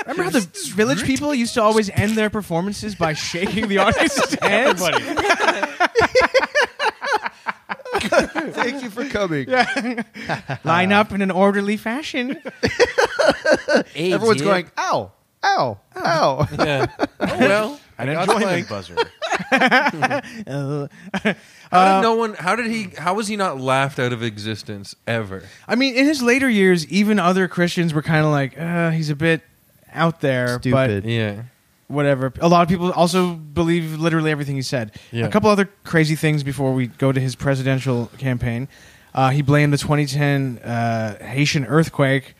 Speaker 5: Remember how the village people used to always end their
Speaker 2: [LAUGHS]
Speaker 5: performances by shaking the audience's hands?
Speaker 3: Oh, thank you for coming. [LAUGHS]
Speaker 5: Line up in an orderly fashion.
Speaker 3: Everyone's going, ow, ow, ow.
Speaker 2: Yeah. Oh, well,
Speaker 4: An
Speaker 2: [LAUGHS] I got
Speaker 4: enjoyment
Speaker 2: like-
Speaker 4: buzzer.
Speaker 2: [LAUGHS] How did no one? How did he? How was he not laughed out of existence ever?
Speaker 5: I mean, in his later years, even other Christians were kind of like, uh, he's a bit out there,
Speaker 3: Stupid.
Speaker 2: Yeah.
Speaker 5: but whatever. A lot of people also believe literally everything he said.
Speaker 2: Yeah.
Speaker 5: A couple other crazy things before we go to his presidential campaign. Uh, he blamed the 2010 uh, Haitian earthquake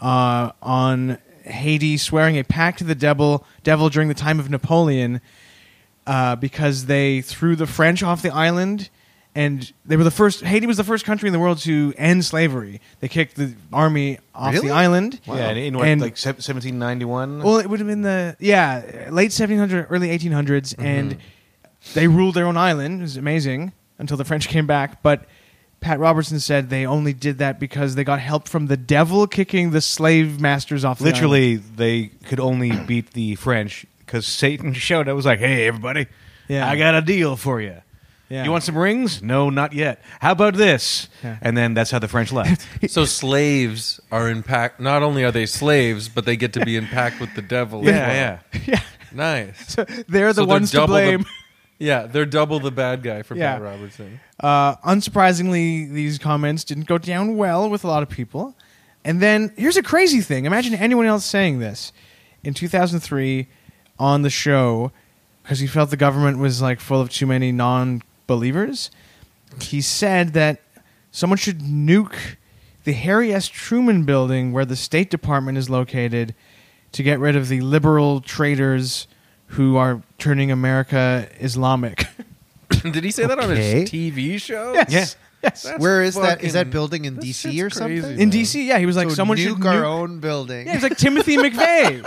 Speaker 5: uh, on Haiti swearing a pact to the devil, devil during the time of Napoleon uh, because they threw the French off the island, and they were the first. Haiti was the first country in the world to end slavery. They kicked the army off
Speaker 3: Really?
Speaker 5: the island.
Speaker 4: Yeah, and Oh, in what,
Speaker 5: And-
Speaker 4: like se- 1791?
Speaker 5: Well, it would have been the yeah late 1700s, early 1800s,
Speaker 2: Mm-hmm.
Speaker 5: and they ruled their own island. It was amazing until the French came back. But Pat Robertson said they only did that because they got help from the devil kicking the slave masters off. the island.
Speaker 4: Literally, they could only beat the French because Satan [LAUGHS] showed up. Was like, hey, everybody,
Speaker 5: Yeah.
Speaker 4: I got a deal for you.
Speaker 5: Yeah.
Speaker 4: You want some rings? No, not yet. How about this?
Speaker 5: Yeah.
Speaker 4: And then that's how the French left.
Speaker 2: So slaves are in pact. Not only are they slaves, but they get to be in pact with the devil. as
Speaker 4: [LAUGHS]
Speaker 2: well.
Speaker 4: yeah, yeah.
Speaker 2: Nice.
Speaker 5: [LAUGHS] they're the
Speaker 2: So they're
Speaker 5: ones to
Speaker 2: double the-
Speaker 5: blame.
Speaker 2: [LAUGHS] yeah, they're double the bad guy for
Speaker 5: Yeah.
Speaker 2: Pat Robertson.
Speaker 5: Uh, unsurprisingly, these comments didn't go down well with a lot of people. And then here's a crazy thing. Imagine anyone else saying this in 2003 on the show because he felt the government was like full of too many non-believers. He said that someone should nuke the Harry S. Truman building where the State Department is located to get rid of the liberal traitors who are turning America Islamic. [LAUGHS]
Speaker 2: Did he say that on
Speaker 3: Okay.
Speaker 2: his TV show?
Speaker 5: yes. Yes.
Speaker 2: That's
Speaker 3: Where is that? Is that
Speaker 2: fucking-
Speaker 3: building in
Speaker 2: that
Speaker 3: DC
Speaker 2: shit's
Speaker 3: or something?
Speaker 2: crazy.
Speaker 5: In DC, yeah, he was like,
Speaker 3: so
Speaker 5: someone
Speaker 3: nuke
Speaker 5: should
Speaker 3: our
Speaker 5: nuke-
Speaker 3: own building.
Speaker 5: Yeah, he's like Timothy McVeigh.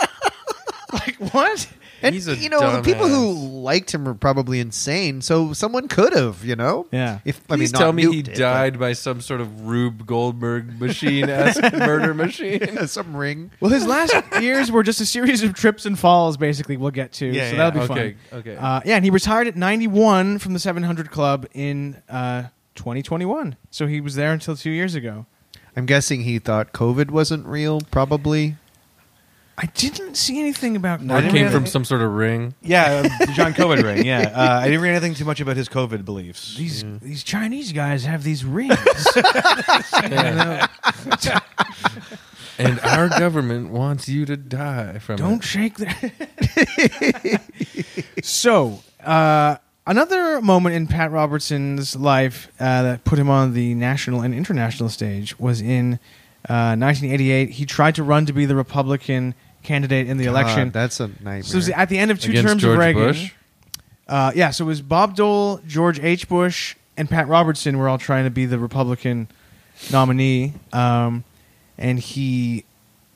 Speaker 5: like what?
Speaker 3: and
Speaker 2: He's a
Speaker 3: you know the people
Speaker 2: dumbass.
Speaker 3: who liked him are probably insane. So someone could have, you know.
Speaker 5: Yeah.
Speaker 3: If I mean,
Speaker 2: Please
Speaker 3: not
Speaker 2: tell me he
Speaker 3: nuked it, but- [LAUGHS]
Speaker 2: died by some sort of Rube Goldberg machine esque
Speaker 3: [LAUGHS]
Speaker 2: murder machine.
Speaker 3: some ring.
Speaker 5: Well, his last years were just a series of trips and falls. Basically, we'll get to.
Speaker 4: Yeah,
Speaker 5: so
Speaker 4: yeah,
Speaker 5: that'll be
Speaker 2: okay,
Speaker 5: fun.
Speaker 2: okay.
Speaker 5: Uh, yeah, and he retired at 91 from the 700 Club in uh, 2021. So he was there until two years ago.
Speaker 3: I'm guessing he thought COVID wasn't real. Probably.
Speaker 5: I didn't see anything about.
Speaker 4: No, I
Speaker 2: It
Speaker 4: didn't
Speaker 2: came
Speaker 4: really-
Speaker 2: from some sort of ring.
Speaker 4: Yeah, um, John COVID ring. Yeah, uh, I didn't read anything too much about his COVID beliefs.
Speaker 5: these these Chinese guys have these rings.
Speaker 2: And our government wants you to die from it.
Speaker 5: Don't shake that. so, uh, another moment in Pat Robertson's life uh, that put him on the national and international stage was in uh, 1988. He tried to run to be the Republican candidate in the election.
Speaker 3: God, Uh, that's a nightmare.
Speaker 5: so it was at the end of two
Speaker 2: Against
Speaker 5: terms
Speaker 2: George
Speaker 5: of Reagan.
Speaker 2: Bush?
Speaker 5: Uh, yeah, so it was Bob Dole, George H. Bush, and Pat Robertson were all trying to be the Republican nominee. Um, and he,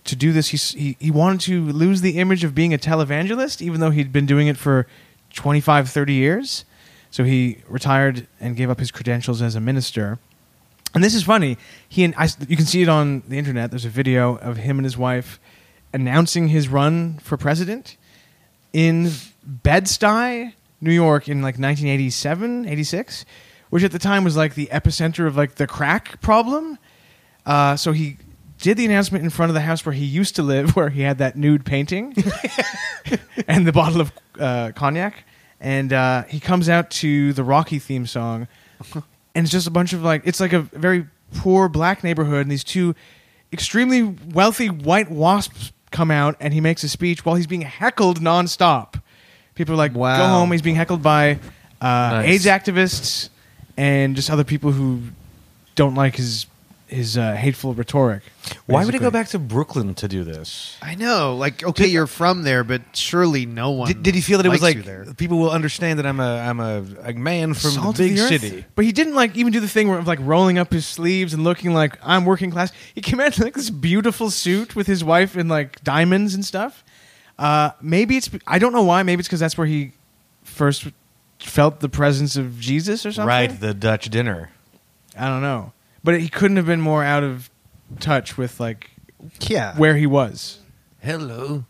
Speaker 5: to do this, he, s- he, he wanted to lose the image of being a televangelist, even though he'd been doing it for 25, 30 years. So he retired and gave up his credentials as a minister. And this is funny. He and I, you can see it on the internet. There's a video of him and his wife announcing his run for president in Bed-Stuy, New York in like 1987, 86, which at the time was like the epicenter of like the crack problem. Uh, so he did the announcement in front of the house where he used to live, [LAUGHS] where he had that nude painting [LAUGHS] and the bottle of uh, cognac. And uh, he comes out to the Rocky theme song, and it's just a bunch of like it's like a very poor black neighborhood, and these two extremely wealthy white wasps come out, and he makes a speech while he's being heckled nonstop. People are like, "Go
Speaker 3: Wow.
Speaker 5: home." He's being heckled by uh,
Speaker 2: Nice.
Speaker 5: AIDS activists and just other people who don't like his his uh, hateful rhetoric.
Speaker 4: Why would he go
Speaker 5: basically.
Speaker 4: back to Brooklyn to do this?
Speaker 3: I know. Like, okay, you're from there, but surely no one.
Speaker 4: Did, did he feel that it was
Speaker 3: likes
Speaker 4: like
Speaker 3: you there.
Speaker 4: people will understand that I'm a I'm a, a man from
Speaker 5: Salt of
Speaker 4: the big
Speaker 5: earth?
Speaker 4: city?
Speaker 5: But he didn't like even do the thing where of like rolling up his sleeves and looking like I'm working class. He came out in like this beautiful suit with his wife in like diamonds and stuff. Uh, maybe it's I don't know why. Maybe it's because that's where he first felt the presence of Jesus or something.
Speaker 4: Right, the Dutch dinner.
Speaker 5: I don't know. But he couldn't have been more out of touch with like
Speaker 3: Yeah.
Speaker 5: where he was.
Speaker 2: Hello.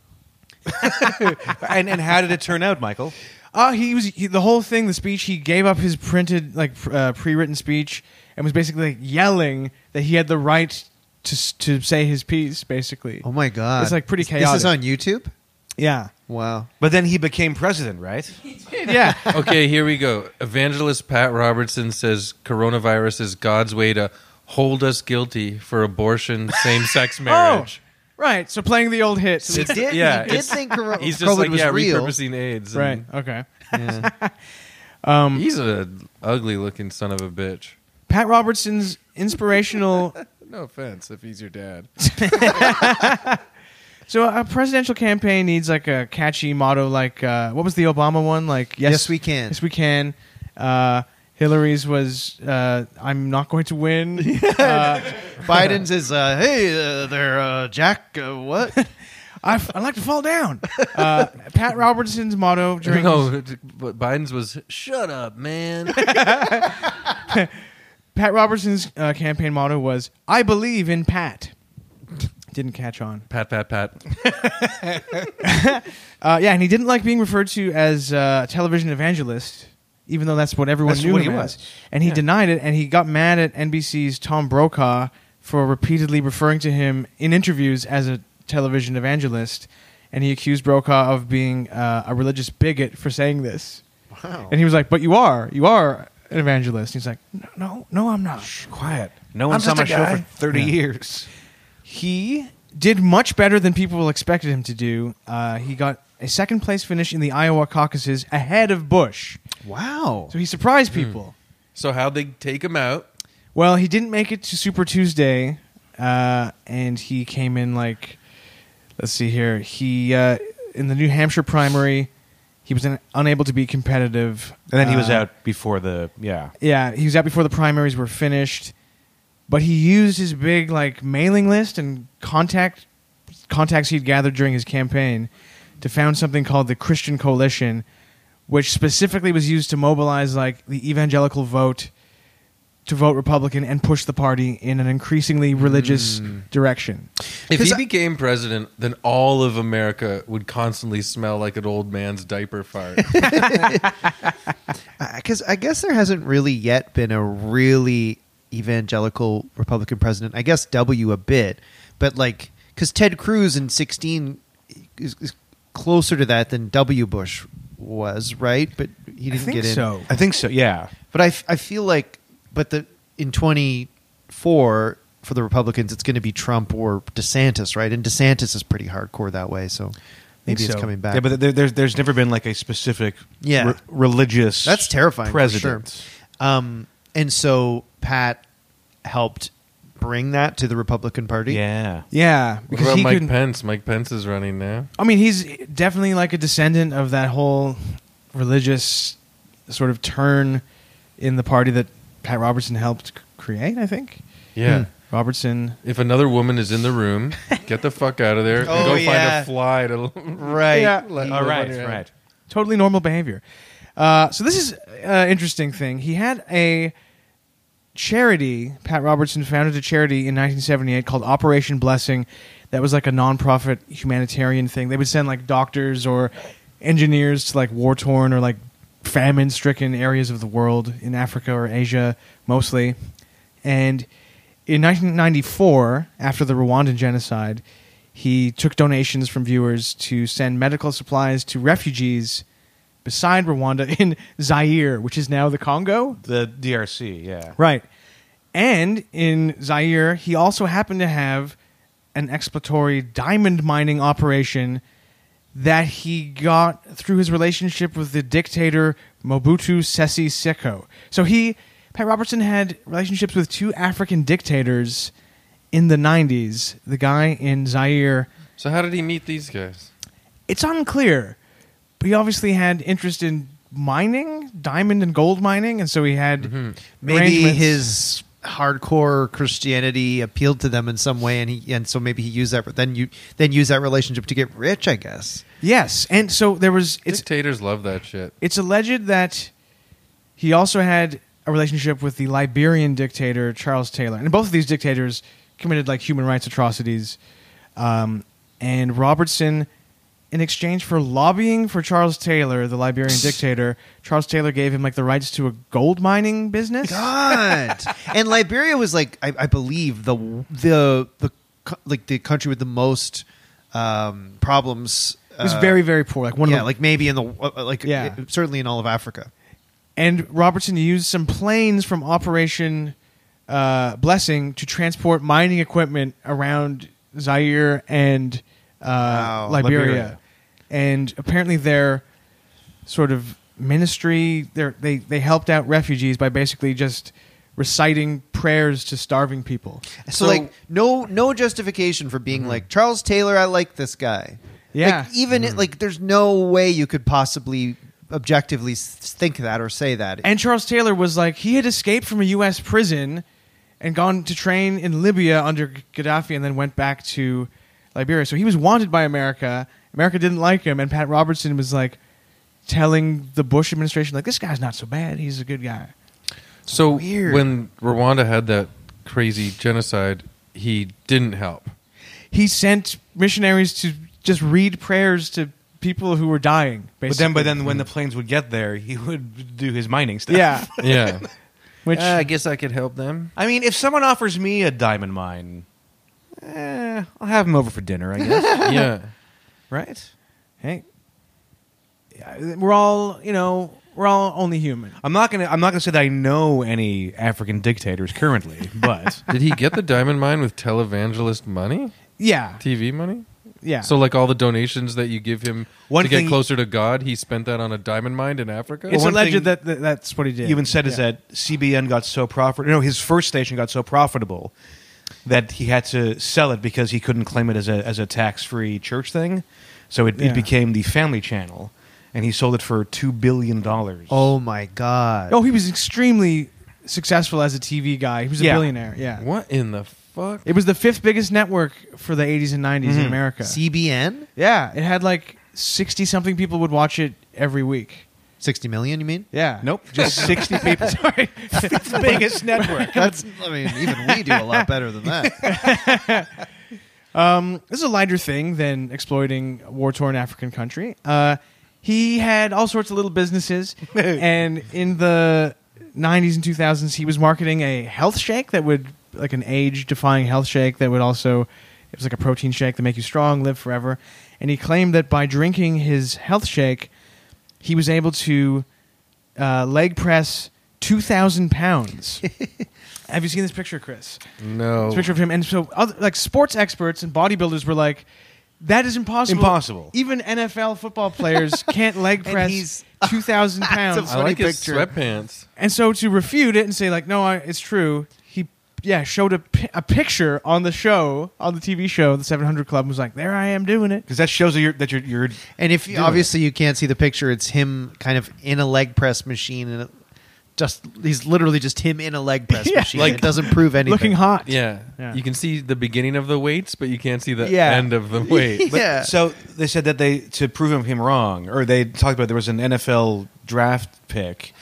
Speaker 4: and and how did it turn out, Michael?
Speaker 5: Uh, he was he, the whole thing. The speech he gave up his printed, like pr- uh, pre-written speech, and was basically like, yelling that he had the right to s- to say his piece. Basically,
Speaker 3: oh my god!
Speaker 5: It's, like, pretty
Speaker 3: This is on YouTube.
Speaker 5: yeah,
Speaker 3: Wow.
Speaker 4: But then he became president, right?
Speaker 5: yeah.
Speaker 2: Okay, here we go. Evangelist Pat Robertson says coronavirus is God's way to hold us guilty for abortion, same
Speaker 3: [LAUGHS]
Speaker 2: sex marriage.
Speaker 5: right. So playing the old hits.
Speaker 2: It's-
Speaker 3: Oh, did- he
Speaker 2: yeah,
Speaker 3: did
Speaker 2: it's-
Speaker 3: think cor-
Speaker 2: He's just
Speaker 3: COVID
Speaker 2: like,
Speaker 3: was
Speaker 2: yeah,
Speaker 3: real.
Speaker 2: repurposing AIDS.
Speaker 5: right.
Speaker 2: and-
Speaker 5: Okay.
Speaker 3: Yeah.
Speaker 2: He's a ugly looking son of a bitch.
Speaker 5: Pat Robertson's inspirational.
Speaker 2: No offense if he's your dad.
Speaker 5: so a presidential campaign needs like a catchy motto. Like uh, what was the Obama one? Like yes,
Speaker 3: Yes, we can.
Speaker 5: Yes, we can. Uh, Hillary's was uh, I'm not going
Speaker 3: [LAUGHS]
Speaker 5: to win. Uh,
Speaker 3: Biden's is uh, hey uh, there, uh, Jack. Uh, what?
Speaker 5: [LAUGHS] I, f- I like to fall down. Uh, Pat Robertson's motto during
Speaker 2: No, but Biden's was shut up,
Speaker 5: [LAUGHS]
Speaker 2: man.
Speaker 5: Pat Robertson's uh, campaign motto was "I believe in Pat." Didn't catch on.
Speaker 2: pat, pat, pat.
Speaker 5: Uh, yeah, and he didn't like being referred to as uh, a television evangelist, even though that's what everyone
Speaker 4: That's
Speaker 5: knew
Speaker 4: what
Speaker 5: him
Speaker 4: he
Speaker 5: as.
Speaker 4: was.
Speaker 5: And he denied it, and he got mad at NBC's Tom Brokaw for repeatedly referring to him in interviews as a television evangelist, and he accused Brokaw of being uh, a religious bigot for saying this.
Speaker 3: Wow.
Speaker 5: And he was like, "But you are, you are an evangelist." He's like, "No, "No, no, I'm not."
Speaker 4: Quiet. No one
Speaker 5: I'm
Speaker 4: saw
Speaker 5: just a
Speaker 4: my show for
Speaker 5: guy.
Speaker 4: thirty
Speaker 5: Yeah.
Speaker 4: years.
Speaker 5: He did much better than people expected him to do. Uh, he got a second place finish in the Iowa caucuses ahead of Bush,
Speaker 3: Wow.
Speaker 5: so he surprised
Speaker 4: Hmm.
Speaker 5: people.
Speaker 2: So how'd they take him out?
Speaker 5: Well, he didn't make it to Super Tuesday, uh, and he came in like, let's see here. He uh, in the New Hampshire primary, he was un- unable to be competitive,
Speaker 4: And then he was
Speaker 5: Uh,
Speaker 4: out before the yeah.
Speaker 5: Yeah, he was out before the primaries were finished, but he used his big like mailing list and contact contacts he'd gathered during his campaign to found something called the Christian Coalition, which specifically was used to mobilize like the evangelical vote to vote Republican and push the party in an increasingly religious direction.
Speaker 2: If he became president, then all of America would constantly smell like an old man's diaper
Speaker 5: [LAUGHS]
Speaker 2: fart.
Speaker 3: Because I guess there hasn't really yet been a really evangelical Republican president. I guess W a bit, but like because Ted Cruz in sixteen is, is closer to that than W Bush was, right? But he didn't get in.
Speaker 4: I think so. Yeah.
Speaker 3: But I, f- I feel like, but the in 24 for the Republicans, it's going to be Trump or DeSantis, right? And DeSantis is pretty hardcore that way, so maybe it's
Speaker 5: so.
Speaker 3: coming back.
Speaker 4: Yeah, but there, there's there's never been like a specific
Speaker 3: Yeah.
Speaker 4: re- religious
Speaker 3: that's terrifying. for sure.
Speaker 4: president.
Speaker 3: Um, and so Pat helped bring that to the Republican Party.
Speaker 4: Yeah.
Speaker 5: Yeah,
Speaker 2: What
Speaker 5: because
Speaker 2: about
Speaker 5: he
Speaker 2: Mike
Speaker 5: couldn't-
Speaker 2: Pence? Mike Pence is running now.
Speaker 5: I mean, he's definitely like a descendant of that whole religious sort of turn in the party that Pat Robertson helped c- create, I think. Hmm.
Speaker 2: Yeah.
Speaker 5: Robertson.
Speaker 2: If another woman is in the room, get the fuck out of there
Speaker 5: [LAUGHS]
Speaker 2: and
Speaker 3: Oh,
Speaker 2: go find
Speaker 3: yeah.
Speaker 2: a fly to.
Speaker 3: Right.
Speaker 5: Yeah.
Speaker 2: let-
Speaker 4: All
Speaker 2: live
Speaker 4: right.
Speaker 2: on your
Speaker 4: Right.
Speaker 5: Totally normal behavior. Uh, so this is an interesting thing. He had a charity, Pat Robertson founded a charity in 1978 called Operation Blessing that was like a nonprofit humanitarian thing. They would send like doctors or engineers to like war torn or like famine stricken areas of the world in Africa or Asia mostly. And in 1994, after the Rwandan genocide, he took donations from viewers to send medical supplies to refugees beside Rwanda [LAUGHS] in Zaire, which is now the Congo.
Speaker 4: The DRC. Yeah.
Speaker 5: Right. And in Zaire, he also happened to have an exploratory diamond mining operation that he got through his relationship with the dictator Mobutu Sese Seko. So he Pat Robertson had relationships with two African dictators in the 90s. The guy in Zaire,
Speaker 2: [LAUGHS] So how did he meet these guys?
Speaker 5: it's unclear, but he obviously had interest in mining, diamond and gold mining, and so he had
Speaker 3: Mm-hmm. Maybe
Speaker 5: arrangements.
Speaker 3: his hardcore Christianity appealed to them in some way, and he and so maybe he used that. Then you then use that relationship to get rich, I guess.
Speaker 5: Yes, and so there was it's
Speaker 2: Dictators love that shit.
Speaker 5: it's alleged that he also had a relationship with the Liberian dictator Charles Taylor, and both of these dictators committed like human rights atrocities. Um, and Robertson, in exchange for lobbying for Charles Taylor, the Liberian dictator, Charles Taylor gave him like the rights to a gold mining business.
Speaker 3: God, [LAUGHS] and Liberia was like I, I believe the the the co- like the country with the most um, problems.
Speaker 5: It was
Speaker 3: uh,
Speaker 5: very very poor, like one
Speaker 3: yeah,
Speaker 5: of the
Speaker 3: like maybe in the uh, like
Speaker 5: Yeah.
Speaker 3: uh, certainly in all of Africa.
Speaker 5: and Robertson used some planes from Operation uh, Blessing to transport mining equipment around Zaire and uh,
Speaker 3: Wow,
Speaker 5: Liberia.
Speaker 3: Liberia.
Speaker 5: And apparently, their sort of ministry their- they they helped out refugees by basically just reciting prayers to starving people.
Speaker 3: So, like no no justification for being like Charles Taylor. I like this guy.
Speaker 5: Mm-hmm. Yeah. Mm-hmm.
Speaker 3: like, even it, like there's no way you could possibly objectively s- think that or say that.
Speaker 5: And Charles Taylor was like, he had escaped from a U.S. prison and gone to train in Libya under Gaddafi and then went back to Liberia. So he was wanted by America. America didn't like him. And Pat Robertson was like telling the Bush administration, like, this guy's not so bad. He's a good guy.
Speaker 2: So
Speaker 3: Weird.
Speaker 2: when Rwanda had that crazy genocide, he didn't help.
Speaker 5: He sent missionaries to just read prayers to people who were dying, basically.
Speaker 4: But then, but then, when the planes would get there, he [LAUGHS] would do his mining stuff.
Speaker 5: yeah.
Speaker 2: Yeah.
Speaker 5: [LAUGHS] Which,
Speaker 4: Uh,
Speaker 2: guess I could help them.
Speaker 4: I mean, if someone offers me a diamond mine, eh, I'll have him over for dinner, I guess.
Speaker 5: [LAUGHS]
Speaker 2: Yeah.
Speaker 4: right?
Speaker 5: hey, yeah, we're all, you know, we're all only human.
Speaker 4: I'm not gonna. I'm not gonna say that I know any African dictators currently,
Speaker 5: [LAUGHS]
Speaker 4: but
Speaker 2: Did he get the diamond mine with televangelist money?
Speaker 5: Yeah.
Speaker 2: TV money?
Speaker 5: Yeah.
Speaker 2: So like all the donations that you give him
Speaker 4: One
Speaker 2: to get
Speaker 4: thing-
Speaker 2: closer to God, he spent that on a diamond mine in Africa?
Speaker 5: It's
Speaker 4: one
Speaker 5: alleged
Speaker 4: thing-
Speaker 5: that, that that's what he did.
Speaker 4: even said is
Speaker 5: Yeah.
Speaker 4: that CBN got so profitable. No, his first station got so profitable that he had to sell it because he couldn't claim it as a as a tax free church thing. So it,
Speaker 5: Yeah.
Speaker 4: it became the Family Channel, and he sold it for two billion dollars.
Speaker 3: oh my god!
Speaker 5: Oh, he was extremely successful as a TV guy. He was a
Speaker 4: Yeah.
Speaker 5: billionaire. Yeah.
Speaker 2: what in the fuck?
Speaker 5: It was the fifth biggest network for the 80s and 90s in America.
Speaker 3: CBN,
Speaker 5: yeah, it had like 60 something people would watch it every week.
Speaker 3: sixty million. You mean?
Speaker 5: Yeah. [LAUGHS]
Speaker 4: nope, just sixty people. Sorry, biggest network.
Speaker 3: [LAUGHS] That's I mean, even we do a lot better than
Speaker 5: [LAUGHS]
Speaker 3: that.
Speaker 5: This is a lighter thing than exploiting a war torn African country. Uh, he had all sorts of little businesses, and in the 90s and 2000s, he was marketing a health shake that would, like an age defying health shake that would also, it was like a protein shake that make you strong, live forever. And he claimed that by drinking his health shake, he was able to uh, leg press 2,000 pounds. Have you seen this picture, Chris?
Speaker 2: No.
Speaker 5: It's a picture of him, and so other, like sports experts and bodybuilders were like, "That is impossible.
Speaker 4: Impossible.
Speaker 5: Even NFL football players can't leg
Speaker 3: And he's-
Speaker 5: press [LAUGHS] two thousand
Speaker 3: That's
Speaker 5: pounds."
Speaker 2: I like
Speaker 3: funny
Speaker 2: his
Speaker 3: picture.
Speaker 2: sweatpants.
Speaker 5: And so to refute it and say like, "No, I, it's true," he yeah showed a, pi- a picture on the show on the TV show, the Seven Hundred Club, and was like, "There I am doing it."
Speaker 4: Because that shows that you're that you're, you're
Speaker 3: And if you,
Speaker 4: Doing it.
Speaker 3: obviously you can't see the picture, it's him kind of in a leg press machine, and it just he's literally just him in a leg press
Speaker 5: [LAUGHS] Yeah.
Speaker 3: machine.
Speaker 2: Like-
Speaker 3: it doesn't prove anything.
Speaker 5: Looking hot, [LAUGHS]
Speaker 2: Yeah.
Speaker 5: Yeah.
Speaker 2: You can see the beginning of the weights, but you can't see the
Speaker 3: Yeah.
Speaker 2: end of the weight.
Speaker 4: But-
Speaker 3: Yeah.
Speaker 4: So they said that they to prove him, him wrong, or they talked about there was an NFL draft pick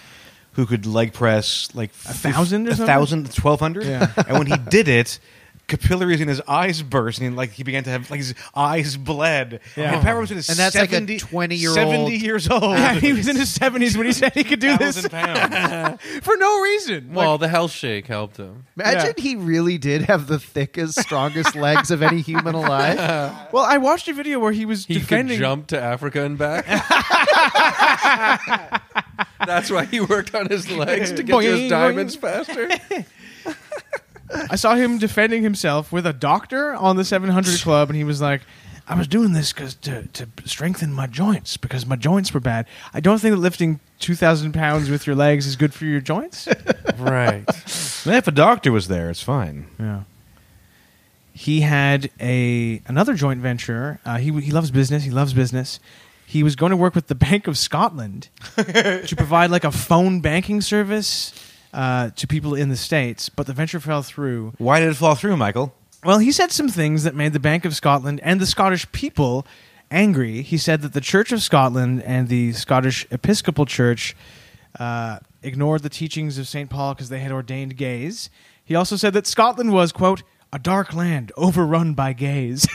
Speaker 4: who could leg press like a
Speaker 5: thousand or
Speaker 4: a
Speaker 5: something?
Speaker 4: thousand, twelve hundred.
Speaker 5: Yeah.
Speaker 4: [LAUGHS] And when he did it, capillaries in his eyes burst, and he, like he began to have like his eyes bled.
Speaker 5: Yeah.
Speaker 4: And Pat Robertson is
Speaker 3: And that's like a
Speaker 4: 70
Speaker 3: 20-year-old
Speaker 4: seventy years old.
Speaker 5: Yeah, he was in his seventies when he said he could do this
Speaker 4: Thousand pounds.
Speaker 5: [LAUGHS] for no reason.
Speaker 2: Well, the health shake helped him.
Speaker 3: Imagine he really did have the
Speaker 4: [LAUGHS]
Speaker 3: thickest, strongest legs of any human alive.
Speaker 5: Like, well, I watched a video where he was
Speaker 2: He
Speaker 5: defending.
Speaker 2: could jump to Africa and back. That's why he worked on his legs to get to
Speaker 5: Boing, boing.
Speaker 2: his diamonds faster.
Speaker 5: I saw him defending himself with a doctor on the 700 Club, and he was like, "I was doing this because to, to strengthen my joints because my joints were bad. I don't think that lifting 2,000 pounds with your legs is good for your joints."
Speaker 2: right.
Speaker 4: If a doctor was there, it's fine.
Speaker 5: Yeah. He had a another joint venture. Uh, he he loves business. He loves business. He was going to work with the Bank of Scotland to provide like a phone banking service uh, to people in the states, but the venture fell through.
Speaker 4: Why did it fall through, Michael?
Speaker 5: Well, he said some things that made the Bank of Scotland and the Scottish people angry. He said that the Church of Scotland and the Scottish Episcopal Church uh, ignored the teachings of St. Paul because they had ordained gays. He also said that Scotland was, quote, a dark land overrun by gays. [LAUGHS]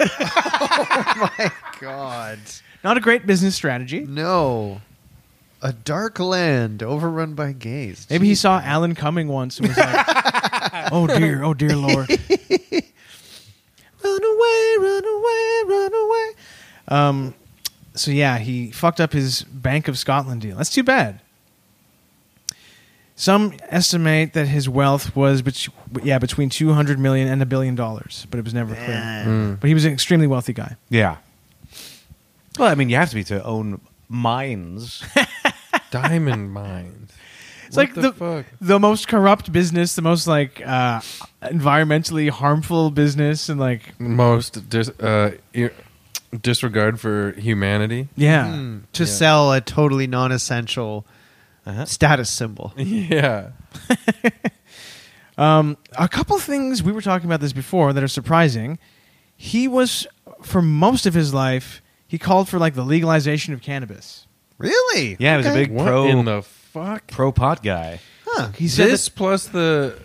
Speaker 7: God.
Speaker 5: Not a great business strategy.
Speaker 7: No. A dark land overrun by gays.
Speaker 5: Maybe he saw Alan Cumming once and was like, oh dear, oh dear Lord. run away, run away, run away. Um, so yeah, he fucked up his Bank of Scotland deal. That's too bad. Some estimate that his wealth was, bet- yeah, between 200 million and a billion dollars, but it was never clear. But he was an extremely wealthy guy.
Speaker 4: Yeah. Well, I mean, you have to be to own [LAUGHS] mines.
Speaker 2: Diamond mines.
Speaker 5: It's like the, the,
Speaker 2: fuck?
Speaker 5: most corrupt business, the most like uh, environmentally harmful business, and like
Speaker 2: most dis- uh, ir- disregard for humanity.
Speaker 5: yeah,
Speaker 3: Hmm.
Speaker 7: Hmm. to sell a totally non essential
Speaker 4: Uh-huh.
Speaker 7: status symbol.
Speaker 2: Yeah.
Speaker 5: Um, a couple things we were talking about this before that are surprising. He was for most of his life he called for like the legalization of cannabis.
Speaker 7: Really?
Speaker 4: Yeah, he was a big
Speaker 2: What
Speaker 4: pro
Speaker 2: in the fuck?
Speaker 4: pro pot guy.
Speaker 5: He said
Speaker 2: This plus the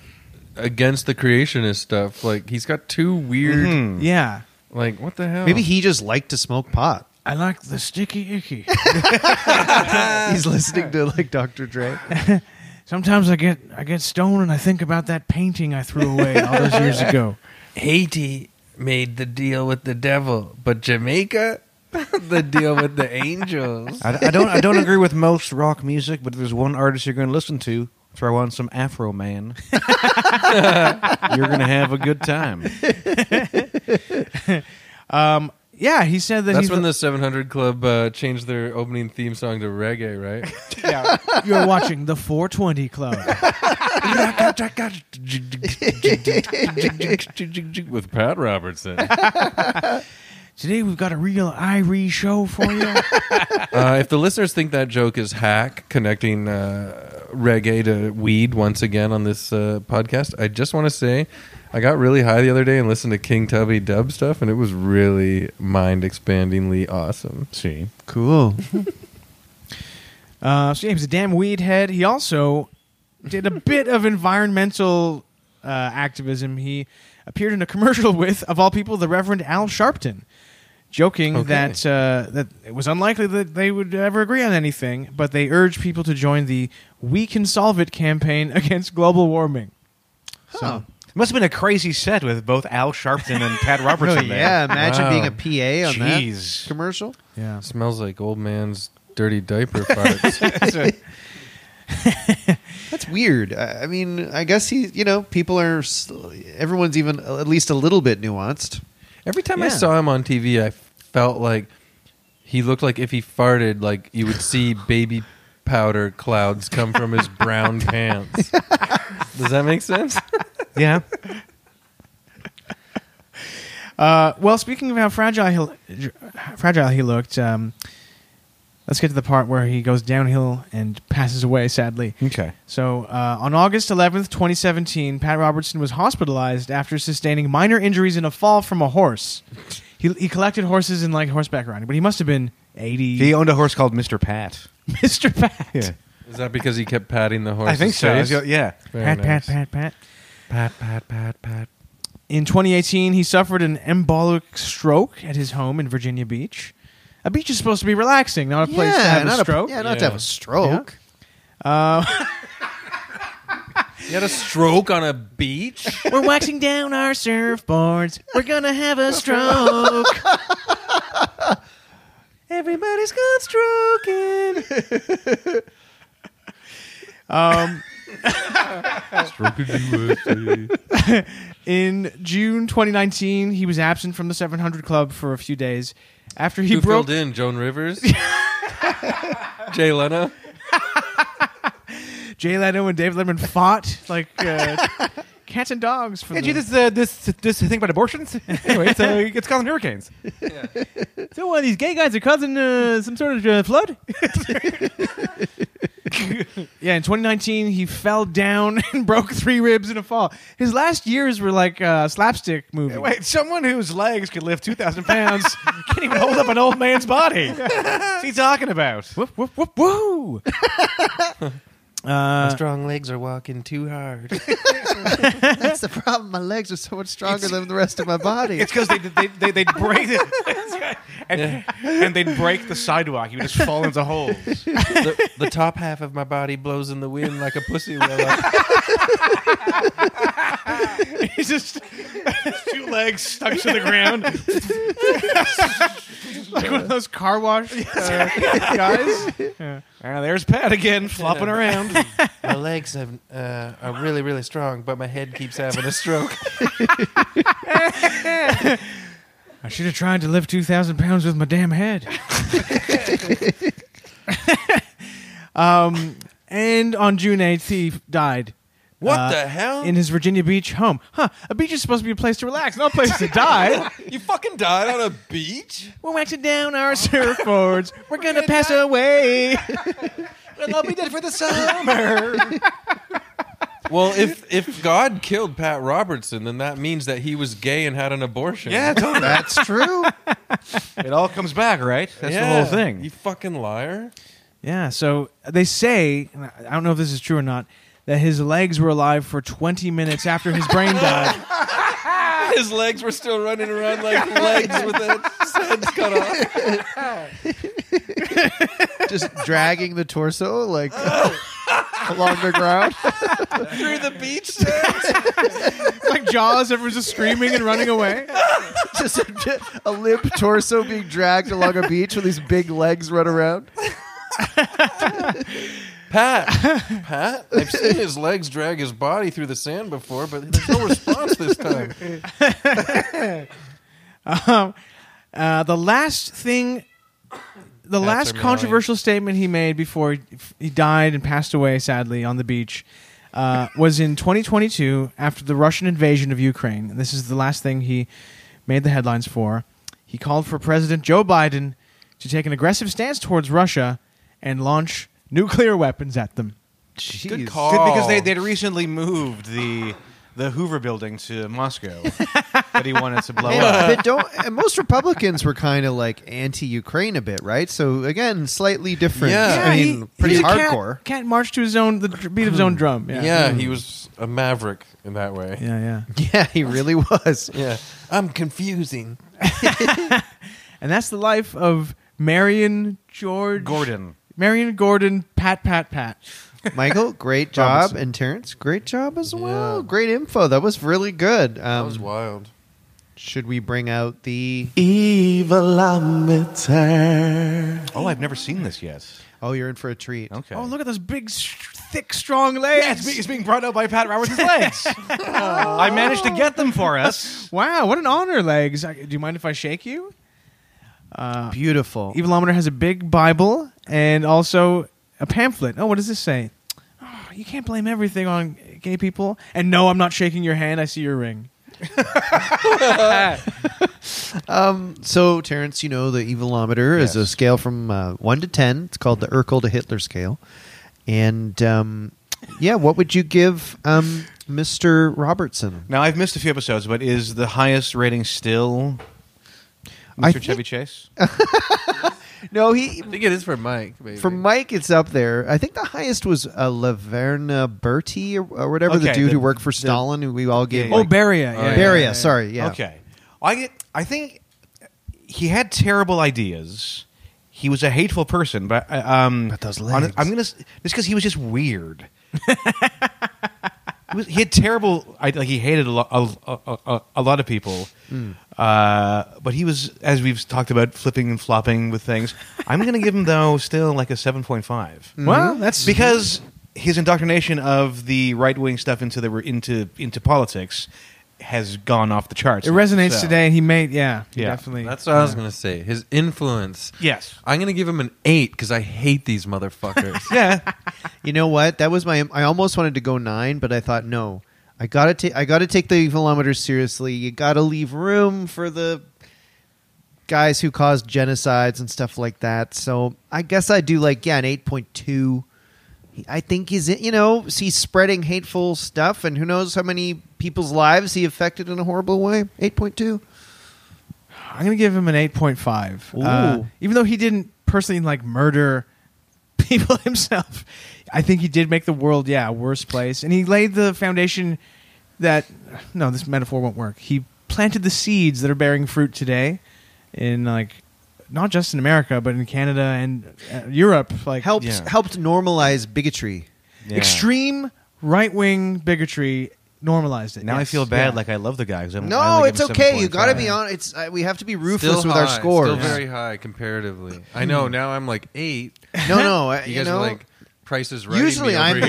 Speaker 2: against the creationist stuff. Like he's got two weird.
Speaker 5: that- yeah,
Speaker 2: Like what the hell?
Speaker 7: Maybe he just liked to smoke pot.
Speaker 5: I like the sticky icky. [LAUGHS]
Speaker 7: He's listening to like Dr. Dre. [LAUGHS]
Speaker 5: Sometimes I get I get stoned and I think about that painting I threw away all those
Speaker 2: [LAUGHS]
Speaker 5: years ago.
Speaker 2: Haiti made the deal with the devil, but Jamaica [LAUGHS] the deal with the angels.
Speaker 4: I, I don't. I don't agree with most rock music, but if there's one artist you're going to listen to, throw on some Afro Man. [LAUGHS] you're going to have a good time.
Speaker 5: Yeah, he said that
Speaker 2: That's
Speaker 5: he's
Speaker 2: when the 700 Club uh, changed their opening theme song to reggae, [LAUGHS] right?
Speaker 5: yeah, you're watching the
Speaker 2: [LAUGHS]
Speaker 5: 420 Club.
Speaker 2: with Pat Robertson.
Speaker 5: Today we've got a real Irie show for you.
Speaker 2: [LAUGHS] [LAUGHS] Uh, if the listeners think that joke is hack connecting uh, reggae to weed once again on this uh, podcast, I just want to say I got really high the other day and listened to King Tubby dub stuff, and it was really mind expandingly awesome.
Speaker 4: [LAUGHS] See,
Speaker 7: Cool.
Speaker 5: Uh, so yeah, he was a damn weed head. He also did a bit of environmental uh, activism. He appeared in a commercial with, of all people, the Reverend Al Sharpton, joking
Speaker 2: Okay.
Speaker 5: that uh, that it was unlikely that they would ever agree on anything, but they urged people to join the "We Can Solve It" campaign [LAUGHS] against global warming.
Speaker 4: it must have been a crazy set with both Al Sharpton and [LAUGHS] Pat
Speaker 7: Oh,
Speaker 4: Robertson. there.
Speaker 7: yeah. Imagine
Speaker 2: Wow.
Speaker 7: being a PA on
Speaker 4: Jeez.
Speaker 7: that commercial.
Speaker 5: Yeah.
Speaker 2: Smells like old man's dirty diaper [LAUGHS] farts.
Speaker 7: That's weird. I, I mean, I guess he, you know, people are, s- everyone's even a- at least a little bit nuanced.
Speaker 2: Every time I
Speaker 5: Yeah.
Speaker 2: saw him on TV, I felt like he looked like if he farted, like you would see baby powder clouds come from his brown pants. Does that make sense?
Speaker 4: yeah.
Speaker 5: Uh, well, speaking of how fragile he, fragile he looked, um, let's get to the part where he goes downhill and passes away. Sadly.
Speaker 4: Okay.
Speaker 5: So, uh, on August 11th, 2017, Pat Robertson was hospitalized after sustaining minor injuries in a fall from a horse. He, he collected horses in like horseback riding, but he must have been 80. [LAUGHS]
Speaker 4: He owned a horse called Mister Pat.
Speaker 5: Mr. Pat.
Speaker 2: Is that because he kept patting the horse?
Speaker 4: I think so. Yeah.
Speaker 5: Pat, pat, pat, pat.
Speaker 2: pat, pat, pat, pat.
Speaker 5: In 2018, he suffered an embolic stroke at his home in Virginia Beach. A beach is supposed to be relaxing, not a place to have
Speaker 7: not
Speaker 5: a stroke.
Speaker 7: yeah, not to have
Speaker 2: Yeah.
Speaker 7: a stroke.
Speaker 2: He had a stroke on a beach.
Speaker 5: We're waxing down our surfboards. We're gonna have a stroke.
Speaker 7: [LAUGHS]
Speaker 5: Everybody's got stroking.
Speaker 2: [LAUGHS]
Speaker 5: In June 2019, he was absent from the 700 Club for a few days after he
Speaker 2: Who
Speaker 5: broke.
Speaker 2: filled in? Joan Rivers, Jay Leno.
Speaker 5: Jay Leno and Dave
Speaker 4: [LAUGHS]
Speaker 5: Letterman fought like uh, cats and dogs for
Speaker 4: Yeah,
Speaker 5: the-
Speaker 4: gee, this uh, this this thing about abortions. [LAUGHS] anyway, so it's causing hurricanes.
Speaker 5: So uh, these gay guys are causing uh, some sort of uh, flood. [LAUGHS] yeah, in 2019 he fell down [LAUGHS] and broke three ribs in a fall. His last years were like uh, slapstick movie.
Speaker 4: Wait, someone whose legs could lift two thousand
Speaker 5: [LAUGHS]
Speaker 4: pounds can't even hold up an old man's [LAUGHS] body. What's he talking about?
Speaker 5: Whoop whoop whoop woo! uh,
Speaker 2: Strong legs are walking too hard.
Speaker 3: That's the problem. My legs are so much stronger than the rest of my body.
Speaker 5: [LAUGHS]
Speaker 4: It's because they they they they'd break
Speaker 2: [LAUGHS]
Speaker 4: it and, and they'd break the sidewalk. You would just fall into
Speaker 2: [LAUGHS]
Speaker 4: holes.
Speaker 2: the, the top half of my body blows in the wind like a [LAUGHS] pussy willow.
Speaker 4: He's just two legs stuck to the ground.
Speaker 5: like one of those car wash
Speaker 4: [LAUGHS]
Speaker 5: uh, guys.
Speaker 4: Ah, there's Pat again flopping around.
Speaker 2: My legs have, uh, are really, really strong, but my head keeps having a stroke.
Speaker 5: I should have tried to lift 2,000 pounds with my damn [LAUGHS] head. um, and on June 8th, he died.
Speaker 2: [LAUGHS] What
Speaker 5: Uh,
Speaker 2: the hell?
Speaker 5: In his Virginia Beach home. Huh, a beach is supposed to be a place to relax, not a place to die.
Speaker 2: you fucking died on a beach?
Speaker 5: [LAUGHS] We're waxing down our [LAUGHS] surfboards. We're, gonna, pass away.
Speaker 2: I'll be dead for the summer. well, if if God killed Pat Robertson, then that means that he was gay and had an
Speaker 4: [LAUGHS]
Speaker 2: abortion.
Speaker 4: Yeah, totally.
Speaker 3: That's true.
Speaker 4: It all comes back, right? That's
Speaker 2: Yeah.
Speaker 4: the whole thing.
Speaker 2: You fucking liar.
Speaker 5: [LAUGHS] Yeah, so they say, and I don't know if this is true or not, that his legs were alive for 20 minutes after his brain died.
Speaker 2: His legs were still running around [LAUGHS] like legs with his heads cut off.
Speaker 3: Just dragging the torso like along the ground. [LAUGHS]
Speaker 2: Through the beach
Speaker 5: [LAUGHS] like Jaws, everyone's just screaming and running away.
Speaker 3: Just a, a limp torso being dragged along a beach with these big legs run around.
Speaker 2: Pat, Pat, I've seen his legs drag his body through the sand before, but there's no response this time.
Speaker 5: Um, uh, the last thing, the last
Speaker 2: annoying.
Speaker 5: controversial statement he made before he, he died and passed away, sadly, on the beach, uh, was in 2022 after the Russian invasion of Ukraine. And this is the last thing he made the headlines for. He called for President Joe Biden to take an aggressive stance towards Russia and launch nuclear weapons at them.
Speaker 2: Good
Speaker 3: Jeez.
Speaker 2: call.
Speaker 4: Good, because they they'd recently moved the the Hoover building to Moscow that he wanted to
Speaker 2: [LAUGHS]
Speaker 4: blow
Speaker 3: And,
Speaker 4: up.
Speaker 3: but don't, and most Republicans were kind of like anti-Ukraine a bit, right? So again, slightly different.
Speaker 2: Yeah.
Speaker 3: I mean,
Speaker 5: he-
Speaker 3: pretty
Speaker 5: he's a cat-
Speaker 3: hardcore.
Speaker 5: Cat, march to his own the dr- beat of his own drum. Yeah,
Speaker 2: yeah, he was a maverick in that way.
Speaker 5: yeah, yeah.
Speaker 3: Yeah, he really was.
Speaker 2: Yeah. [LAUGHS] I'm confusing.
Speaker 5: And that's the life of Marion George
Speaker 4: Gordon.
Speaker 5: Marion Gordon Pat Pat Pat.
Speaker 3: [LAUGHS] Michael, great job, and Terrence, great job as well.
Speaker 2: Yeah.
Speaker 3: Great info. That was really good.
Speaker 2: That
Speaker 3: Um,
Speaker 2: was wild.
Speaker 3: should we bring out the?
Speaker 4: Oh, I've never seen this yet.
Speaker 3: Oh, you're in for a treat.
Speaker 4: Okay.
Speaker 5: Oh, look at those big, s- thick, strong legs.
Speaker 4: being brought up by Pat Roberts'
Speaker 2: [LAUGHS]
Speaker 4: legs. I managed to get them for us.
Speaker 5: wow, what an honor, legs. I, do you mind if I shake you?
Speaker 3: Uh, Beautiful.
Speaker 5: Evilometer has a big Bible and also a pamphlet. Oh, what does this say? Oh, you can't blame everything on gay people. And no, I'm not shaking your hand. I see your ring.
Speaker 3: Um, so, Terrence, you know the evilometer is a scale from uh, one to ten. It's called the Urkel to Hitler scale, and um, yeah, what would you give um, Mister Robertson?
Speaker 4: Now I've missed a few episodes, but is the highest rating still
Speaker 3: I
Speaker 4: Mr.
Speaker 3: think- Uh-huh.
Speaker 4: Chevy Chase?
Speaker 3: No, he
Speaker 2: I think it is for Mike. Maybe.
Speaker 3: for Mike, it's up there. I think the highest was uh, Laverna Berti or, or whatever the
Speaker 4: Okay,
Speaker 3: dude
Speaker 4: the-
Speaker 3: who worked for Stalin, who we all gave.
Speaker 4: yeah,
Speaker 5: Oh,
Speaker 3: like-
Speaker 5: Beria. Yeah, yeah,
Speaker 3: Beria,
Speaker 5: yeah, yeah.
Speaker 3: sorry, yeah.
Speaker 4: Okay. I get- I think he had terrible ideas. He was a hateful person, but uh, um,
Speaker 3: But those
Speaker 4: hon-
Speaker 3: legs.
Speaker 4: I'm gonna s- just because he was just weird. he, was, he had terrible. I, like he hated a, lo- a, a, a, a lot of people, uh, but he was, as we've talked about, flipping and flopping with things. I'm gonna give him though still like a seven point five
Speaker 5: Well, that's
Speaker 4: because his indoctrination of the right wing stuff into the into into politics has gone off the charts.
Speaker 5: It resonates
Speaker 4: So-
Speaker 5: today, and he made yeah, he
Speaker 4: Yeah.
Speaker 5: definitely.
Speaker 2: That's what I was gonna say. His influence.
Speaker 4: Yes.
Speaker 2: I'm gonna give him an eight because I hate these [LAUGHS] motherfuckers.
Speaker 4: Yeah.
Speaker 3: You know what? That was my. I almost wanted to go nine, but I thought no. I gotta take. I gotta take the evilometers seriously. You gotta leave room for the guys who caused genocides and stuff like that. So I guess I do like yeah an eight point two. I think he's you know he's spreading hateful stuff, and who knows how many people's lives he affected in a horrible way. Eight point two.
Speaker 5: I'm gonna give him an 8.5. Uh,
Speaker 3: Ooh.
Speaker 5: even though he didn't personally like murder [LAUGHS] people himself, I think he did make the world yeah a worse place, and he laid the foundation that no, this metaphor won't work. He planted the seeds that are bearing fruit today, in like not just in America but in Canada and uh, Europe. Like
Speaker 3: Helped
Speaker 4: Yeah.
Speaker 3: helped normalize bigotry.
Speaker 4: Yeah.
Speaker 5: extreme right wing bigotry normalized it.
Speaker 4: Now I
Speaker 5: Yes.
Speaker 4: feel bad.
Speaker 5: Yeah.
Speaker 4: Like I love the guy. 'cause I'm- I
Speaker 3: No,
Speaker 4: only
Speaker 3: it's
Speaker 4: give him
Speaker 3: okay. You got to
Speaker 4: 7.5.
Speaker 3: be on. It's uh, we have to be
Speaker 2: Still
Speaker 3: ruthless with our
Speaker 2: high,
Speaker 3: scores.
Speaker 2: Still very high comparatively. I know. Now I'm like eight.
Speaker 3: No, no. uh,
Speaker 2: You
Speaker 3: you,
Speaker 2: guys
Speaker 3: know,
Speaker 2: are like prices right.
Speaker 3: usually I'm the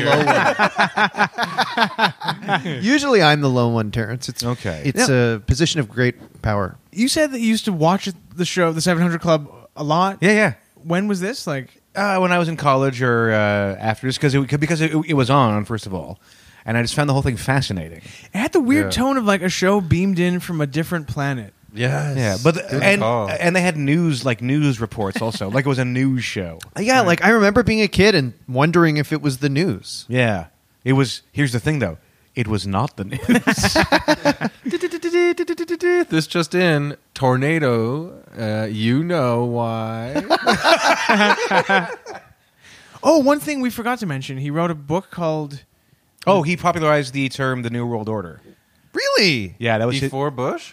Speaker 3: low one. usually I'm the low one, Terrence. It's
Speaker 4: Okay.
Speaker 3: It's a position of great power.
Speaker 5: you said that you used to watch the show, the 700 Club, a lot.
Speaker 4: Yeah, yeah.
Speaker 5: When was this? Like
Speaker 4: Uh, when I was in college or uh, after, just because it, because it, it was on first of all, and I just found the whole thing fascinating.
Speaker 5: It had the weird
Speaker 2: Yeah.
Speaker 5: tone of like a show beamed in from a different planet. [LAUGHS]
Speaker 2: Yes.
Speaker 4: Yeah, but
Speaker 2: Good
Speaker 4: and
Speaker 2: call.
Speaker 4: and they had news like news reports also, like it was a news show.
Speaker 3: Yeah, like I remember being a kid and wondering if it was the news.
Speaker 4: Yeah, it was. Here's the thing though, it was not the news.
Speaker 3: [LAUGHS]
Speaker 2: this just in tornado. Uh, you know [LAUGHS] why?
Speaker 5: Oh, one thing we forgot to mention. He wrote a book called
Speaker 4: oh, he popularized the term the New World Order.
Speaker 3: Really?
Speaker 4: Yeah, that was his,
Speaker 2: Before Bush.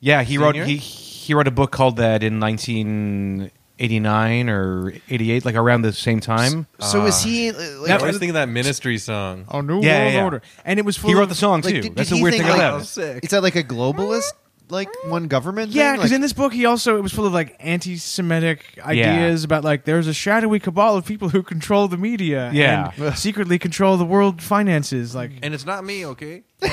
Speaker 4: yeah. He wrote
Speaker 2: Senior?
Speaker 4: he he wrote a book called that in 1989 or 88, like around the same time.
Speaker 3: So is he? uh, Like,
Speaker 2: I was Oh. thinking of that ministry song.
Speaker 5: A New
Speaker 4: Yeah,
Speaker 5: World
Speaker 4: yeah, yeah.
Speaker 5: Order. And it was full
Speaker 4: He wrote
Speaker 5: of-
Speaker 4: the song
Speaker 3: like,
Speaker 4: too.
Speaker 3: did-
Speaker 4: That's
Speaker 3: did
Speaker 4: the
Speaker 3: he
Speaker 4: weird
Speaker 3: think,
Speaker 4: thing about
Speaker 3: like,
Speaker 4: it.
Speaker 3: Is that like a globalist, like one government? thing?
Speaker 5: Yeah, because
Speaker 3: Like-
Speaker 5: in [LAUGHS] this book he also it was full of like anti-Semitic ideas about like there's a shadowy cabal of people who control the media,
Speaker 4: Yeah. [LAUGHS]
Speaker 5: and secretly control the world finances. Like
Speaker 2: And it's not me, [LAUGHS] okay?
Speaker 3: [LAUGHS]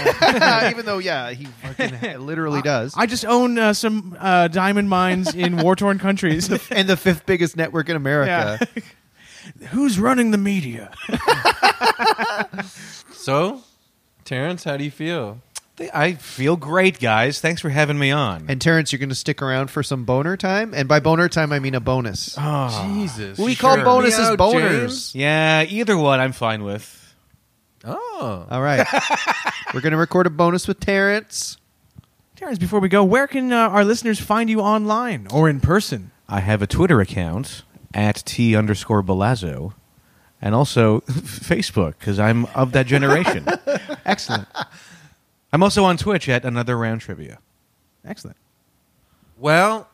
Speaker 3: even though yeah, he fucking literally does.
Speaker 5: I just own uh, some uh, diamond mines
Speaker 4: [LAUGHS]
Speaker 5: in war-torn countries.
Speaker 3: and the fifth biggest network in
Speaker 5: [LAUGHS]
Speaker 3: America.
Speaker 4: uh?
Speaker 5: Who's running the media?
Speaker 2: So, Terrence, how do you feel?
Speaker 4: I feel great, guys. Thanks for having me on.
Speaker 3: And Terrence, you're going to stick around for some boner time, and by boner time, I mean a bonus.
Speaker 2: Jesus.
Speaker 3: We call
Speaker 2: Sure.
Speaker 3: bonuses
Speaker 2: Me out,
Speaker 3: boners.
Speaker 2: James.
Speaker 4: yeah, either one, I'm fine with.
Speaker 2: Oh.
Speaker 3: All right, we're going to record a bonus with Terrence.
Speaker 5: Terrence, before we go, where can uh, our listeners find you online or in person?
Speaker 4: I have a Twitter account at t underscore Balazzo, and also [LAUGHS] Facebook because I'm of that generation.
Speaker 5: [LAUGHS] Excellent.
Speaker 4: I'm also on Twitch at Another Round Trivia.
Speaker 5: Excellent.
Speaker 2: Well,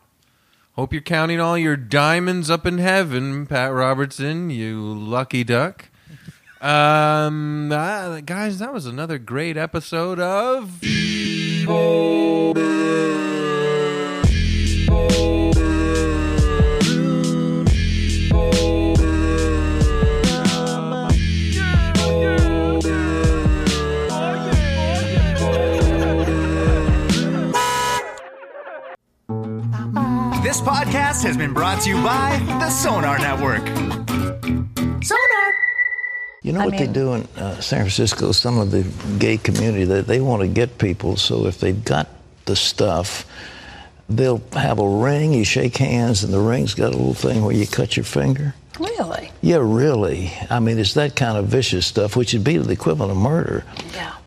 Speaker 2: hope you're counting all your diamonds up in heaven, Pat Robertson, you lucky duck. [LAUGHS] Um, uh, guys, that was another great episode of.
Speaker 8: This podcast has been brought to you by the Sonar Network.
Speaker 9: You know what they do in uh, San Francisco, some of the gay community, that they want to get people, so if they've got the stuff, they'll have a ring, you shake hands, and the ring's got a little thing where you cut your finger.
Speaker 10: Really?
Speaker 9: Yeah, really. I mean, it's that kind of vicious stuff, which would be the equivalent of murder.
Speaker 10: Yeah.